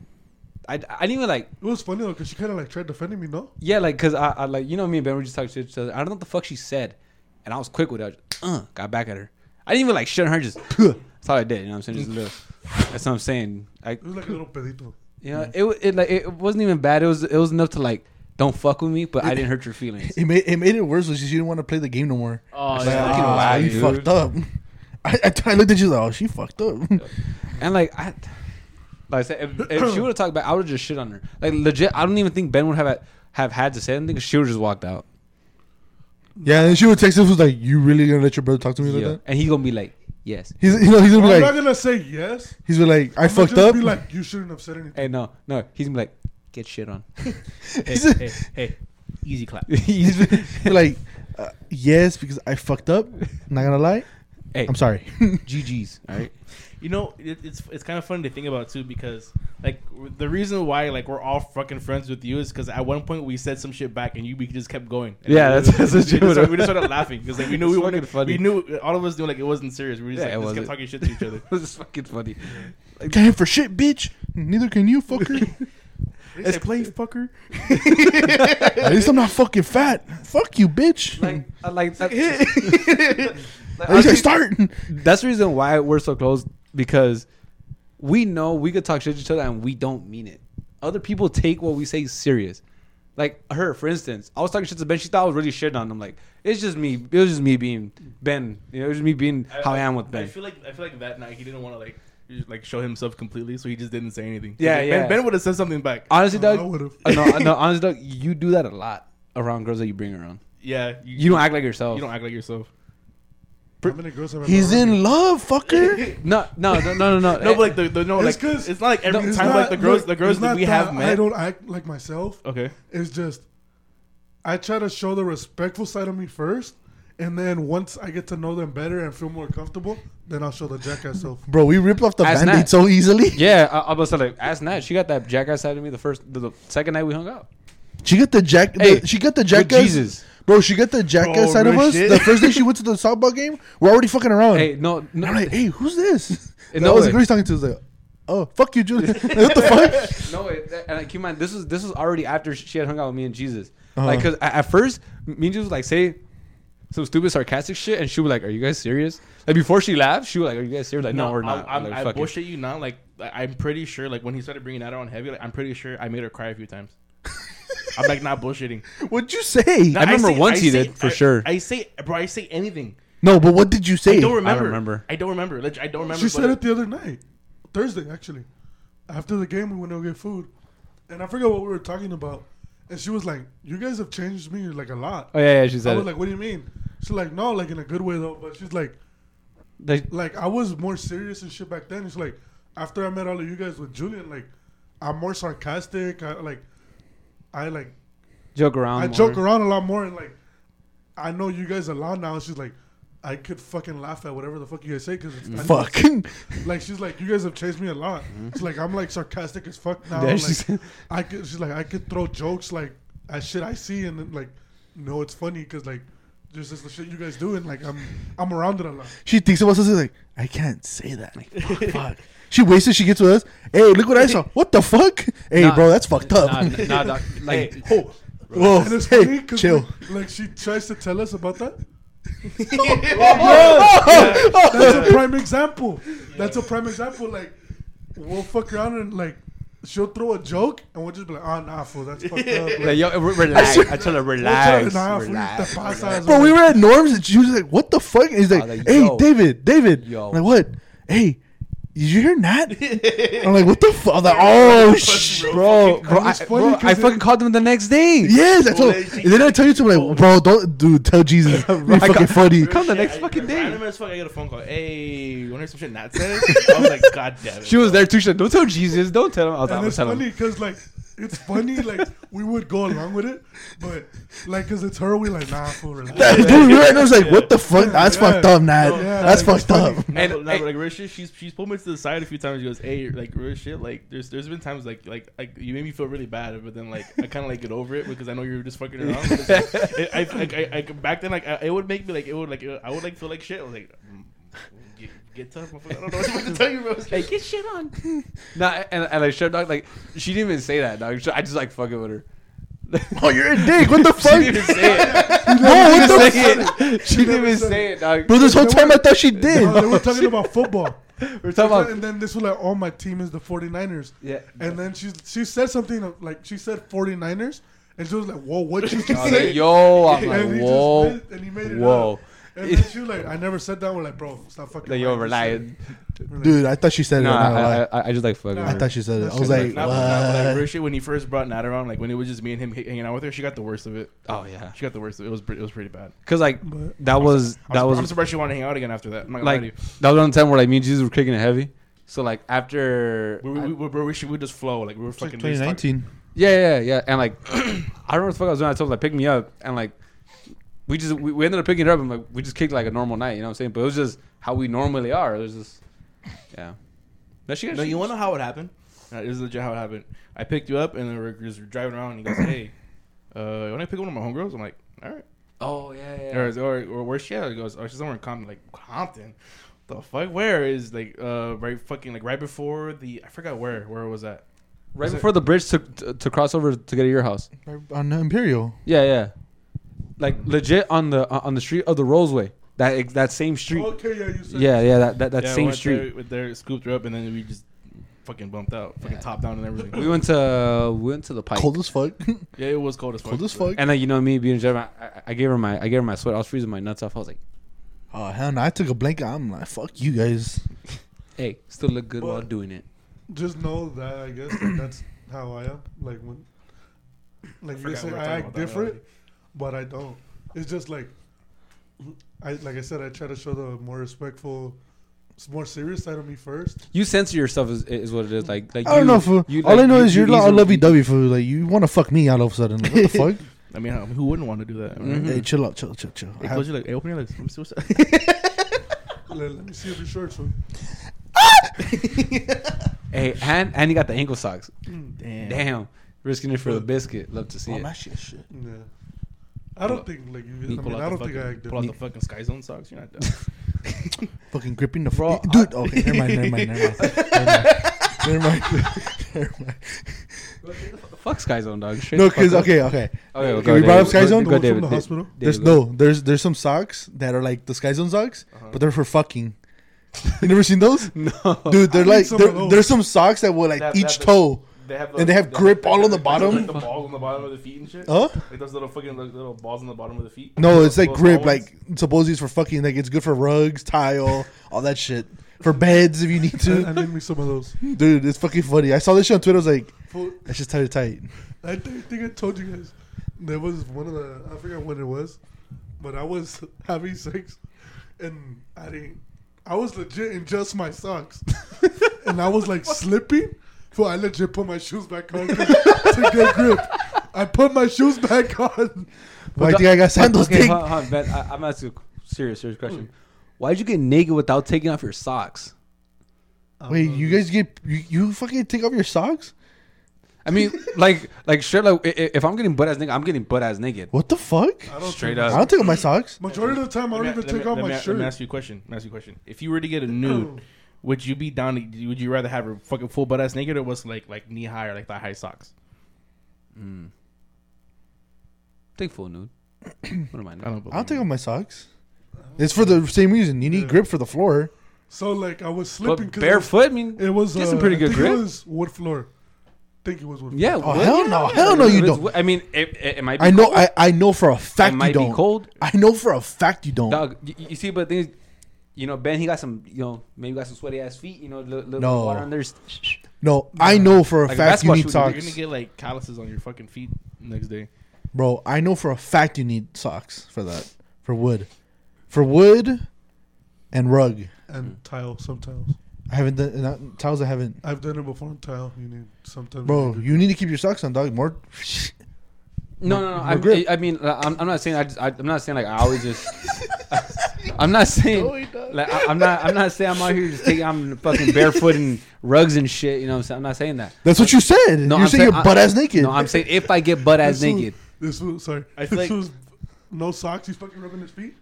I, I didn't even like It was funny though, cause she kind of like tried defending me. No, yeah like because I, I like you know me and Ben were just talking to each other. I don't know what the fuck she said, and I was quick with it. I just, uh, got back at her. I didn't even like shit on her. Just that's all I did. You know what I'm saying? Just a little. That's what I'm saying. I it was like a little pedito. you know it wa- it like it wasn't even bad. It was it was enough to like don't fuck with me, but I didn't hurt your feelings. It made it made it worse when she didn't want to play the game no more. Oh, Like, yeah. fucking ah, wow, you dude. fucked up. I, I, I looked at you like, oh, she fucked up. And like I, like I said, if, if she would have talked back, I would have just shit on her. Like legit, I don't even think Ben would have have had to say anything. 'cause She would have just walked out. yeah, and she would text us was like, "You really gonna let your brother talk to me like Yeah. that?" And he gonna be like, yes. He's you know he's gonna I'm be not like gonna say yes. he's gonna be like I I'm gonna fucked just up. Be like, you shouldn't have said anything. Hey, no, no. He's gonna be like, get shit on. Hey, He's a- hey, hey, easy clap. He's Be like, uh, yes, because I fucked up. Not gonna lie, hey, I'm sorry. GGs. All right. You know, it, it's it's kind of funny to think about too because like w- the reason why like we're all fucking friends with you is because at one point we said some shit back and you we just kept going. And Yeah, we that's- that's what just, you we, just started, would've- we just started laughing because like we knew It's we fucking were funny. We knew all of us knew like it wasn't serious. We were just Yeah, it like just wasn't. kept talking shit to each other. this is fucking funny. Can't for shit, bitch. Neither can you, fucker. It's play fucker. At least I'm not fucking fat. Fuck you, bitch. Like, I like that. Like, At least I honestly, start. That's the reason why we're so close because we know we could talk shit to each other and we don't mean it. Other people take what we say serious. Like her, for instance, I was talking shit to Ben. She thought I was really shitting on him. Like it's just me. It was just me being Ben. You know, it was just me being how I, am with I Ben. feel like I feel like that night he didn't want to like just, like show himself completely, so he just didn't say anything. 'Cause, Yeah, like, yeah. Ben, ben would have said something back. Honestly, No, I Doug. would've. uh, No, no, honestly, Doug, you do that a lot around girls that you bring around. yeah, You don't act like yourself. you don't act like yourself. How many girls have I He's brought around in you? love, fucker. No, no, no, no, no, no. No, but like the, the no, It's like 'cause- it's not like every It's time not- like the girls, look, the girls it's that not we have met. I don't act like myself. okay. It's just I try to show the respectful side of me first, And then once I get to know them better and feel more comfortable, then I'll show the jackass self. Bro, we ripped off the Ask band-aid Nat. so easily. Yeah, I, I was like, ask Nat. She got that jackass out of me the first, the, the second night we hung out. She got the jack. the- Hey, she got the with jackass. Jesus. Bro, she got the jackass Oh, out of real us. shit? The first day she went to the softball game, we're already fucking around. Hey, no, no, I'm like, hey, who's this? In And no that was way. the girl he's talking to. I was like, oh, fuck you, Julie. Like, what the fuck? no. It, and like, keep in mind, this was this was already after she had hung out with me and Jesus. Uh-huh. Like 'cause Like, cause at, at first, me and Jesus would, like say some stupid sarcastic shit, and she was like, "Are you guys serious?" Like before she laughed, she was like, "Are you guys serious?" Like, no, we're not. I, I'm, like, I fuck it. bullshit you not. Like I- I'm pretty sure. Like when he started bringing that out on heavy, like, I'm pretty sure I made her cry a few times. I'm like not bullshitting. What'd you say? No, remember say- once he say- did, for I- sure. I say, bro, I say anything. no, but what did you say? I don't remember. remember. I don't remember. Like, I don't remember. She but said it the other night, Thursday actually. After the game, we went to go get food, and I forgot what we were talking about. And she was like, "You guys have changed me like a lot." Oh yeah, yeah. She said, I it. was like, "What do you mean?" She's like, "No, like in a good way though." But she's like, Like, "Like I was more serious and shit back then." She's like, "After I met all of you guys with Julian, like I'm more sarcastic. I like, I like joke around. I more. joke around a lot more and like I know you guys a lot now." She's like, "I could fucking laugh at whatever the fuck you guys say because it's funny." Mm. Fuck. Mm-hmm. Like she's like, you guys have chased me a lot. She's like, I'm like sarcastic as fuck now. Yeah, like, she's- I could, she's like, I could throw jokes like at shit I see and then, like, no, it's funny because like, there's just the shit you guys do and like I'm I'm around it a lot. she thinks about something like, I can't say that. Like, fuck, fuck. She wasted. She gets with us. Hey, look what I saw. What the fuck? Hey, Nah. bro, that's fucked up. Nah, nah, nah, like, Hey, oh, whoa, And it's funny hey, 'cause, chill. Like, like, she tries to tell us about that. That's a prime example. That's a prime example. Like we'll fuck around and like she'll throw a joke and we'll just be like, oh nah, fool, that's fucked up. Like, Like, yo, re- relax. I tell her relax. nah, fool, relax. te pasas." Bro, we were at Norm's and she was like, "What the fuck?" And he's like, I was like, "Hey, yo. David, David." Yo. I'm like, what? Hey, did you hear Nat? I'm like, what the fuck? I'm like, oh sh- Bro, bro, it's I, funny bro, 'cause I it- fucking called him the next day. Yes, I told. And then I tell you to like, bro, don't, dude, tell Jesus, you're I fucking got- funny. Come the Yeah, next I- fucking day. Random as fuck, I get a phone call. Hey, you want to hear some shit Nat said? I was like, God damn it. She was there too. She said, "Don't tell Jesus. Don't tell him." I was like, and "I'm it's telling him." funny because like it's funny like we would go along with it, but like because it's her, we like nah fool relax. dude, we were at Norm's like, what the fuck? That's Yeah. fucked up, Nat. No, yeah, That's like, it's fucked up. funny. And- No, but- no, and- but, like real shit, she's she's pulled me to the side a few times. She goes, "Hey, like real shit, like there's there's been times like like like you made me feel really bad, but then like I kind of like get over it because I know you were just fucking around." But it's like, it, I, like, I, I back then like I, it would make me like it would like I would like feel like shit. I was like, mm, get, get tough, motherfucker. I don't know what I'm about to tell you, bro. It's Like, get shit on. nah, and, and like, sure, dog, like, she didn't even say that, dog. I just, like, fucking with her. Oh, you're a dick. What the she fuck? didn't even say it. No, what Say the fuck? it. She didn't even say it, dog. Bro, this whole They time I were- thought she did. No, Oh, they were talking about football. We're talking about. and then this was like, oh, my team is the 49ers. Yeah. And then she she said something of- like she said 49ers, and she was like, whoa, what did you I was like, say? yo, I'm and like, he whoa. just made, and he made it Whoa. up. And then she was like, I never said that. We're like, bro, stop fucking. Like, yo, lying. relax. We're like, Dude, I thought she said it. No, I'm not gonna I, lie. I, I just, like, fucking Nah, with I her. thought she said it. I That was shit like, not, not, but, like what? real shit. When he first brought Nat around, like when it was just me and him h- hanging out with her, she got the worst of it. Oh, yeah. She got the worst. Of it. it was pretty, it was pretty bad. Because, like, But- that was, I that was, was, I'm surprised she wanted to hang out again after that. I'm not gonna lie to you. like, that was on the time where, like, me and Jesus were kicking it heavy. So, like, after. We, we, we, we, we should we just flow like we were fucking. we just talk- 2019. Yeah, yeah, yeah. And like, I don't know what the fuck I was doing. I told him like pick me up, and like, we just we, we ended up picking it up, and like we just kicked like a normal night. You know what I'm saying? But it was just how we normally are. It was just, yeah. No, she got. No, she- you want to know how it happened? Uh, this is legit how it happened. I picked you up, and then we're just driving around, and he goes, "Hey, uh, you want to pick up one of my homegirls?" I'm like, "All right." Oh yeah, yeah. Or, or, or where's she at? He goes, "Oh, she's somewhere in Compton." Like Compton, the fuck? Where is like uh right fucking like right before the I forgot where where it was that. right was it- before the bridge to, to to cross over to get to your house. On Imperial. Yeah, yeah. Like legit on the on the street of the Roseway. That ex- that same street. Okay, yeah, you said. Yeah, Oh, yeah. That that, that Yeah, same went street. There, went there, scooped her up, and then we just fucking bumped out, fucking top down and everything. We went to we went to the pike. Cold as fuck. yeah, it was cold as fuck. Cold as fuck. And then you know me being a gentleman, I, I- I gave her my I gave her my sweat. I was freezing my nuts off. I was like, Oh hell no! I took a blanket. I'm like, fuck you guys. hey, still look good while But- doing it. Just know that I guess like, that's how I am. Like when, like you guys forgot say, we were I talking act about that different, already. but I don't. It's just like, I like I said, I try to show the more respectful, s- more serious side of me first. You censor yourself is, is what it is. Like, like I don't you- know. Fool. you- All I like, know you- is you're you like all easily- lovey dovey fool. Like you want to fuck me all of a sudden. Like, what the fuck? I mean, how- who wouldn't want to do that? Right? Mm-hmm. Hey, chill out, chill, chill, chill. Hey, I have- close your leg. Hey, open your legs. I'm so sorry. Let, let me see your shorts. fool. Hey, and and he got the ankle socks. Damn. Damn, risking it for the biscuit. Love to see oh, it. my shit, shit. Yeah. I Pull don't up. think like you, I, You pull mean, out I the don't think I fucking- acted. pull out the fucking Sky Zone socks. You're not done. Oh, Fucking gripping the Bro, frog. Dude, okay, never mind, never mind, never mind. Never mind. Never mind. Fuck Sky Zone, dog. Straight No, the fuck because, up. okay, okay. Okay, well, Can we go, brought David. up Sky Go- Zone? The go, one from David. the David, hospital? David, There's go. no, there's there's some socks that are like the Sky Zone socks, Uh-huh. but they're for fucking. You never seen those? No. Dude, they're need like some there- of those. there's some socks that will like That- each that- toe. They have And they have grip all on the bottom? Like the balls on the bottom of the feet and shit. Huh? Like those little fucking like, little balls on the bottom of the feet. No, it's like Those grip. small ones? Like supposedly it's for fucking. Like it's good for rugs, tile, all that shit. For beds if you need I, I to. need me some of those. Dude, it's fucking funny. I saw this shit on Twitter. I was like, Fool, that's just tight, tight. I thi- think I told you guys there was one of the I forgot what it was, but I was having sex, and I didn't. I was legit in just my socks, and I was like slipping. So I legit put my shoes back on to get grip. I put my shoes back on. Why do you think I got sandals, Okay, dick? hold on, hold on, Ben, I, I'm asking a serious, serious question. Hmm. Why'd you get naked without taking off your socks? Wait, you guys get you, you fucking take off your socks? I mean, like, like straight like, i- i- if I'm getting butt ass naked, I'm getting butt ass naked. What the fuck? I don't Straight think- I up. don't take off my socks. Majority of the time, I don't Let even me- let me- take off let me- my Let me shirt. ask you a question. Let me ask you a question. If you were to get a nude, would you be down? To, would you rather have a fucking full butt ass naked or what's like like knee high or like thigh high socks? Take full nude. what am I? I don't. Believe I don't you. take off my socks. It's for the same reason. You need Yeah. grip for the floor. So like I was slipping. But 'cause barefoot, I mean, It was Get some uh, pretty I good think grip. It was wood floor. think it was wood. yeah. Oh well, hell yeah. no, hell no, you It's- don't. I mean, it, it, it might. Be I know, cold. I, I know for a fact it you might be don't. cold. I know for a fact you don't. Dog, you, you see, but the thing is, you know, Ben, he got some, you know, maybe got some sweaty ass feet. You know, little, little No. water on there. No, I know for a Like a fact you basketball need shooter, You're socks, gonna get like calluses on your fucking feet next day. bro. I know for a fact you need socks for that, for wood, for wood, and rug. and tile sometimes. I haven't done not, tiles. I haven't, I've done it before on tile. You need sometimes. bro. You need to keep your socks on, dog. More. No, no, no. No grip. I, I mean, like, I'm, I'm not saying. I just, I, I'm not saying like I always just. I'm not saying. Like, I, I'm not. I'm not saying I'm out here just taking. I'm fucking barefoot and rugs and shit. You know, what I'm saying. I'm not saying that. That's what you said. No, you I'm said you're I- butt ass naked. No, I'm saying if I get butt ass This naked. Was, this was sorry. I feel this like- was no socks. He's fucking rubbing his feet.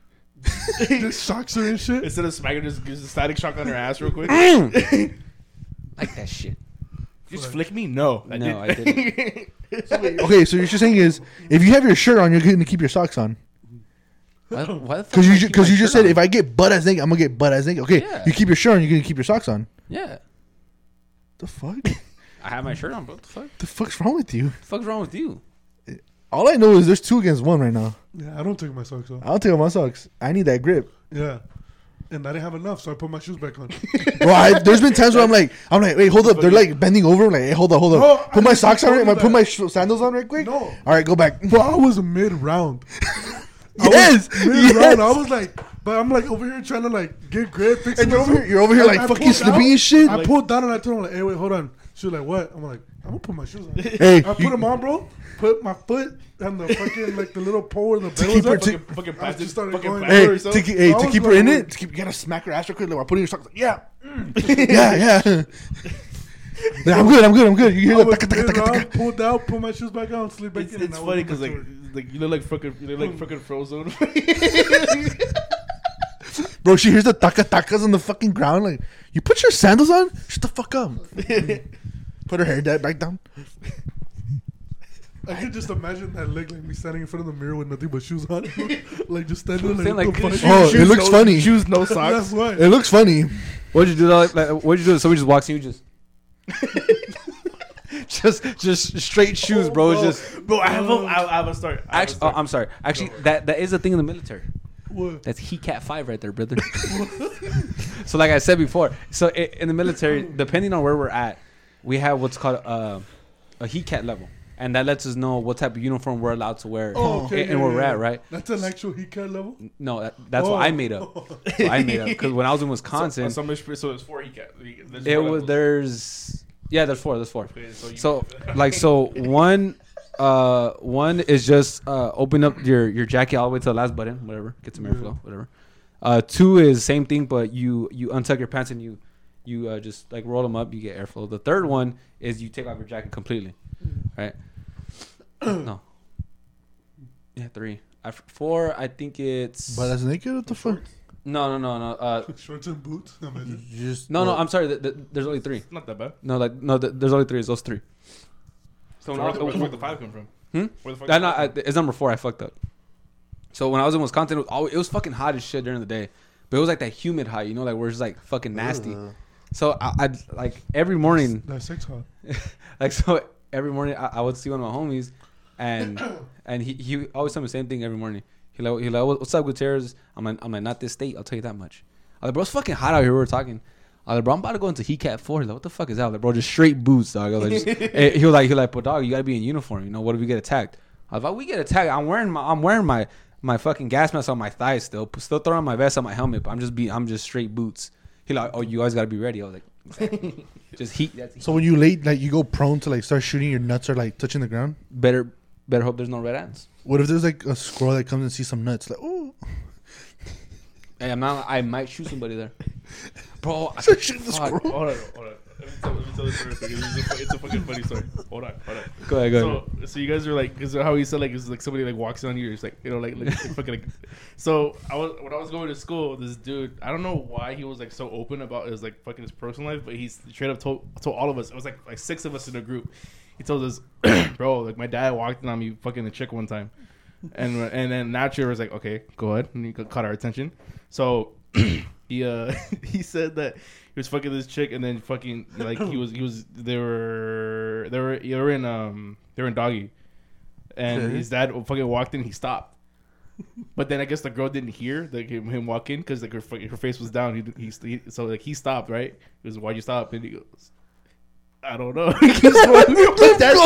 Just socks her and shit. Instead of smacking, just gives a static shock on her ass real quick. like that shit. just flick me. No, No, I didn't. okay, so what you're saying is if you have your shirt on, you're going to keep your socks on. Why, why the fuck Because am I you ju- keeping cause my you just shirt said on? if I get butt ass naked, I'm gonna get butt ass naked. Okay, Yeah. you keep your shirt on, you're gonna keep your socks on. Yeah, The fuck? I have my shirt on. But what the fuck? the fuck's wrong with you? The fuck's wrong with you? All I know is there's two against one right now. Yeah, I don't take my socks off. I don't take off my socks. I need that grip. Yeah, and I didn't have enough, so I put my shoes back on. Bro, I, there's been times where I'm like, I'm like, wait, hold up. They're like bending over. I'm like, hey, hold up, hold up. No, put I my just socks on. told Right, you put that. my sh- sandals on right quick. No. All right, go back. Bro, I was mid round. Yes, mid yes. round. I was like, but I'm like over here trying to like get grip. Fix And you're myself. over here- you're over here, I- like, I fucking pulled slipping down- and shit. I pulled down and I told her like, hey, wait, hold on. She's like, what? I'm like, I'm gonna put my shoes on. Hey, I put you- them on, bro. Put my foot on the fucking like the little pole where the bell keep was her up. to- Fucking- fucking I plastic, just started fucking going. plastic. Hey, to, ke- hey, I to was keep her like, in wait. it, to keep, you gotta smack her ass real quick. Like, while putting your socks. Like, yeah, mm. yeah, yeah. Like, I'm good. I'm good. I'm good. You hear I that? was Taka, taka, mid taka, taka. round, pulled out, put my shoes back on, slid back It's, in. it's and I funny was because like, mature. like you look like fucking you look like fucking frozen. Bro, she hears the taka takas on the fucking ground. Like, you put your sandals on? Shut the fuck up. put her hair da- back down. I could just imagine that leg like me standing in front of the mirror with nothing but shoes on, like just standing I'm like, saying, like, the fuck- shoes- Oh, it looks no, funny. Shoes, no That's socks. why. It looks funny. What'd you do? Though? Like, what'd you do? Somebody just walks in, you just. just, just straight shoes, bro. Oh. It's just Bro, I have a, I, I have a story. I have a Actually, oh, story. I'm sorry. Actually, that, that is a thing in the military. What? That's he cat five right there, brother. so, like I said before, so i in the military, depending on where we're at, we have what's called uh, a he cat level, and that lets us know what type of uniform we're allowed to wear Oh, okay, and, yeah, and where yeah, we're yeah. at, right? That's an actual Hika level. No, that, that's Oh. what I made up. What I made up because when I was in Wisconsin, So, uh, some- so it's four ECAT. There's it four was levels. there's yeah, there's four, there's four. Okay, so you- So like so one Uh, one is just uh, open up your your jacket all the way to the last button, whatever. Get some airflow, Mm-hmm. whatever. Uh, two is same thing, but you you untuck your pants and you you uh, just like roll them up. You get airflow. The third one is you take off your jacket completely, right? no. Yeah, three. I, four, I think it's But that's naked. What the fuck? no, no, no, no. Uh, Shorts and boots. No, You man. just no, no. I'm sorry. Th- th- there's only three. Not that bad. No, like no. Th- there's only three. It's those three. So where, the, where the fuck the five come from? Hmm? Where the fuck? That, the no, five I, it's number four. I fucked up. So when I was in Wisconsin, it was, always, it was fucking hot as shit during the day, but it was like that humid hot, you know, like where it's like fucking nasty. So I, I'd like every morning, That's sex hot. like so every morning I, I would see one of my homies, and and he, he always tell me the same thing every morning. He like he like what's up Gutierrez? I'm like I'm like not this state. I'll tell you that much. I'm like bro, it's fucking hot out here. We were talking. I'm like bro, I'm about to go into Heat Cat Four. He's like what the fuck is that? I'm like bro, just straight boots, dog. I was like, just, and he was like he was like, but dog, you gotta be in uniform. You know what if we get attacked? I was like, "Oh, we get attacked. I'm wearing my I'm wearing my my fucking gas mask on my thighs still, still throwing my vest on my helmet. But I'm just be I'm just straight boots. He like oh you always gotta be ready. I was like exactly. just heat. That's So when you late, like you go prone to like start shooting, your nuts are like touching the ground. better better hope there's no red ants. What if there's like a squirrel that comes and sees some nuts? Like, oh, Hey, I'm not. I might shoot somebody there, bro. I, start shooting the fuck. squirrel. Hold on, hold on. Let me tell, let me tell this story. because It's a, fu- it's a fucking funny story. Hold on, hold on. Go ahead, go ahead. so, so you guys are like, is how you said like, it's like somebody like walks in on you, it's like, you know, like, like fucking like. So I was when I was going to school, this dude, I don't know why he was like so open about his like fucking his personal life, but he's straight up told told all of us. It was like like six of us in a group. He told us, bro, like my dad walked in on me fucking a chick one time, and and then naturally was like, okay, go ahead, and he ca- caught our attention. So he uh he said that he was fucking this chick and then fucking like he was he was they were they were they were in um they were in doggy and Okay. his dad fucking walked in he stopped but then I guess the girl didn't hear like him, him walk in because like her, fa- her face was down he, didn't- he, st- he so like he stopped right he goes why'd you stop and he goes I don't know. He keeps going. The dad, dad's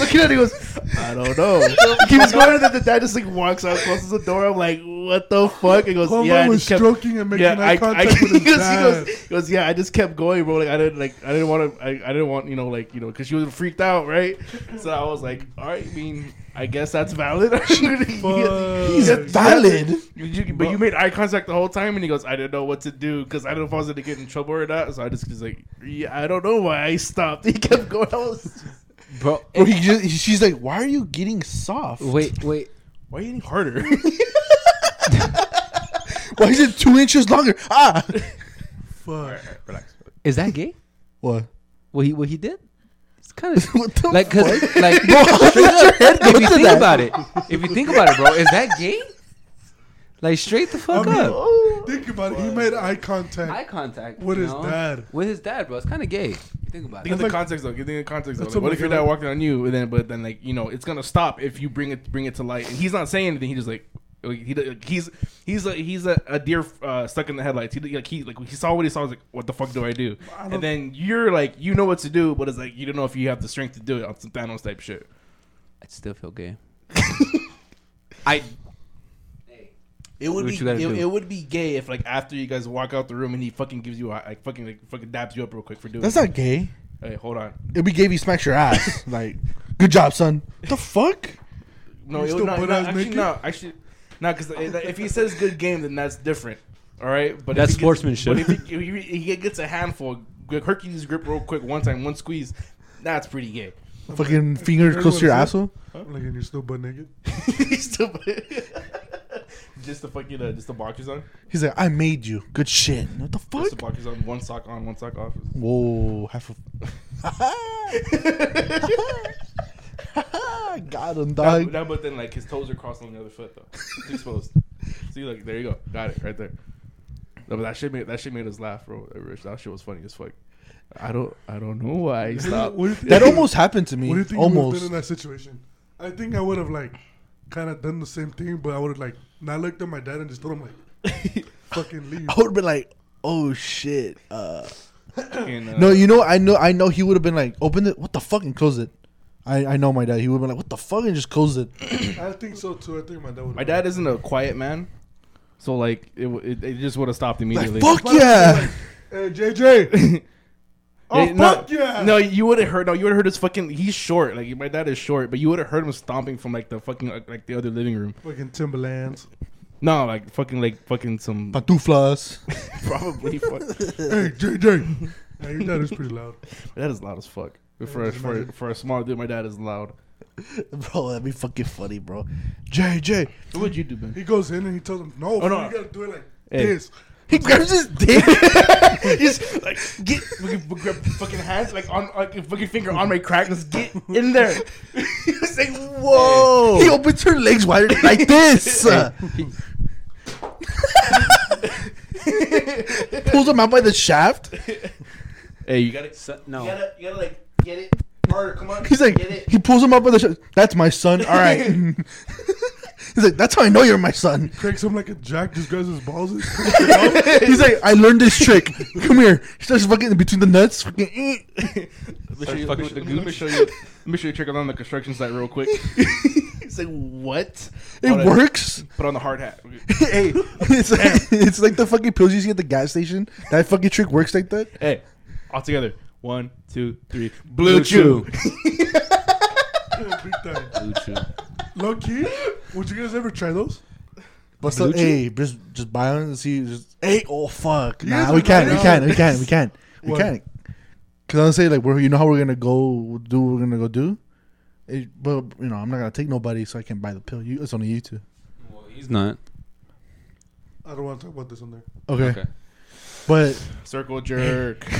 looking at it. He goes, I don't know. He keeps going, and then the dad just like walks out, closes the door. I'm like, what the fuck? He goes, Homeboy yeah. I was just kept, stroking and making yeah, eye I, I, contact with his he goes, he dad. goes, he goes, yeah, I just kept going, bro. Like I didn't like I didn't want to I, I didn't want, you know, like, you know, cuz she was freaked out, right? So I was like, all right, I mean, I guess that's valid. He's Fuck. Valid. but you made eye contact the whole time and he goes, I didn't know what to do cuz I didn't know if I was going to get in trouble or not. So I just was like, yeah, I don't know why I stopped. He kept going. I was just, bro. eh, Or he just, he- she's like, why are you getting soft? wait, wait. why are you getting harder? Why is it two inches longer? Ah, Fuck. Relax. Is that gay? what? What he what he did? It's kind of What the like cause fuck? like Bro, how did your head go if you to think that? about it, if you think about it, bro, is that gay? Like straight the fuck I mean, oh. up. Think about it. He made eye contact. Eye contact. With you his know? dad. With his dad, bro. It's kind of gay. If you think about Think it. of the context though. Think of the context though. That's Like, what if your something- dad walked in on you and then, but then like you know, it's gonna stop if you bring it bring it to light. And he's not saying anything. He just like like, he like, he's he's a he's a, a deer uh, stuck in the headlights. He like he like he saw what he saw. He's like, what the fuck do I do? I don't- and then you're like, you know what to do, but it's like you don't know if you have the strength to do it on some Thanos type shit. I still feel gay. I It What would be you gotta it, do. it would be gay if like after you guys walk out the room and he fucking gives you a, like fucking like fucking dabs you up real quick for doing. That's it. not gay. Hey, hold on. It'd be gay if he smacks your ass. like, good job, son. The fuck? You No, it still would not, butt no, ass actually, naked? no, actually, no, because if he says good game, then that's different. All right, but if That's he gets- sportsmanship. But if he, if he- he gets a handful, good Hercules grip real quick, one time, one squeeze, that's pretty gay. Fucking finger Everyone close to your said- asshole. I'm like, and you're still butt naked? He's still- just the fucking uh, just the boxers on, He's like, I made you. Good shit. What the just the fuck? boxers on, one sock on, one sock off. Whoa, half a. Got him, No, dog. no, but then like his toes are crossed on the other foot though, it's exposed. See, look, there you go, got it right there. No, but that shit made that shit made us laugh, bro. Rich, That shit was funny as fuck. I don't, I don't know why. Stop. What do you think- That almost happened to What do me. you think you would have Almost. been in that situation? I think I would have like kind of done the same thing, but I would have like not looked at my dad and just told him like, fucking leave. I would have been like, oh shit. Uh, fucking, uh, no, you know, I know, I know. He would have been like, open it. What the fuck and close it. I, I know my dad. He would have been like, what the fuck and just close it. I think so too. I think my dad would. My dad isn't a quiet man, so like it w- it, it just would have stopped immediately. Fuck yeah. Hey JJ. oh no, fuck Yeah. No, you would have heard. No, you would have heard his fucking. He's short. Like my dad is short, but you would have heard him stomping from like the fucking like, like the other living room. Fucking Timberlands. No, like fucking like fucking some Pantuflas. probably. Fuck. hey, JJ. Yeah, your dad is pretty loud. That is loud as fuck. For a, just for, a, imagine. for a small dude, my dad is loud. bro, that'd be fucking funny, bro. JJ. What would you do, man? He goes in and he tells him, no, fool, Oh, no. you gotta do it like Hey. this. He grabs his dick. Just like get fucking, grab fucking hands like on like your fucking finger on my crack. Just get in there. It's like whoa. he opens her legs wider like this. Uh, pulls him out by the shaft. Hey, you gotta no. You gotta, you gotta like get it harder. Come on. He's like, get it. he pulls him up by the shaft. That's my son. All right. He's like, that's how I know you're my son. Cracks him like a jack, just grabs his balls and He's like, I learned this trick. Come here. He starts fucking between the nuts. Fucking, eh. Let me show Start fucking you- let with me- the let me show you. Let me show you a trick on the construction site real quick. He's like, what? it Hold on. works. Put on the hard hat. hey, it's like, it's like the fucking pills you see at the gas station. That fucking trick works like that. Hey, all together. One, two, three. Blue Chew. big time. Low key, would you guys ever try those? But so, Blue chew? hey, just just buy one and see. Just hey, oh fuck, You guys nah, are we can't, we right can't, on. we can't, we can't, we What? can't. Cause I'm say like we're, you know how we're gonna go do what we're gonna go do, It- but you know I'm not gonna take nobody, so I can buy the pill. You, it's only you two. He's not. I don't want to talk about this on there. Okay, Okay. but Circle jerk.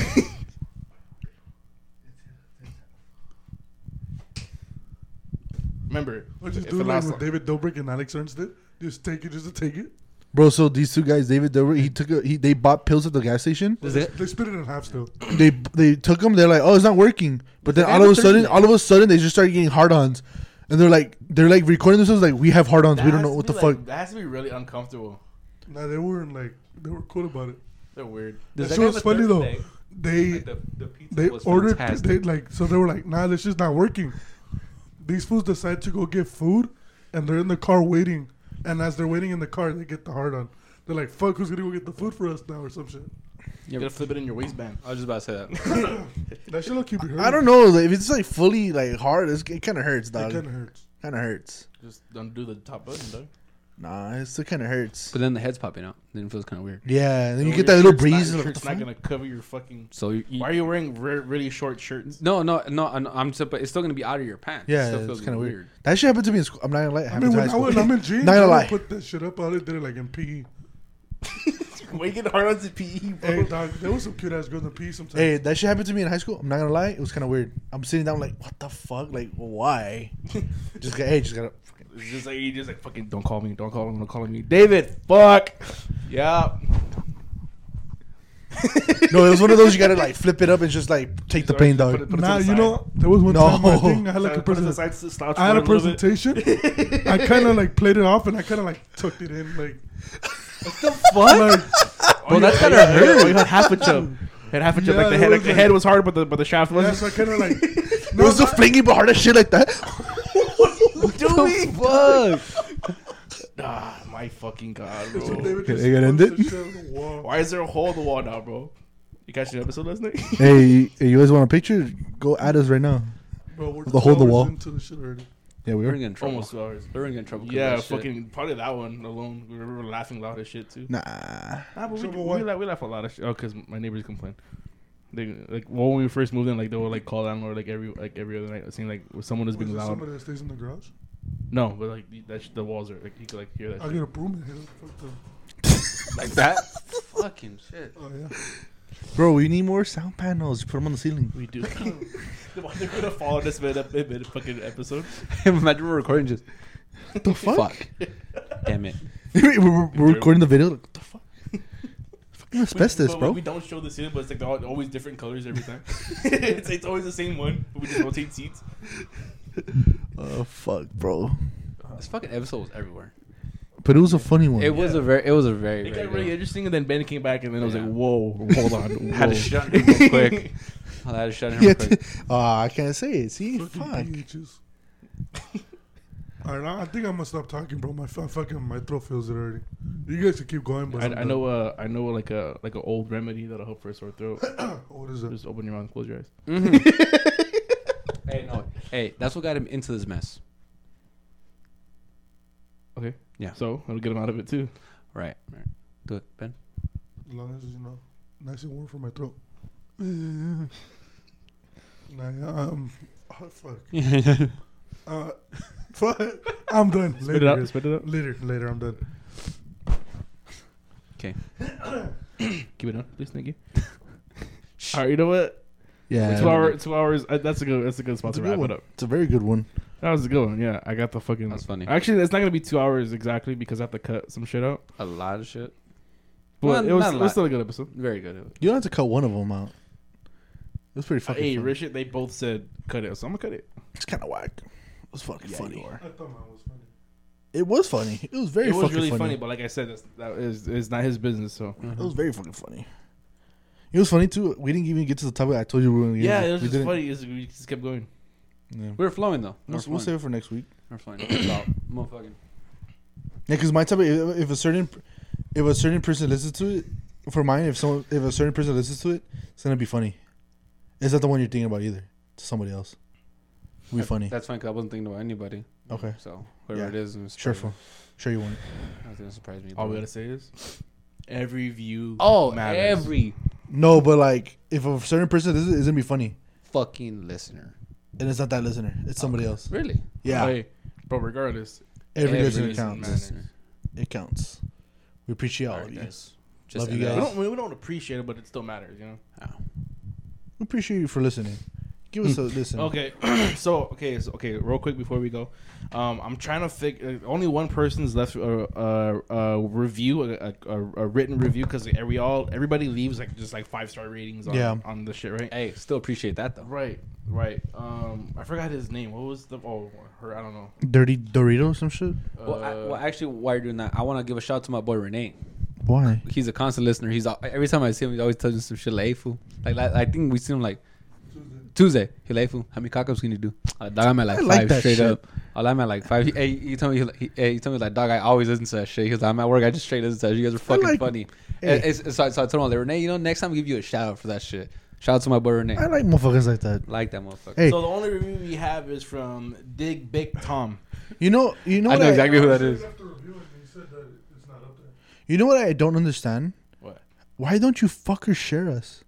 Remember, Or just if do it it like lasts what long- David Dobrik and Alex Ernst did. Just take it, just to take it. bro, so these two guys, David, Dover, he took a, he they bought pills at the gas station. Is it? They split it in half still. They they took them. They're like, oh, it's not working. But then They all of have a a sudden, Thursday. all of a sudden, they just started getting hard-ons, and they're like, they're like recording themselves like we have hard-ons. We That don't know has what to the be fuck. like- That has to be really uncomfortable. Nah, they weren't like they were cool about it. They're weird. That shit was funny though. They they ordered they like so they were like nah this shit's not working. These fools decide to go get food, and they're in the car waiting. And as they're waiting in the car, they get the hard on. They're like, "Fuck, who's gonna go get the food for us now?" or some shit. You gotta flip it in your waistband. Uh, I was just about to say that. That shit will keep you hurt. I don't know like, if it's like fully like hard. It's, it kind of hurts, It dog. kind of hurts. Kind of hurts. Just undo the top button, dog. Nah, it still kind of hurts. but then the head's popping out. Then it feels kind of weird. Yeah, then you Your get that little shirt's Oh, not- breeze. Your like, what shirt's the not fuck? gonna cover your fucking. So you, you Why are you wearing re- really short shirts? no, no, no, no. I'm just, but it's still gonna be out of your pants. It Yeah, still it's feels kind of weird. That shit happened to me in school. I'm not gonna lie. it I happened mean, to when high I was, I'm school. in jeans. Not gonna I would lie. Put that shit up. I did it like in PE. Waking hard on the PE, bro. Hey, dog, there was some cute ass girls in PE sometimes. Hey, that shit happened to me in high school. I'm not gonna lie. It was kind of weird. I'm sitting down like, what the fuck? Like, why? just got, hey, just gotta. It's just like you just like fucking don't call me, don't call him, don't call me, David. Fuck. Yeah. No, it was one of those you gotta like flip it up and just like take the pain, Put dog. it- put it to Nah, the you side. know, there was one No. time I think I had like a Put it to the presentation. side, s- slouch I had a forward little bit. presentation. I kind of like played it off, and I kind of like tucked it in. Like, What? Well, that's gotta Oh, Yeah, yeah, hurt. yeah, half a chub. Had half a chub. Yeah, like the it head, was like, the like- head was hard, but the but the shaft yeah, wasn't. so I kind of like. It was so flingy but hard as shit like that. Doing fuck. ah, my fucking god, bro. They they gonna end it? Why is there a hole in the wall now, bro? You catch the episode last night? hey, you guys want a picture? Go at us right now. The hole in the wall. Into the shit already. Yeah, we We're are. gonna get in trouble. Almost two hours. We're gonna get in trouble. 'cause of Yeah, that shit. fucking probably that one alone. We were laughing loud as shit too. Nah. Nah, Ah, but we, So, but we, what- laugh, we laugh a lot of shit. Oh, cause my neighbors complain. They like well, when we first moved in, like they would like call landlord like every like every other night, It seemed like someone was Was being there loud. somebody that stays in the garage? No, but like the- that sh- the walls are like you could like hear that. I shit. get a broom and hit it. Fuck them. like that. fucking shit. Oh yeah. Bro, we need more sound panels. Put them on the ceiling. We do. The one They're gonna follow this mid mid fucking episode. Imagine we're recording just What the fuck? fuck. Damn it. we're, we're- we're recording the video. Like, what the fuck? Fucking We- asbestos, but we- bro. We don't show the ceiling, but it's like they're all- always different colors every time. it's, it's always the same one. But we just rotate seats. Oh fuck, bro. This fucking episode was everywhere. But it was a funny one. It was a very. It was a very. It very got really good. interesting, and then Ben came back, and then I was Yeah. like, "Whoa, hold on, Had to whoa. shut him real quick. I had to shut him real yeah, quick. uh, I can't say it. See, fuck. Fucking PHs. All right, I I think I'm gonna stop talking, bro. My fu- fucking my throat feels it already. You guys should keep going, but I, I know. Uh, I know like a like an old remedy that'll help for a sore throat. What is it? Just open your mouth, and close your eyes. Mm-hmm. hey, no. Hey, that's what got him into this mess. Okay. Yeah. So it'll get him out of it too. Right. Right. Do it, Ben. As long as you know, nice and warm for my throat. nah, yeah, um, oh, fuck. Uh, fuck. I'm done. Later, Spit it out. guys. Spit it out. later, later. I'm done. Keep it on, please. Thank you. All right. You know what? Yeah, Two hours. Two hours. Uh, that's a good. That's a good spot It's a to good wrap one. it up. It's a very good one. That was a good one. Yeah, I got the fucking. That's funny. Actually, it's not gonna be two hours exactly because I have to cut some shit out. A lot of shit. But Well, it was not a it lot. was still a good episode. Very good. You don't have to cut one of them out. It's pretty fucking. Hey, funny. Richard, they both said cut it, so I'm gonna cut it. It's kind of whack. It was fucking funny. I thought mine was funny. It was funny. It was very. it was fucking really funny. funny. but like I said, that's, that is is not his business. So Mm-hmm. It was very fucking funny. It was funny too. We didn't even get to the topic I told you we were gonna get. yeah, to. it was we just funny. It was- we just kept going. Yeah. We were flowing though. We We'll, were we'll flowing. save it for next week. We were flowing. It's about motherfucking. Yeah, because my topic, if, if a certain, if a certain person listens to it, for mine, if someone, if a certain person listens to it, it's gonna be funny. It's not the one you're thinking about either. To somebody else, it'll be funny. That's fine. Cause I wasn't thinking about anybody. Okay, So whoever Yeah. it is, it's sure, probably- for, sure you want it. That's gonna surprise me. All we gotta say is every view. oh, matters. every No, but like, if a certain person listens, it's gonna be funny, fucking listener. and it's not that listener. It's somebody else. Really? Yeah, Hey, but regardless, every, every listener reason counts. matters. It counts. We appreciate all, All of right, you. guys. Love you end it guys. we off. don't we don't appreciate it, but it still matters, you know. Oh. We appreciate you for listening. Give us a listen. Okay, so okay, so, okay, real quick before we go, um, I'm trying to figure. Only one person's left a, a, a review, a, a, a written review, because we all everybody leaves like just like five star ratings on Yeah. on the shit, right? Hey, still appreciate that though. Right, right. Um, I forgot his name. What was the oh her? I don't know. Dirty Dorito, some shit. Well, I, well, actually, while you're doing that, I want to give a shout out to my boy Renee. Why? He's a constant listener. He's al- every time I see him, he always tells me some shit like, "Hey, fool." Like, like I think we see him like Tuesday. He like, "Hey, fool, how many cock-ups can you do?" Uh, dog, I'm at like I like five that straight shit. up. Oh, I'm at like five. He, hey, he told me, he, like- he, hey, he told me like, "Dog, I always listen to that shit." He goes, "I'm at work. I just straight listen to that. shit. You guys are fucking like- funny." Hey. And it's- so, I- so I told him, like, Renee, you know, next time I'll give you a shout out for that shit. Shout out to my boy Renee. I like motherfuckers like that. like that motherfucker. Hey, So the only review we have is from Dig Big Tom. you know, you know, I what know I- exactly who that is. After reviewing, he said that it's not up there. You know what I don't understand? What? Why don't you fuckers share us?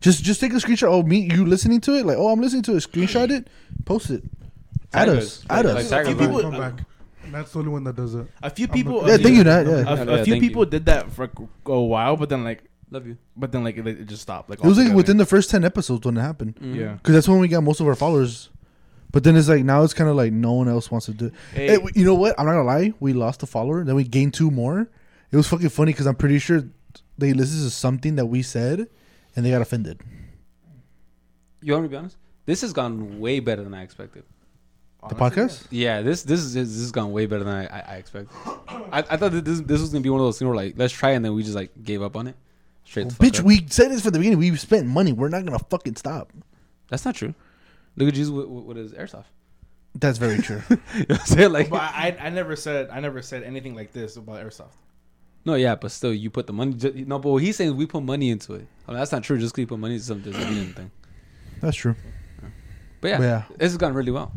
Just just take a screenshot. Oh, me, you listening to it? Like, oh, I'm listening to it. Screenshot it, post it. Add Tag us. us. Add Like, us. tag Few us. people- Come back. That's the only one that does it. A few people. not- a yeah, few- thank you, Nat. Yeah. A, a Yeah, few thank you. people did that for a while, but then like, Love you. but then like it, it just stopped. Like It was like altogether. within the first ten episodes when it happened, Mm. yeah. because that's when we got most of our followers. But then it's like now it's kind of like no one else wants to do. It. Hey. Hey, you know what? I'm not gonna lie. We lost a follower, then we gained two more. It was fucking funny because I'm pretty sure they listened to something that we said, and they got offended. You want me to be honest? This has gone way better than I expected. The podcast? Yeah, this this is this has gone way better than I I, I expected. I, I thought that this this was gonna be one of those things where like let's try and then we just like gave up on it. Straight the fuck Bitch, up. we said this from the beginning. We spent money. We're not gonna fucking stop. that's not true. Look at Jesus with, with, with his airsoft. That's very true. You know what I'm saying like But I, I never said I never said anything like this about airsoft. no, yeah, but still you put the money. ju- No, but what he's saying is we put money into it. I mean, that's not true. Just 'cause you put money into something doesn't mean anything. That's true. But yeah, But yeah. this has gone really well.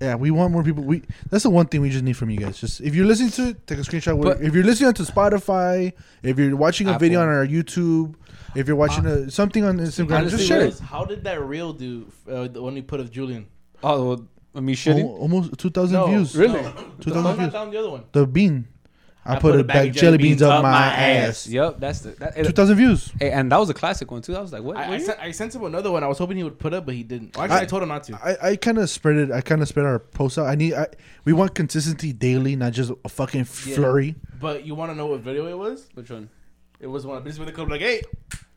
Yeah, we want more people. We that's the one thing we just need from you guys. Just if you're listening to it, take a screenshot. We're- But- if you're listening to Spotify, if you're watching a video on Apple. our YouTube, if you're watching a, something on Instagram, honestly, Ah. just share it. it. Rose, How did that reel do? Uh, the one you put of Julian. Oh, well, I mean, shitting. Al- almost two thousand No, views. really? Two thousand No, not views. down the other one. The bean. I, put, a bag of jelly beans up my ass. Yep, that's the that, Two thousand views. Hey, and that was a classic one too. I was like, what? I, I, what? sent, I sent him another one. I was hoping he would put up, but he didn't. Well, actually, I, I- told him not to. I, I kind of spread it. I kind of spread our posts out. I need. I, we want consistency daily, not just a fucking flurry. But you want to know what video it was? Which one? It was one. This is where they come like, hey,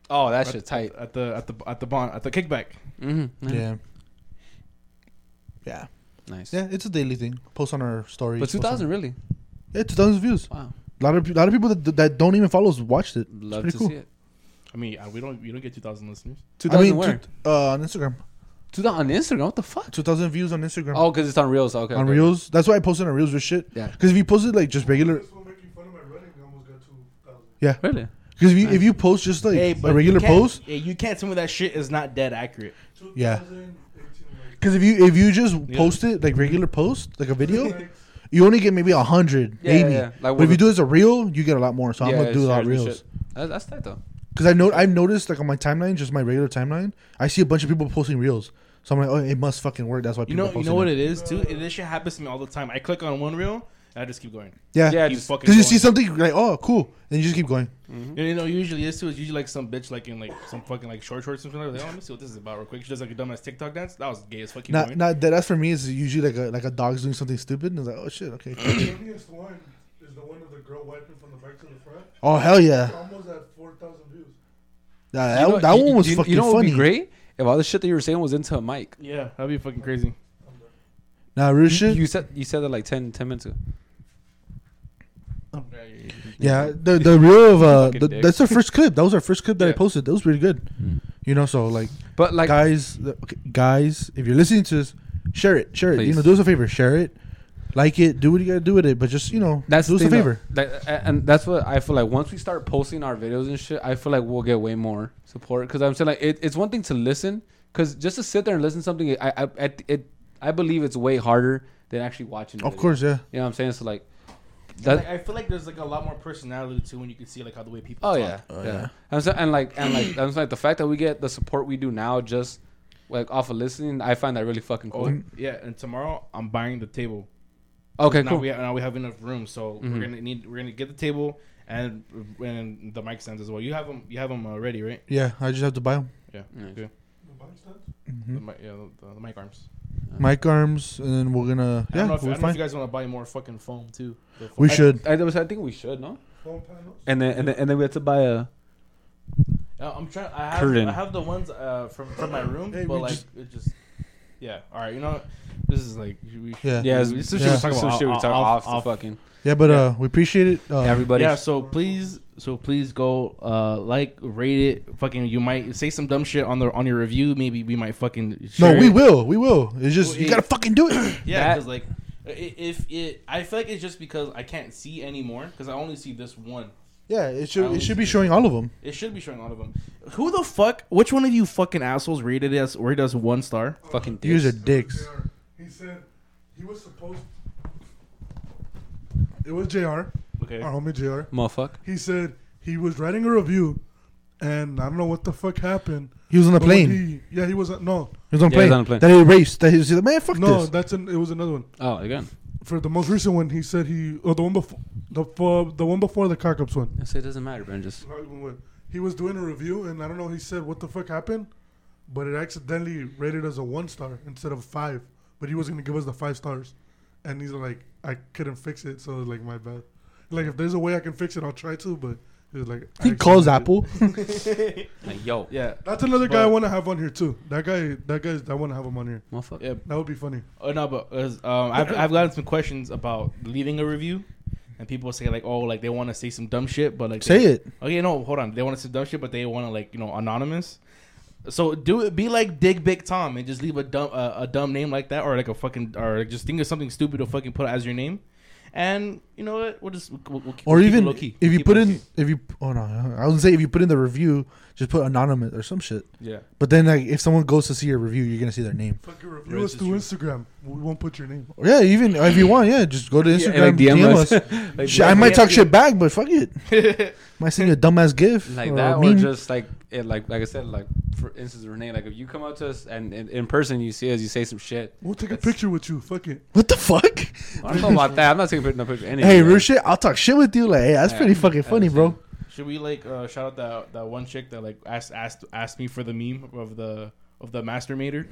Oh, that at, shit tight. at the at the at the bond at the kickback. Mm-hmm. Yeah. Yeah. Nice. Yeah, it's a daily thing. Post on our story. But 2000 really? Yeah, two thousand views. Wow. A lot of pe- lot of people that, that don't even follow us watched it. It's Love pretty to cool. see it. I mean, uh, we don't we don't get two thousand listeners. 2000 I mean, where? two- uh, on Instagram, 2000 on Instagram? What the fuck? two thousand views on Instagram. Oh, because it's on Reels. Okay. on okay. Reels, that's why I posted on Reels with shit. Yeah. Because if you posted like just regular, This one making fun of my running almost got two Yeah. Really? Because if you if you post just like Hey, a but regular you can't- post, Yeah, you can't tell me that shit is not dead accurate. Yeah. 2018, like, because if you if you just post it like regular post like a video, you only get maybe a hundred, Yeah, maybe. yeah, yeah. Like but with if you the- do it as a reel, you get a lot more. So I'm gonna it's do a lot of shares and reels. shit. That's, that's tight though. Because I know I've noticed like on my timeline, just my regular timeline, I see a bunch of people posting reels. So I'm like, oh, it must fucking work. That's why You people. know, you posting know what it. it is too. And this shit happens to me all the time. I click on one reel, and I just keep going. Yeah, Yeah, Keep just- fucking Because you going. Mm-hmm. see something you're like, oh, cool, and you just keep going. You know, you know, usually this too is usually like some bitch like in like some fucking like short shorts or something like that. Oh, let me see what this is about real quick. She does like a dumbass TikTok dance. That was gay as fuck. Keep Not, going. not that. That's for me. Is usually like a like a dog's doing something stupid, and it's like, oh shit, okay. the funniest one is the one of the girl wiping from the back to the front. oh hell yeah, Almost at 4,000 views. that, You that- know- that you- one was you- fucking You know what would funny. be great if all the shit that you were saying was into a mic. Yeah, that'd be fucking crazy. Nah, real You, shit. you said you said that like 10, 10 minutes ago. Oh. yeah, the the reel of uh, Fucking the, dick. that's our first clip. That was our first clip that I Yeah. posted. That was pretty good. Mm. You know, so like, But like guys, the- okay, guys, if you're listening to this, share it, share it. You Please. know, do us a favor, share it, like it, do what you gotta do with it, but just you know, that's do the us a thing, favor. though. That- a- and that's what I feel like. Once we start posting our videos and shit, I feel like we'll get way more support. Because I'm saying like it, it's one thing to listen, because just to sit there and listen to something, I I at- it I believe it's way harder than actually watching. the Of video. course, yeah. you know what I'm saying. So like, that, Like, I feel like there's like a lot more personality too when you can see like how the way people. Oh talk. yeah, yeah. And, so, and like and like and so, like the fact that we get the support we do now just like off of listening, I find that really fucking cool. Oh, yeah, and tomorrow I'm buying the table. okay, now cool. we now we have enough room, so we're Mm-hmm. gonna need we're gonna get the table and and the mic stands as well. You have them you have them uh, ready, right? Yeah, I just have to buy them. Yeah. Nice. Okay. The bike stats? Hmm? The mic, yeah, the, the mic arms. Mic arms, and then we're gonna I don't yeah, know if, we're I don't know if you fine. guys want to buy more fucking foam too. The We foam- should. I, I was- I think we should no. Phone panels? And then and then, and then we had to buy a. Uh, I'm trying. I have Curtain. I have the ones uh, from from my room, Hey, but we like just- it just. Yeah. All right. You know, what? this is like we should, Yeah. Yeah, we some should yeah. talk about shit we off- talk off, off- off- the fucking Yeah, but Yeah. uh, we appreciate it. Uh, everybody. yeah, so please, so please go, uh, like, rate it. Fucking, you might say some dumb shit on the on your review. Maybe we might fucking. no, share we it. will, we will. It's just Well, you it- gotta fucking do it. Yeah, That- because like, i- if it, I feel like it's just because I can't see anymore because I only see this one. yeah, it I should it always should be do. showing all of them. It should be showing all of them. Who the fuck? Which one of you fucking assholes rated us? Rated us one star? fucking You guys dicks. are dicks. JR. He said he was supposed. It was JR, our Okay. Oh. homie JR. Motherfucker. He said he was writing a review, and I don't know what the fuck happened. He was on a but when plane. He, He, yeah, he was no, was on a Yeah, he was plane. on a plane. That he raced. That he was like, man, fuck no. this. That's an, it was another one. Oh, again. For the most recent one, he said he or the one before the fo- the one before the cockups one. So it doesn't matter, man. Just He was doing a review, and I don't know. He said what the fuck happened, but it accidentally rated us a one star instead of five. But he was gonna give us the five stars, and he's like, I couldn't fix it, so it was like my bad. Like if there's a way I can fix it, I'll try to. But he was like, I He calls accidentally- Apple. like, yo, Yeah. That's another guy I But- want to have on here too. That guy, that guy's, I want to have him on here. motherfucker. Yeah. That would be funny. Oh no, but uh, um, I've I've gotten some questions about leaving a review, and people say like, oh, like they want to say some dumb shit, but like Say they- it. Okay, no, hold on. They want to say dumb shit, but they want to like you know anonymous. So do it. Be like Dig Big Tom and just leave a dumb uh, a dumb name like that, or like a fucking, or like, just think of something stupid to fucking put as your name. And you know what? We'll just we'll, we'll keep, Or we'll keep it even low-key. if you Keep it put low-key. in if you oh no, I was gonna say if you put in the review, just put anonymous or some shit. yeah. But then like if someone goes to see your review, you're gonna see their name. Fucking review us through Instagram. We won't put your name. Yeah, even if you want, yeah, just go to Yeah, Instagram, and, like, DM, DM us. us. Like, Shit, I might yeah, talk yeah. shit back, but fuck it. might send you a dumbass gif like or that, a or meme. just like it, like like I said, like for instance, Renee, like if you come up to us and, and in person you see us, you say some shit. We'll take a That's- picture with you. Fuck it. what the fuck? I don't know about that. I'm not taking no picture. of any of Hey, you, real like- shit. I'll talk shit with you. Like, hey, that's Yeah, pretty fucking I funny, bro. Should we like uh, shout out that that one chick that like asked asked asked me for the meme of the of the master mater?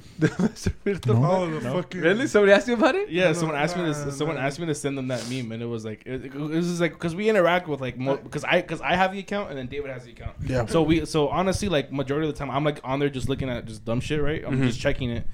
Oh, the No. fucking. Really? Somebody asked you about it? Yeah, No, no, someone asked me nah, to someone nah. asked me to send them that meme, and it was like it, it was just like because we interact with like because I because I have the account and then David has the account. Yeah. So we so honestly like majority of the time I'm like on there just looking at just dumb shit, right? Mm-hmm. I'm just checking it,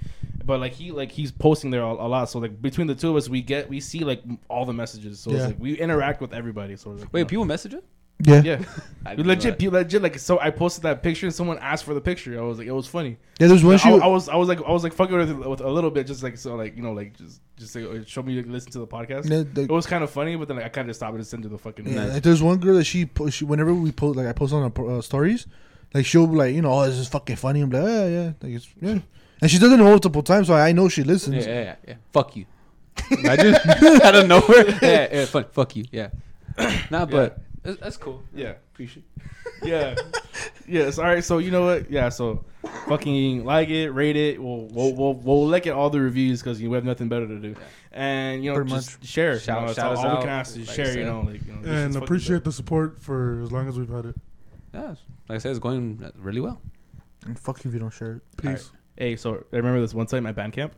but like he like he's posting there a, a lot. So like between the two of us, we get we see like m- all the messages. So Yeah. it's like we interact with everybody. So it's, like, Wait, you know. people message it? Yeah. yeah. Yeah, legit, people, legit. Like, so I posted that picture, and someone asked for the picture. I was like, it was funny. There's one Like, I, shoot. I was, I was like, I was like fucking with, it with a little bit, just like so, like you know, like just, just like, uh, show me, like, listen to the podcast. No, the- it was kind of funny, but then like, I kind of stopped and sent to the fucking. Yeah, Yeah. like there's one girl that she, po- she whenever we post like I post on her po- uh, stories, like she'll be like you know oh this is fucking funny. I'm like oh, yeah yeah like it's, yeah, and she does it multiple times, so I know she Yeah, listens. yeah, yeah, yeah. Fuck you. Imagine out of nowhere. Yeah, yeah, fuck, fuck you. Yeah. Nah, but that's, that's cool. yeah. Appreciate. yeah. Yes. All right. So you know what? Yeah. So, fucking like it, rate it. We'll we'll we'll, we'll like it all the reviews because you have nothing better to do, and you know Pretty just share. Shout- you know, it's shout all, us all we out, can ask is like I share. You said. know, like you know, this is and fucking appreciate dope. the support for as long as we've had it. Yeah, like I said, it's going really well. And fuck if you don't share it. Peace. Hey, so I remember this one time at band camp.